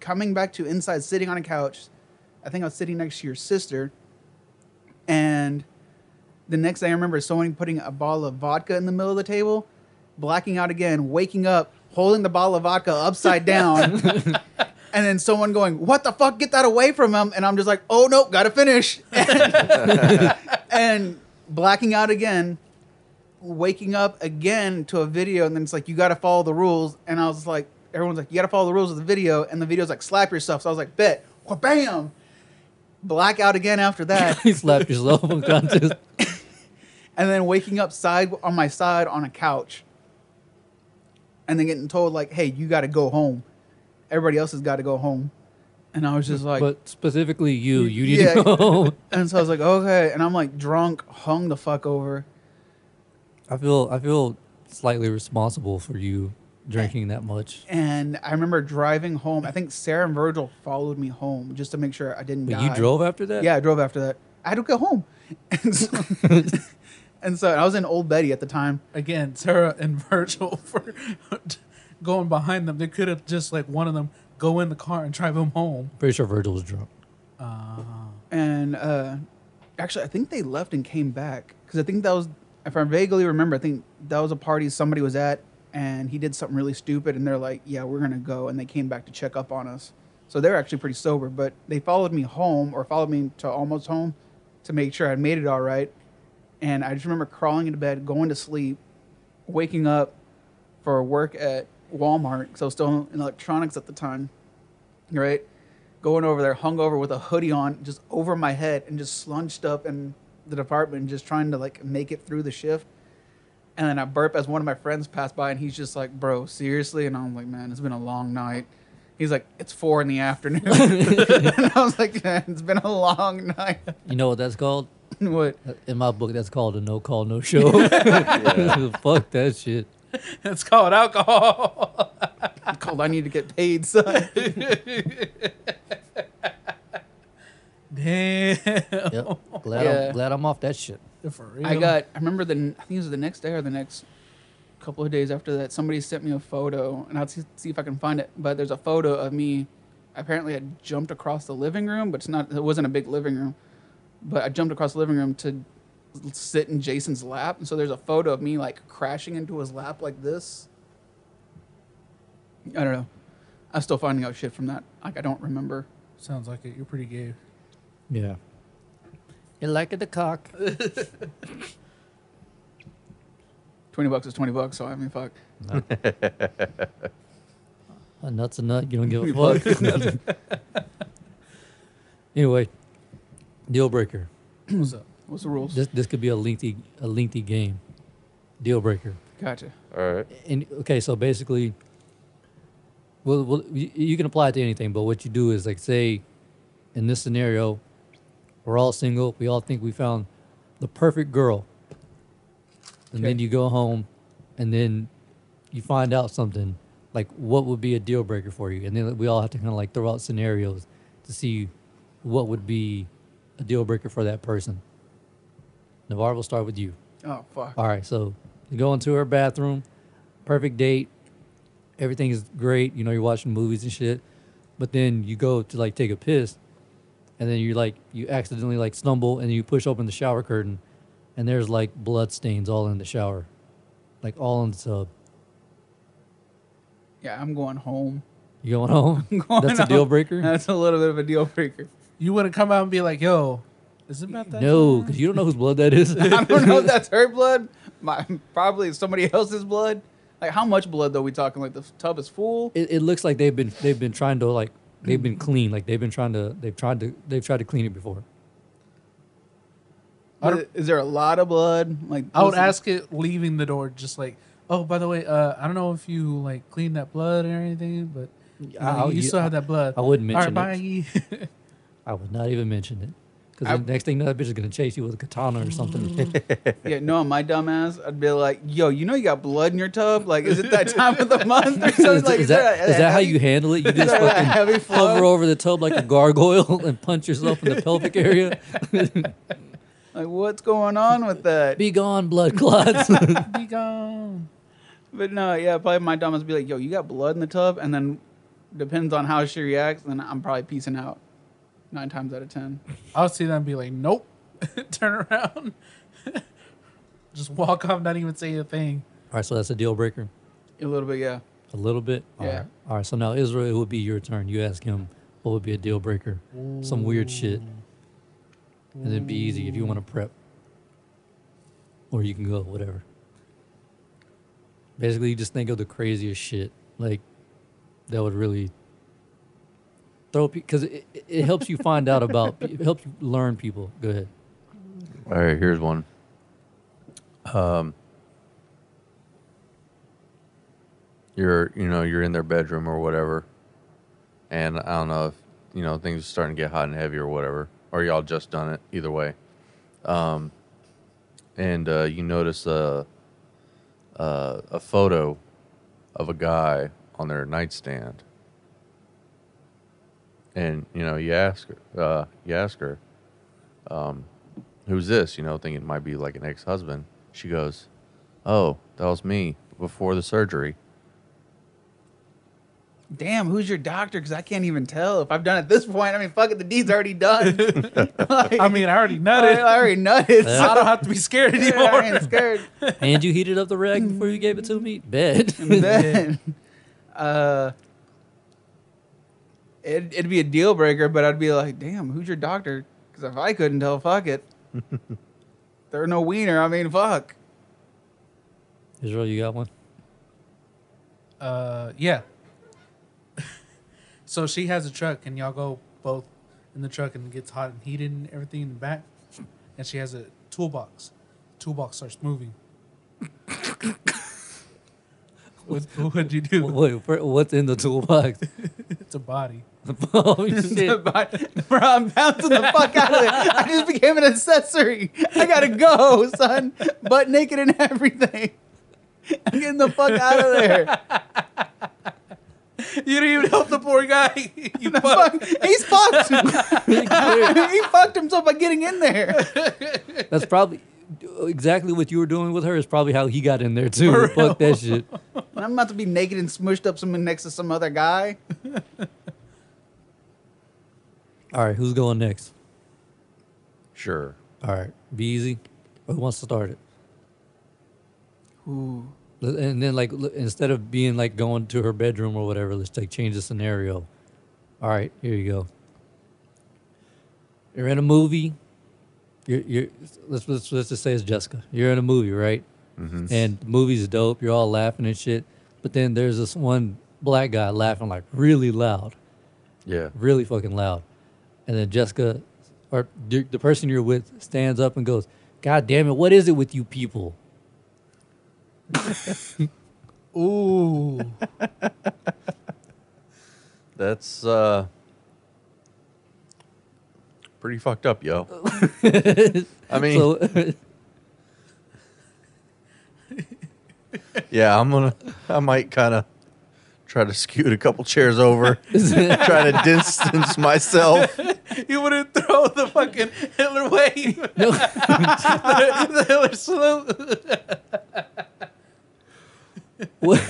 coming back to inside, sitting on a couch. I think I was sitting next to your sister, and the next thing I remember is someone putting a bottle of vodka in the middle of the table, blacking out again, waking up, holding the bottle of vodka upside down. And then someone going, "What the fuck? Get that away from him!" And I'm just like, "Oh no, gotta finish." and blacking out again, waking up again to a video, and then it's like you got to follow the rules. And I was like, everyone's like, you got to follow the rules of the video, and the video's like, slap yourself. So I was like, bet, bam, black out again after that,
you slap yourself on contest.
and then waking up side on my side on a couch, and then getting told like, hey, you got to go home. Everybody else has got to go home. And I was just like,
but specifically you, you need
Yeah.
to go.
and so I was like, okay. And I'm like drunk, hung the fuck over.
I feel I feel slightly responsible for you drinking that much.
And I remember driving home. I think Sarah and Virgil followed me home just to make sure I didn't
But
die.
you drove after that?
Yeah, I drove after that. I had to go home. And so, and so I was in Old Betty at the time.
Again, Sarah and Virgil for going behind them. They could have just like one of them go in the car and drive them home.
Pretty sure Virgil was drunk.
And uh, actually, I think they left and came back. Because I think that was, if I vaguely remember, I think that was a party somebody was at and he did something really stupid. And they're like, yeah, we're going to go. And they came back to check up on us. So they're actually pretty sober. But they followed me home or followed me to almost home to make sure I made it all right. And I just remember crawling into bed, going to sleep, waking up for work at Walmart. Because I was still in electronics at the time, right? Going over there, hungover with a hoodie on, just over my head, and just slunched up in the department, just trying to like make it through the shift. And then I burp as one of my friends passed by, and he's just like, "Bro, seriously?" And I'm like, "Man, it's been a long night." He's like, "It's four in the afternoon," and I was like, "Man, it's been a long night."
You know what that's called?
what?
In my book, that's called a no call, no show. Fuck that shit.
It's called alcohol.
Cold. I need to get paid, son.
Damn.
Yep. Glad
Yeah.
I'm glad I'm off that shit.
For real.
I got. I remember the. I think it was the next day or the next couple of days after that. Somebody sent me a photo, and I'll see, see if I can find it. But there's a photo of me. Apparently, I jumped across the living room, but it's not. It wasn't a big living room, but I jumped across the living room to sit in Jason's lap. And so there's a photo of me like crashing into his lap like this. I don't know. I'm still finding out shit from that. Like I don't remember.
Sounds like it. You're pretty gay.
Yeah. You like it the cock.
Twenty bucks is twenty bucks, so I mean, fuck.
A nut's a nut. You don't give a fuck. anyway, deal breaker.
What's up?
What's the rules?
This this could be a lengthy a lengthy game. Deal breaker.
Gotcha.
All right.
And okay, so basically, well, well, you, you can apply it to anything. But what you do is like say, in this scenario, we're all single. We all think we found the perfect girl. And then
Okay.
you go home, and then you find out something like what would be a deal breaker for you, and then we all have to kind of like throw out scenarios to see what would be a deal breaker for that person. Navarre, we'll start with you.
Oh fuck.
All right, so you go into her bathroom, perfect date, everything is great. You know, you're watching movies and shit, but then you go to like take a piss, and then you like you accidentally like stumble and you push open the shower curtain, and there's like blood stains all in the shower, like all in the tub.
Yeah, I'm going home.
You going home?
going
That's a
on.
deal breaker.
That's a little bit of a deal breaker.
You wouldn't come out and be like, "Yo, is it about that?"
No, because you don't know whose blood that is.
I don't know if that's her blood. My, probably somebody else's blood. Like how much blood though? We talking like the f- tub is full.
it, it looks like they've been they've been trying to like they've been clean like they've been trying to they've tried to they've tried to clean it before.
Is, is there a lot of blood? Like
I would
listen-
ask it leaving the door, just like, "Oh, by the way, uh, I don't know if you like cleaned that blood or anything, but you, know,
I'll-
you
you-
still have that blood."
I wouldn't
All right,
mention it.
bye.
I would not even mention it because
I- Mm.
the next thing that bitch is gonna chase you with a katana or something.
Yeah, no, my dumbass. I'd be like, yo, you know you got blood in your tub. Like, is it that time of the month or something?
is,
like,
is that,
there a-
is
a
that how
heavy-
you handle it? You
is
just
there a
fucking
heavy flow?
hover over the tub like a gargoyle and punch yourself in the pelvic area. Oh.
Like, what's going on with that?
Be gone, blood clots.
be gone.
But no, yeah, probably my dumbass would be like, yo, you got blood in the tub, and then depends on how she reacts. Then I'm probably peacing out nine times out of ten.
I would see that and be like, "Nope," turn around, just walk off, not even say a thing.
All right, so that's a deal breaker.
A little bit, yeah.
A little bit. All
Yeah.
right. All right. So now Israel, it would be your turn. You ask him what would be a deal breaker, some weird shit, and it'd be easy if you want to prep, or you can go whatever. Basically, you just think of the craziest shit like that would really throw because it, it- it helps you find out about it helps you learn people. Go ahead.
All right, here's one. Um, you're you know you're in their bedroom or whatever, and I don't know if you know things are starting to get hot and heavy or whatever, or y'all just done it. Either way, um, and uh, you notice a uh, a photo of a guy on their nightstand, and you know you ask her, uh, you ask her, who's this? You know, thinking it might be like an ex husband. She goes, Oh, that was me before the surgery.
Damn, who's your doctor? Because I can't even tell if I've done at this point. I mean, fuck it, the deed's already done. Like,
I mean, I already
I
nutted.
already nutted. so-
I don't have to be scared
Yeah,
anymore.
I ain't scared.
And you heated up the rag before you gave it to me. Bet.
then uh it, it'd be a deal breaker but i'd be like damn who's your doctor because if i couldn't tell fuck it they're no wiener i mean fuck
Israel, you got one.
Uh, yeah. so she has a truck, and y'all go both in the truck, and it gets hot and heated and everything in the back. And she has a toolbox. Toolbox starts moving. what would you do?
Wait, for- what's in the toolbox?
It's a body.
oh shit!
bro i'm bouncing the fuck out of it i just became an accessory i gotta go son butt naked and everything i'm getting the fuck out of there
You didn't even help the poor guy. you fuck.
Fuck, he's fucked he fucked himself by getting in there
That's probably exactly what you were doing with her. Is probably how he got in there too. Fuck that shit.
i'm about to be naked and smushed up someone next to some other guy
All right, who's going next?
Sure.
All right, be easy. Who wants to start it?
Ooh.
Let- And then like l- instead of being like going to her bedroom or whatever, let's like change the scenario. All right, here you go. You're in a movie. You're, you're let's, let's let's just say it's Jessica. You're in a movie, right? And the movie's dope. You're all laughing and shit. But then there's this one black guy laughing like really loud.
Yeah.
really fucking loud. And then Jessica, or the the person you're with, stands up and goes, "God damn it, what is it with you people?"
Ooh.
That's uh pretty fucked up, yo. I mean,
So
yeah, I'm gonna I might kinda try to scoot a couple chairs over, try to distance myself.
You wouldn't throw the fucking Hitler wave.
no,
the, the Hitler salute.
what-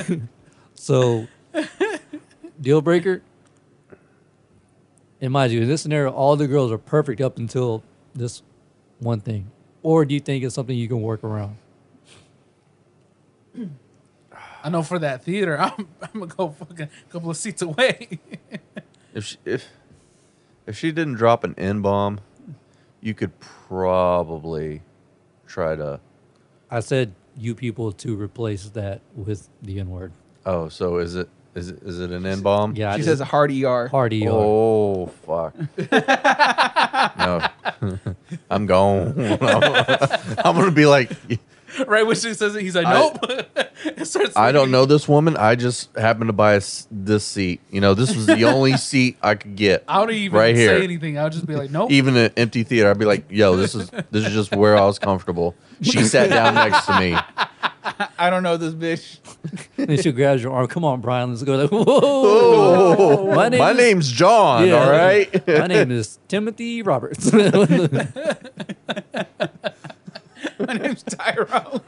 so deal breaker. And mind you, in this scenario, all the girls are perfect up until this one thing. Or do you think it's something you can work around?
I know for that theater, I'm, I'm gonna go fucking a couple of seats away.
If she, if if she didn't drop an N bomb, you could probably try to.
I said you people to replace that with the N word.
Oh, so is it is it, is it an N bomb?
Yeah, I
She
just-
says a hard ER.
hard
E
ER.
Oh fuck. no, I'm gone. I'm gonna be like,
right when she says it, he's like,
I-
nope. It starts
I don't
singing.
know this woman. I just happened to buy a s this seat. You know, this was the only seat I could get.
I don't even
right
say
here. E-
anything. I'll just be like, nope.
Even an empty theater, I'd be like, "Yo, this is this is just where I was comfortable." She sat down next to me.
I don't know this bitch.
And she grabs your arm. Come on, Brian. Let's go. Like, whoa.
Oh,
My name
my
is-
name's John.
Yeah.
All right.
My name is Timothy Roberts. Tyrone.
My name's Tyrone.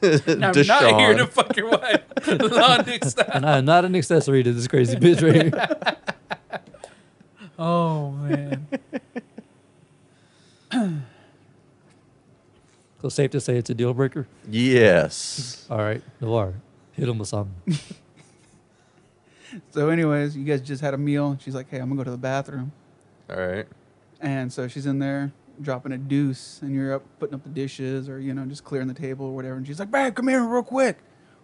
And I'm not here
Deshaun.
to fuck your wife. Lon Nick style.
and I am not an accessory to this crazy bitch right here.
Oh man.
So safe to say it's a deal breaker.
Yes.
All right, Navar, hit him with something.
So, anyways, you guys just had a meal. She's like, hey, I'm gonna go to the bathroom.
All right.
And so she's in there dropping a deuce, and you're up putting up the dishes or, you know, just clearing the table or whatever. And she's like, babe, come here real quick,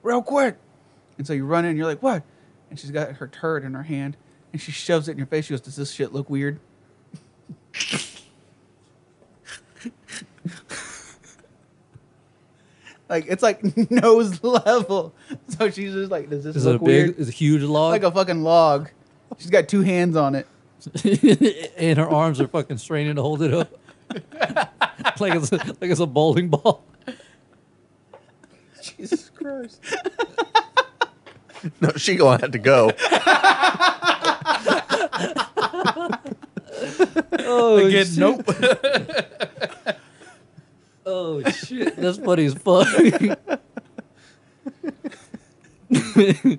real quick. And so you run in, and you're like, what? And she's got her turd in her hand, and she shoves it in your face. She goes, does this shit look weird? like, it's like nose level. So she's just like, does this
Is it
look
a
weird?
big, is it a huge log?
like a fucking log. She's got two hands on it.
and her arms are fucking straining to hold it up. like it's a, like it's a bowling ball.
Jesus Christ.
No, she gonna have to go.
Oh
Again,
shit.
nope.
Oh shit, that's funny as fuck.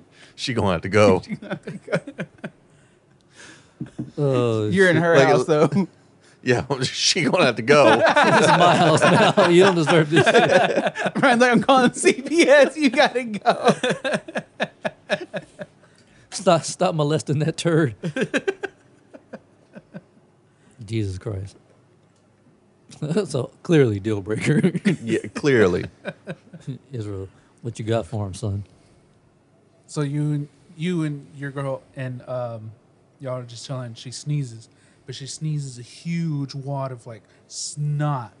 She gonna have to go.
oh,
You're in her
Like,
house, though.
Yeah, she gonna have to go.
this is my house now. You don't deserve this shit.
Brian's like, I'm calling CPS. You gotta go.
Stop, stop molesting that turd. Jesus Christ. so clearly, deal breaker.
Yeah, clearly.
Israel, what you got for him, son?
So you and you and your girl and um, y'all are just chilling. She sneezes, but she sneezes a huge wad of like snot.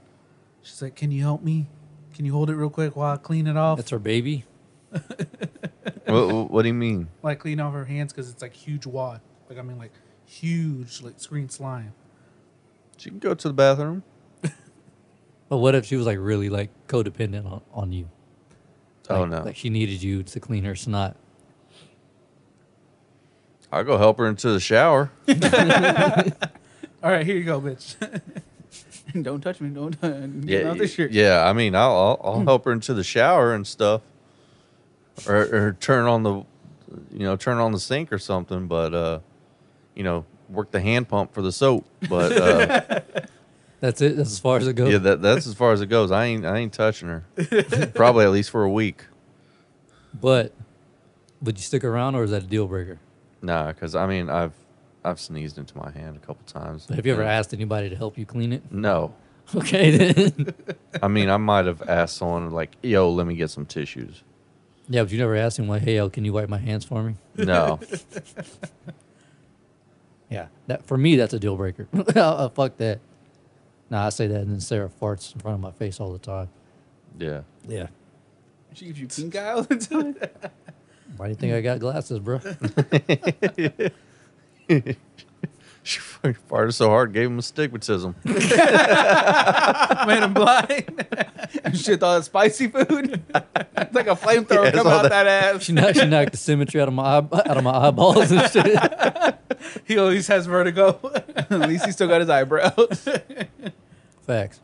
She's like, "Can you help me? Can you hold it real quick while I clean it off?
That's her baby.
what, what do you mean?
like clean off her hands because it's like huge wad. Like I mean, like huge like screen slime.
She can go to the bathroom.
But what if she was like really like codependent on, on you?
oh
Like-
no,
Like she needed you to clean her snot.
I'll go help her into the shower.
All right, here you go, bitch.
don't touch me. Don't. Uh, get
Yeah,
out this shirt.
yeah. I mean, I'll I'll, I'll help her into the shower and stuff, or, or turn on the, you know, turn on the sink or something. But uh, you know, work the hand pump for the soap. But uh,
That's it. That's as far as it goes.
yeah, that that's as far as it goes. I ain't I ain't touching her. Probably at least for a week.
but would you stick around or is that a deal breaker?
Nah, because I mean, I've I've sneezed into my hand a couple times.
Have you ever asked anybody to help you clean it?
No.
Okay then.
I mean, I might have asked someone like, "Yo, let me get some tissues."
yeah, but you never asked him like, hey, yo, can you wipe my hands for me?
No,
Yeah. That for me, that's a deal breaker. Uh, Fuck that. Nah, I say that, and then Sarah farts in front of my face all the time.
yeah.
Yeah.
She gives you pink eye all the time.
Why do you think I got glasses, bro?
She fucking farted so hard, gave him astigmatism.
Man, I'm blind. Shit, all that spicy food. it's like a
Yeah,
flamethrower
it's
coming
all
out that, ass.
She knocked, she knocked the symmetry out of my eye, out of my eyeballs and shit.
he always has vertigo.
At least he still got his eyebrows.
Facts.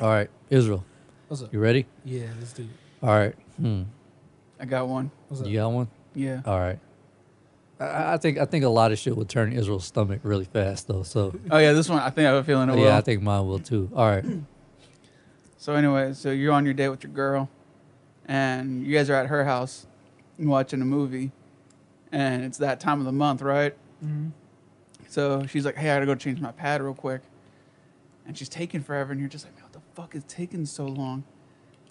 All right, Israel,
What's up?
you ready?
Yeah, let's do it.
All right. Hmm.
I got one.
What's up?
You got one?
Yeah.
All right. I- I, I think I think a lot of shit will turn Israel's stomach really fast though. So
Oh yeah, this one. I think I have a feeling it will.
yeah, I think mine will too. All right.
So anyway, so you're on your date with your girl, and you guys are at her house watching a movie, and it's that time of the month, right? So she's like, "Hey, I gotta go change my pad real quick," and she's taking forever, and you're just like, "Man, what the fuck is taking so long?"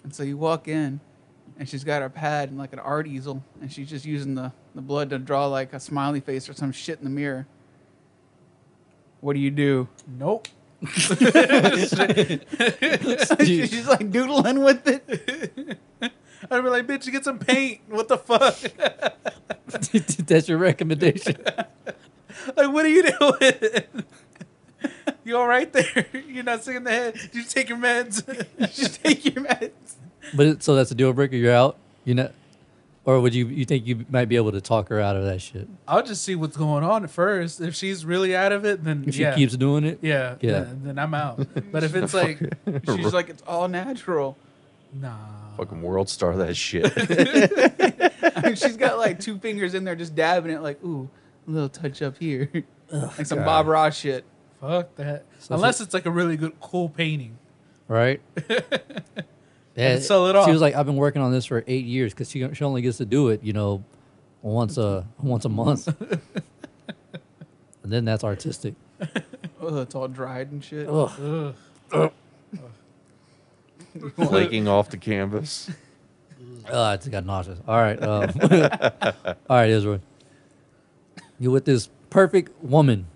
And so you walk in, and she's got her pad and like an art easel, and she's just using the, the blood to draw like a smiley face or some shit in the mirror. What do you do?
Nope.
she's like doodling with it.
I'd be like, bitch, get some paint. What the fuck?
That's your recommendation.
like, what are you doing? you all right there? You're not sick in the head. Did you take your meds? Did you take your meds?
But it, so that's a deal breaker. You're out. You know, or would you you think you might be able to talk her out of that shit
I'll just see what's going on at first. If she's really out of it, then
if
yeah.
she keeps doing it?
yeah,
Yeah.
Then, then I'm out. But if it's like,
She's like, it's all natural.
nah,
Fucking world star that shit.
I mean, she's got like two fingers in there just dabbing it, like, ooh, a little touch up here. like some Bob Ross shit.
fuck that.
So
Unless it's like a really good, cool painting.
right? yeah,
sell it
She
off.
was like, "I've been working on this for eight years because she she only gets to do it, you know, once a once a month." and then that's artistic.
Oh, it's all dried and shit.
Ugh.
Ugh.
Flaking off the canvas.
Oh, I just got nauseous. All right, um, all right, Israel. You're with this perfect woman.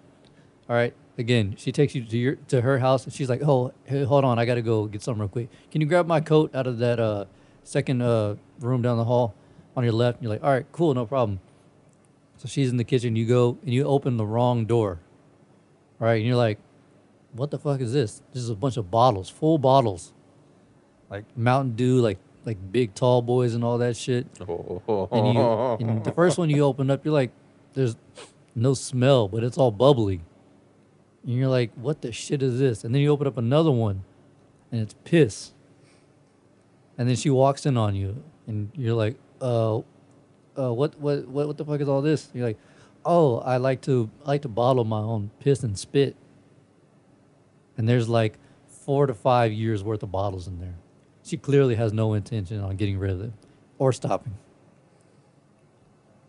All right, again, she takes you to your to her house, and she's like, "Oh, hey, hold on, I gotta go get something real quick. Can you grab my coat out of that uh, second uh, room down the hall on your left?" And you're like, "All right, cool, no problem." So she's in the kitchen. You go and you open the wrong door. All right, and you're like, "What the fuck is this? This is a bunch of bottles, full bottles, like Mountain Dew, like like big tall boys and all that shit." and, you, and the first one you open up, you're like, there's no smell, but it's all bubbly. And you're like, what the shit is this? And then you open up another one, and it's piss. And then she walks in on you, and you're like, uh, uh, what, what, what, what the fuck is all this? And you're like, oh, I like to, I like to bottle my own piss and spit. And there's like four to five years worth of bottles in there. She clearly has no intention on getting rid of them or stopping.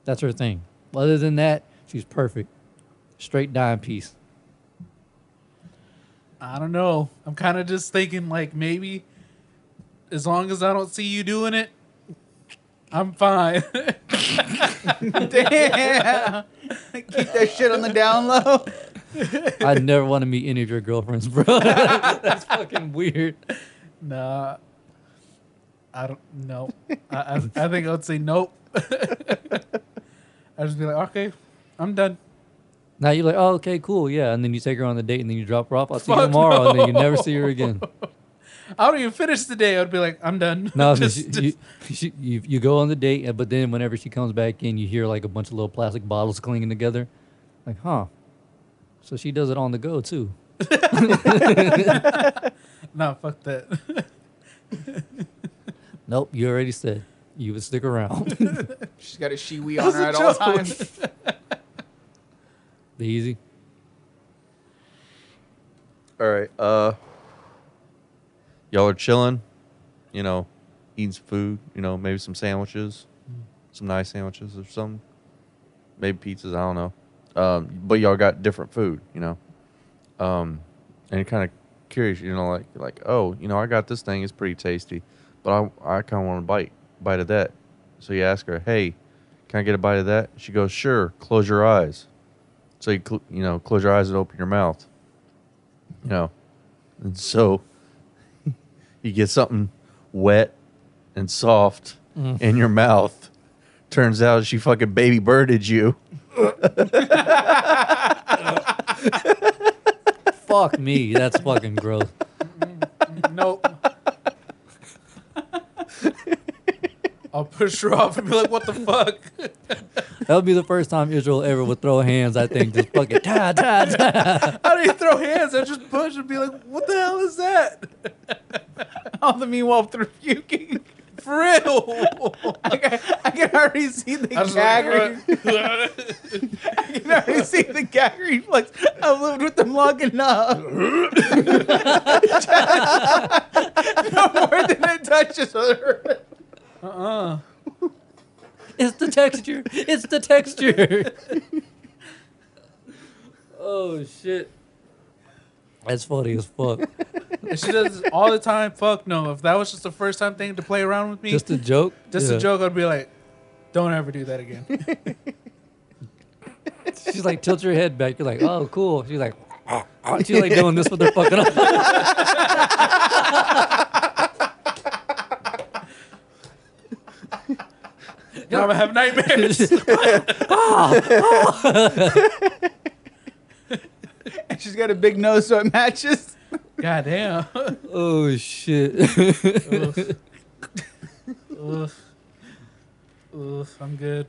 That's her thing. Other than that, she's perfect. Straight dime piece.
I don't know. I'm kind of just thinking like maybe as long as I don't see you doing it, I'm fine.
Damn. Keep that shit on the down low.
I never want to meet any of your girlfriends, bro. That's fucking weird.
nah. I don't know. I, I, I think I would say nope. I'd just be like, okay, I'm done.
Now you're like, oh, okay, cool, yeah. And then you take her on the date and then you drop her off. I'll see you
Fuck
tomorrow. And then you never see her again.
I don't even finish the day. I'd be like, I'm done.
No, I mean,
Just-
she-
just-
you, she- you, you go on the date, and- but then whenever she comes back in, you hear like a bunch of little plastic bottles clinging together. Like, huh. So she does it on the go, too.
nah, fuck that.
Nope, you already said you would stick around.
She's got a shiwi on her at all times.
Be easy.
All right. Uh, y'all are chilling, you know, eating some food, you know, maybe some sandwiches, some nice sandwiches or some, maybe pizzas. I don't know. Um, but y'all got different food, you know. Um, and you're kind of curious, you know, like like oh, you know, I got this thing. It's pretty tasty, but I I kind of want to bite bite of that. So you ask her, hey, can I get a bite of that? She goes, sure. Close your eyes. So you cl- you know, close your eyes and open your mouth you know. And so you get something wet and soft in your mouth. Turns out she fucking baby birded you.
Fuck me. That's fucking gross.
nope. I'll push her off and be like, what the fuck?
That would be the first time Israel ever would throw hands. I think just fucking ta ta ta.
I didn't even throw hands. I just push and be like, what the hell is that?
All the meanwhile, through puking.
For real.
I can, I can already see the
I was like,
gag. I can already see the gag reflex. I've lived with them long enough. no more than it touches her.
uh, Uh-uh.
It's the texture. It's the texture. oh shit. That's funny as fuck.
And she does this all the time. Fuck no. If that was just the first time thing to play around with me,
Just a joke.
just
Yeah.
a joke, I'd be like, don't ever do that again.
She's like, tilt your head back. You're like, oh, cool. She's like, she's like doing this with her fucking eyes.
Now I'm gonna have nightmares.
And she's got a big nose, so it matches.
God damn.
Oh shit.
Oof. Oof. Oof. I'm good.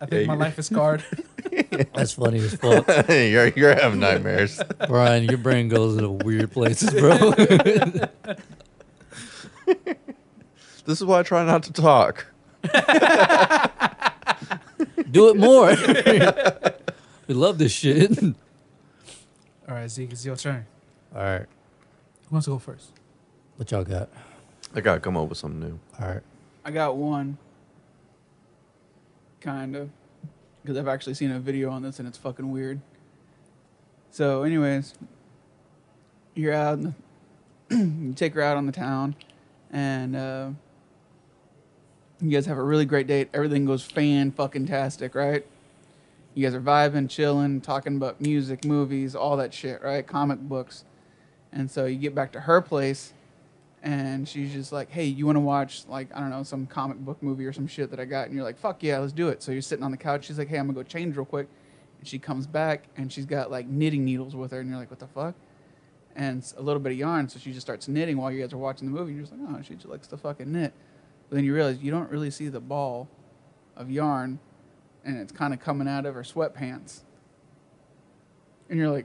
I think
Yeah,
my
you-
life is scarred.
That's funny as fuck.
you're you're having nightmares.
Brian, your brain goes into weird places, bro.
This is why I try not to talk.
Do it more. we love this shit.
all right, Zeke, it's your turn.
All right.
Who wants to go first?
What y'all got?
I gotta come up with something new.
All right.
I got one. Kind of. Because I've actually seen a video on this and it's fucking weird. So, anyways, you're out, in the you take her out on the town, and uh, you guys have a really great date. Everything goes fan fucking tastic, right? You guys are vibing, chilling, talking about music, movies, all that shit, right? Comic books. And so you get back to her place, and she's just like, "Hey, you want to watch like I don't know some comic book movie or some shit that I got?" And you're like, "Fuck yeah, let's do it." So you're sitting on the couch. She's like, "Hey, I'm gonna go change real quick," and she comes back and she's got like knitting needles with her, and you're like, "What the fuck?" And it's a little bit of yarn, so she just starts knitting while you guys are watching the movie. And you're just like, "Oh, she just likes to fucking knit." But then you realize you don't really see the ball of yarn, and it's kind of coming out of her sweatpants. And you're like,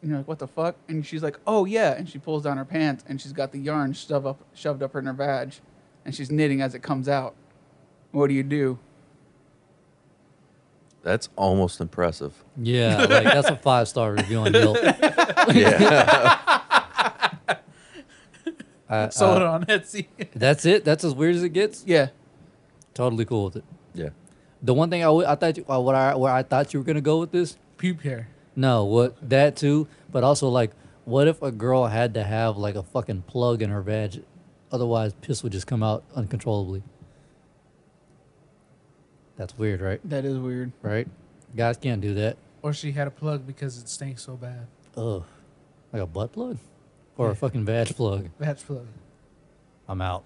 and you're like, what the fuck? And she's like, oh yeah. And she pulls down her pants and she's got the yarn shoved up, shoved up in her vag, and she's knitting as it comes out. What do you do?
That's almost impressive.
Yeah, like that's a five star review on Yelp.
Yeah.
I-
Sold it
I-
on Etsy.
that's it. That's as weird as it gets.
Yeah.
Totally cool with it.
yeah.
The one thing I would- I thought you, uh, what I where I thought you were gonna go with this
Pube hair.
No, what that too, but also like, what if a girl had to have like a fucking plug in her vag, otherwise piss would just come out uncontrollably. That's weird, right?
That is weird.
Right? Guys can't do that.
Or she had a plug because it stinks so bad.
Ugh, like a butt plug, or a fucking vag plug.
That's plug.
I'm out.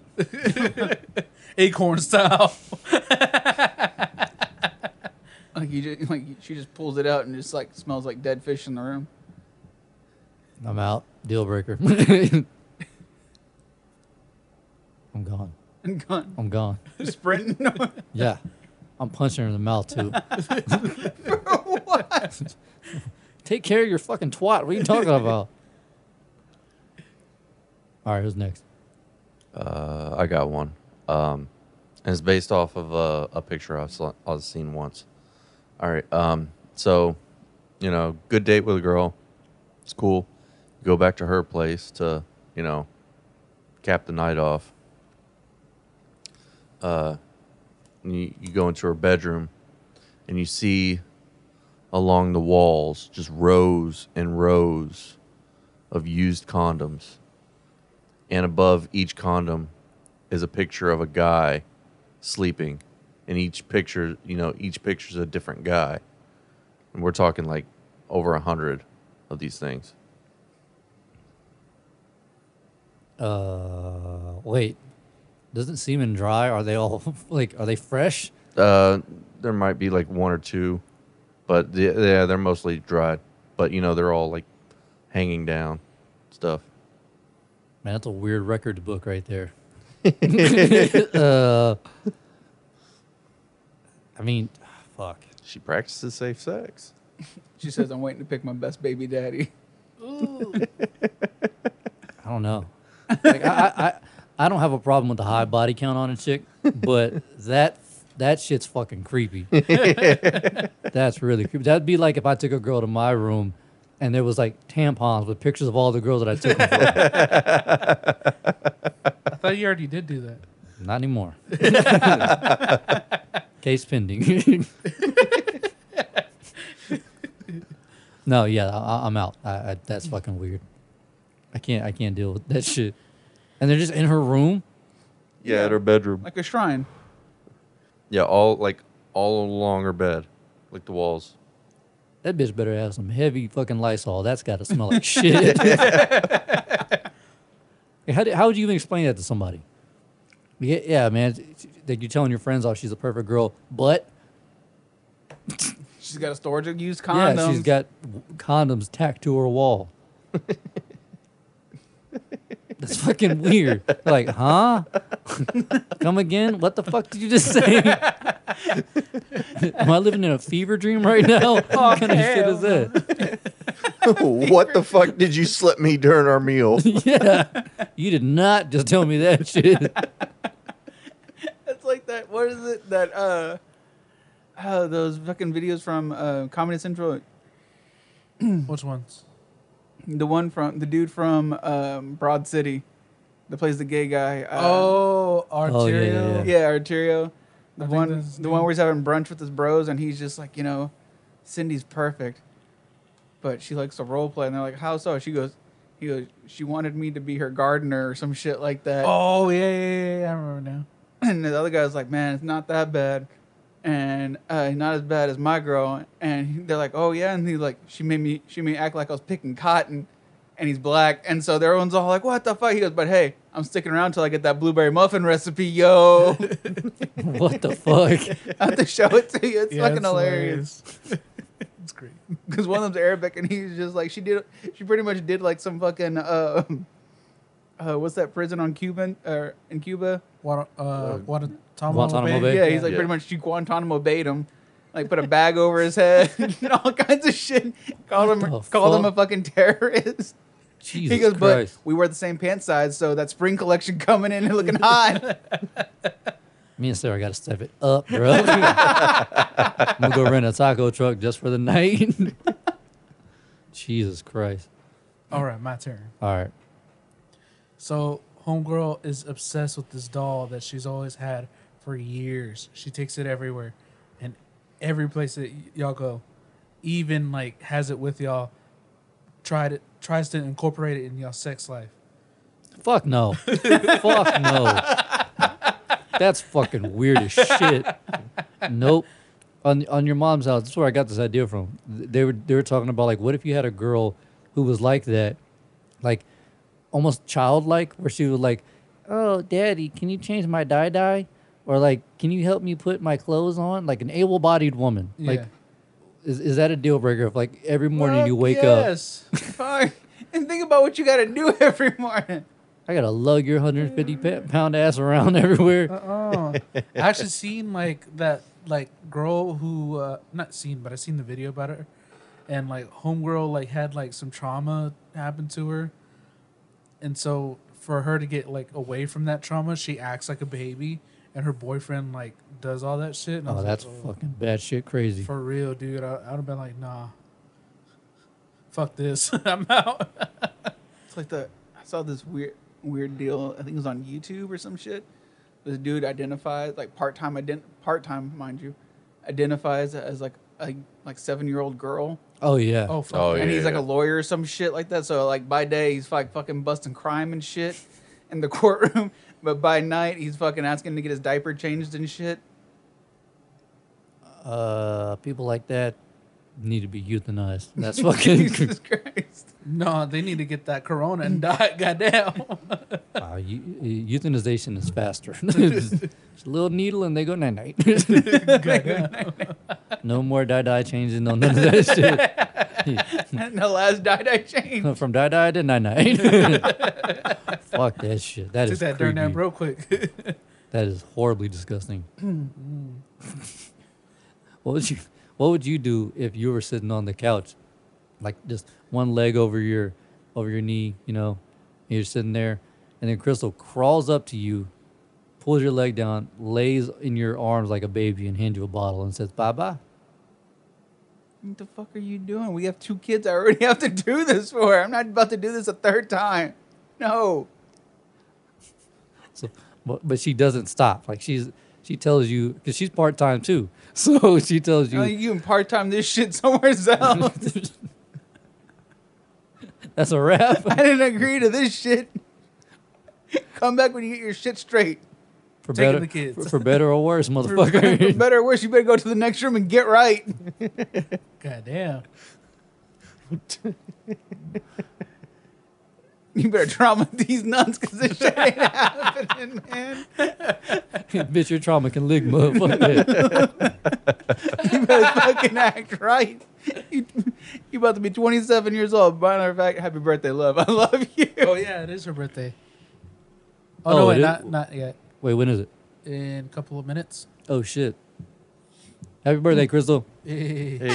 Acorn style.
Like you just like she just pulls it out and just like smells like dead fish in the room.
I'm out. Deal breaker. I'm gone.
And gone.
I'm gone.
Sprinting.
Yeah. I'm punching her in the mouth too. Take care of your fucking twat. What are you talking about? All right, who's next?
Uh, I got one. Um, and it's based off of a, a picture I've, sl- I've seen once. All right. Um, so, you know, good date with a girl. It's cool. Go back to her place to, you know, cap the night off. Uh, you, you go into her bedroom and you see along the walls just rows and rows of used condoms and above each condom is a picture of a guy sleeping and each picture you know each picture's a different guy and we're talking like over a hundred of these things
Uh, wait. Doesn't semen dry? Are they all like? Are they fresh?
uh there might be like one or two but the, yeah they're mostly dried but you know they're all like hanging down stuff
Man, that's a weird record book right there. uh, I mean, fuck.
she practices safe sex
she says, "I'm waiting to pick my best baby daddy."
I don't know. Like, I, I, I, I don't have a problem with the high body count on a chick, but that that shit's fucking creepy. That's really creepy. That'd be like if I took a girl to my room and there was like tampons with pictures of all the girls that I took. them from.
I thought you already did do that.
Not anymore. Case pending. no, yeah, I, I'm out. I, I, that's fucking weird. I can't. I can't deal with that shit. And they're just in her room.
Yeah, at her bedroom.
Like a shrine.
yeah, all like all along her bed, like the walls.
That bitch better have some heavy fucking Lysol. That's got to smell like shit. how, do, how would you even explain that to somebody? Yeah, yeah man. it's- it's- Like you're telling your friends, oh, she's a perfect girl, but
She's got a storage of used condoms.
yeah, she's got w- condoms tacked to her wall. That's fucking weird. Like, huh? Come again? What the fuck did you just say? Am I living in a fever dream right
Oh,
now? what kind of shit is that?
what the fuck did you slip me during our meal?
yeah. You did not just tell me that shit.
It's like that. What is it? That uh, uh those fucking videos from uh Comedy Central.
Which ones?
The one from the dude from um Broad City, that plays the gay guy. Uh,
oh, Arterio.
Oh, yeah, yeah, yeah.
yeah, Arterio. The
think
one,
that's his
the one
name.
where he's having brunch with his bros, and he's just like, you know, Cindy's perfect, but she likes to role play, and they're like, how so? She goes, he goes, she wanted me to be her gardener or some shit like that.
Oh, yeah, yeah, yeah, yeah. I remember now.
and the other guy's like, "Man, it's not that bad, and uh, not as bad as my girl." And they're like, "Oh yeah," and he's like, "She made me, she made me act like I was picking cotton." And he's black, and so everyone's all like, "What the fuck?" He goes, "But hey, I'm sticking around till I get that blueberry muffin recipe, yo.
What the fuck?
I have to show it to you. It's
Yeah,
fucking
it's
hilarious."
hilarious. it's great.
Because one of them's Arabic, and he's just like, she did, she pretty much did like some fucking, uh, uh what's that prison on Cuban or in Cuba?
What, uh, what a
Guantanamo Bay.
Yeah, he's like
Yeah.
pretty much she Guantanamo bait him. Like put a bag over his head and all kinds of shit. Called him
the
called him a
fuck?
fucking terrorist.
Jesus
he goes,
Christ.
but we wear the same pant size, so that spring collection coming in and looking hot.
Me and Sarah got to step it up, bro. I'm going to go rent a taco truck just for the night. Jesus Christ.
All right, my turn.
All right.
So, Homegirl is obsessed with this doll that she's always had for years. She takes it everywhere and every place that y- y'all go, even like has it with y'all, tried it, tries to incorporate it in y'all sex life.
Fuck no. Fuck no. That's fucking weird as shit. Nope. On on your mom's house, that's where I got this idea from. Th- They were they were talking about like what if you had a girl who was like that, like almost childlike, where she was like, "Oh, daddy, can you change my dye dye?" Or like, "Can you help me put my clothes on?" Like an able-bodied woman. Like, is, is that a deal breaker? If like every morning you wake up,
up.
Fuck. and think about what you gotta do every morning.
I gotta lug your 150 pa- pound ass around everywhere.
Oh, I actually seen like that like girl who uh, not seen, but I seen the video about her, and like homegirl like had like some trauma happen to her, and so for her to get like away from that trauma, she acts like a baby, and her boyfriend like does all that shit. And I
Oh,
was
that's
like,
fucking bad shit crazy.
for real, dude. I, I would have been like, nah, fuck this, I'm out.
It's like the I saw this weird weird deal. I think it was on YouTube or some shit. This dude identifies like part time ident- part time, mind you, identifies as like a like seven year old girl.
oh yeah.
Oh fuck.
Oh,
and he's like
yeah.
a lawyer or some shit like that. So like by day he's like fucking busting crime and shit in the courtroom, but by night he's fucking asking to get his diaper changed and shit.
Uh, people like that need to be euthanized. That's fucking.
Jesus Christ!
No, they need to get that corona and die. Goddamn.
wow, uh, eu- eu- euthanization is faster. Just a little needle and they go night night.
Goddamn.
no more die dye changing. No none of that
and the last died I changed.
shit. From die dye to night night. Fuck that shit. That
Took
is
that dirt nap
creepy.
real quick.
That is horribly disgusting. what would you What would you do if you were sitting on the couch, like just one leg over your over your knee, you know, and you're sitting there, and then Crystal crawls up to you, pulls your leg down, lays in your arms like a baby, and hands you a bottle and says bye bye.
What the fuck are you doing? We have two kids. I already have to do this for. I'm not about to do this a third time. No.
So but, but she doesn't stop. Like she's she tells you because she's part time too, so she tells
Oh, You,
you
you can part time this shit somewhere else.
that's a wrap.
I didn't agree to this shit. Come back when you get your shit straight.
For
Taking
better,
the kids.
For, for better or worse,
For
motherfucker.
better or worse, you better go to the next room and get right.
God damn.
You better trauma these nuns because this shit ain't happening, man.
Bitch, your trauma can lick, motherfucker.
You better fucking act right. You, you about to be 27 years old. By matter of fact, happy birthday, love. I love you.
Oh yeah, it is her birthday. Oh,
Oh,
no,
it
wait,
is?
not not yet.
Wait, when is it?
In a couple of minutes.
Oh shit! Happy birthday, Crystal.
Hey,
Hey,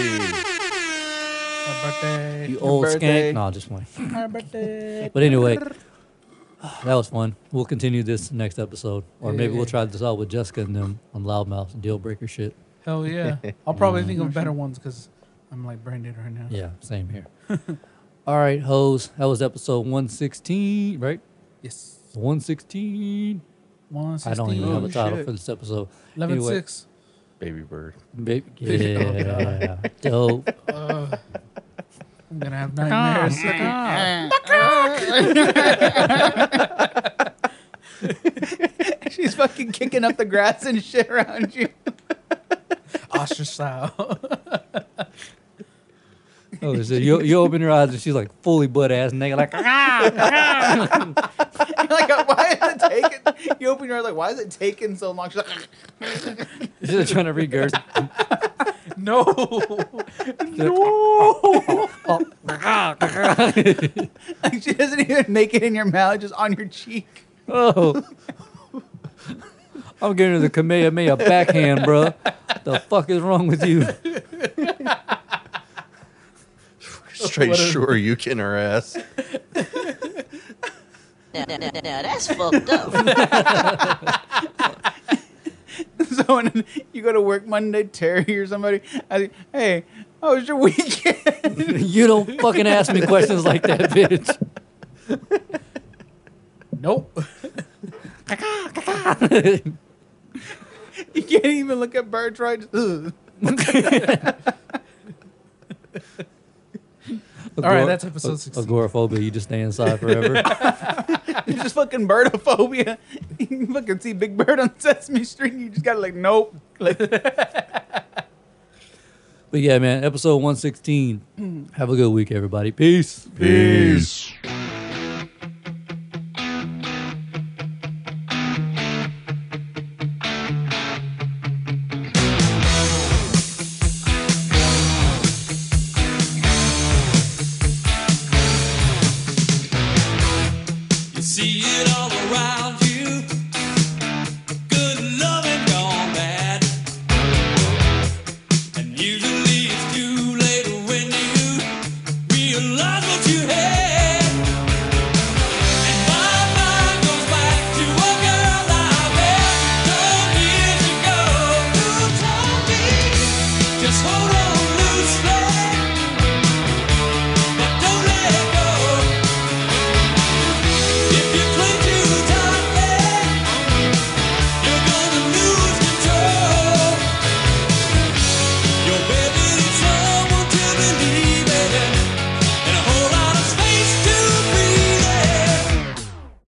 my birthday.
You old
birthday.
skank. No, just one.
Happy birthday.
But anyway, that was fun. We'll continue this next episode, or maybe we'll
Yeah.
try this out with Jessica and them on Loudmouth deal breaker shit.
Hell yeah. I'll probably think of better ones because I'm like brain dead right now.
Yeah, same here. All right, hoes. That was episode 116, right?
Yes.
116.
One
I don't even have
sixteen.
a
Oh,
title
shit.
for this episode.
Eleven
Anyway,
six.
baby bird.
Baby,
Oh,
yeah, dope.
Ugh. I'm gonna have nightmares.
She's fucking kicking up the grass and shit around you.
Ostrich style.
Oh, shit. You, you open your eyes and she's like fully butt ass naked, like "Ah."
like, uh, why is it taking? You open your eyes, like, why is it taking so long? She's like,
she's trying to regurgitate.
no. no.
like, she doesn't even make it in your mouth, just on your cheek.
Oh. I'm getting her the Kamehameha backhand, bro. The fuck is wrong with you?
Straight sure you can her ass.
Now, now, now, now that's fucked up.
So when you go to work Monday, Terry or somebody, I think, hey, how was your weekend?
You don't fucking ask me questions like that, bitch.
Nope.
you can't even look at birds right. Just, "Ugh."
All
right, that's episode 16.
Agoraphobia, you just stay inside forever.
It's just fucking birdophobia. You can fucking see Big Bird on Sesame Street. You just gotta like, nope. Like,
but yeah, man, episode 116. Have a good week, everybody. Peace.
Peace.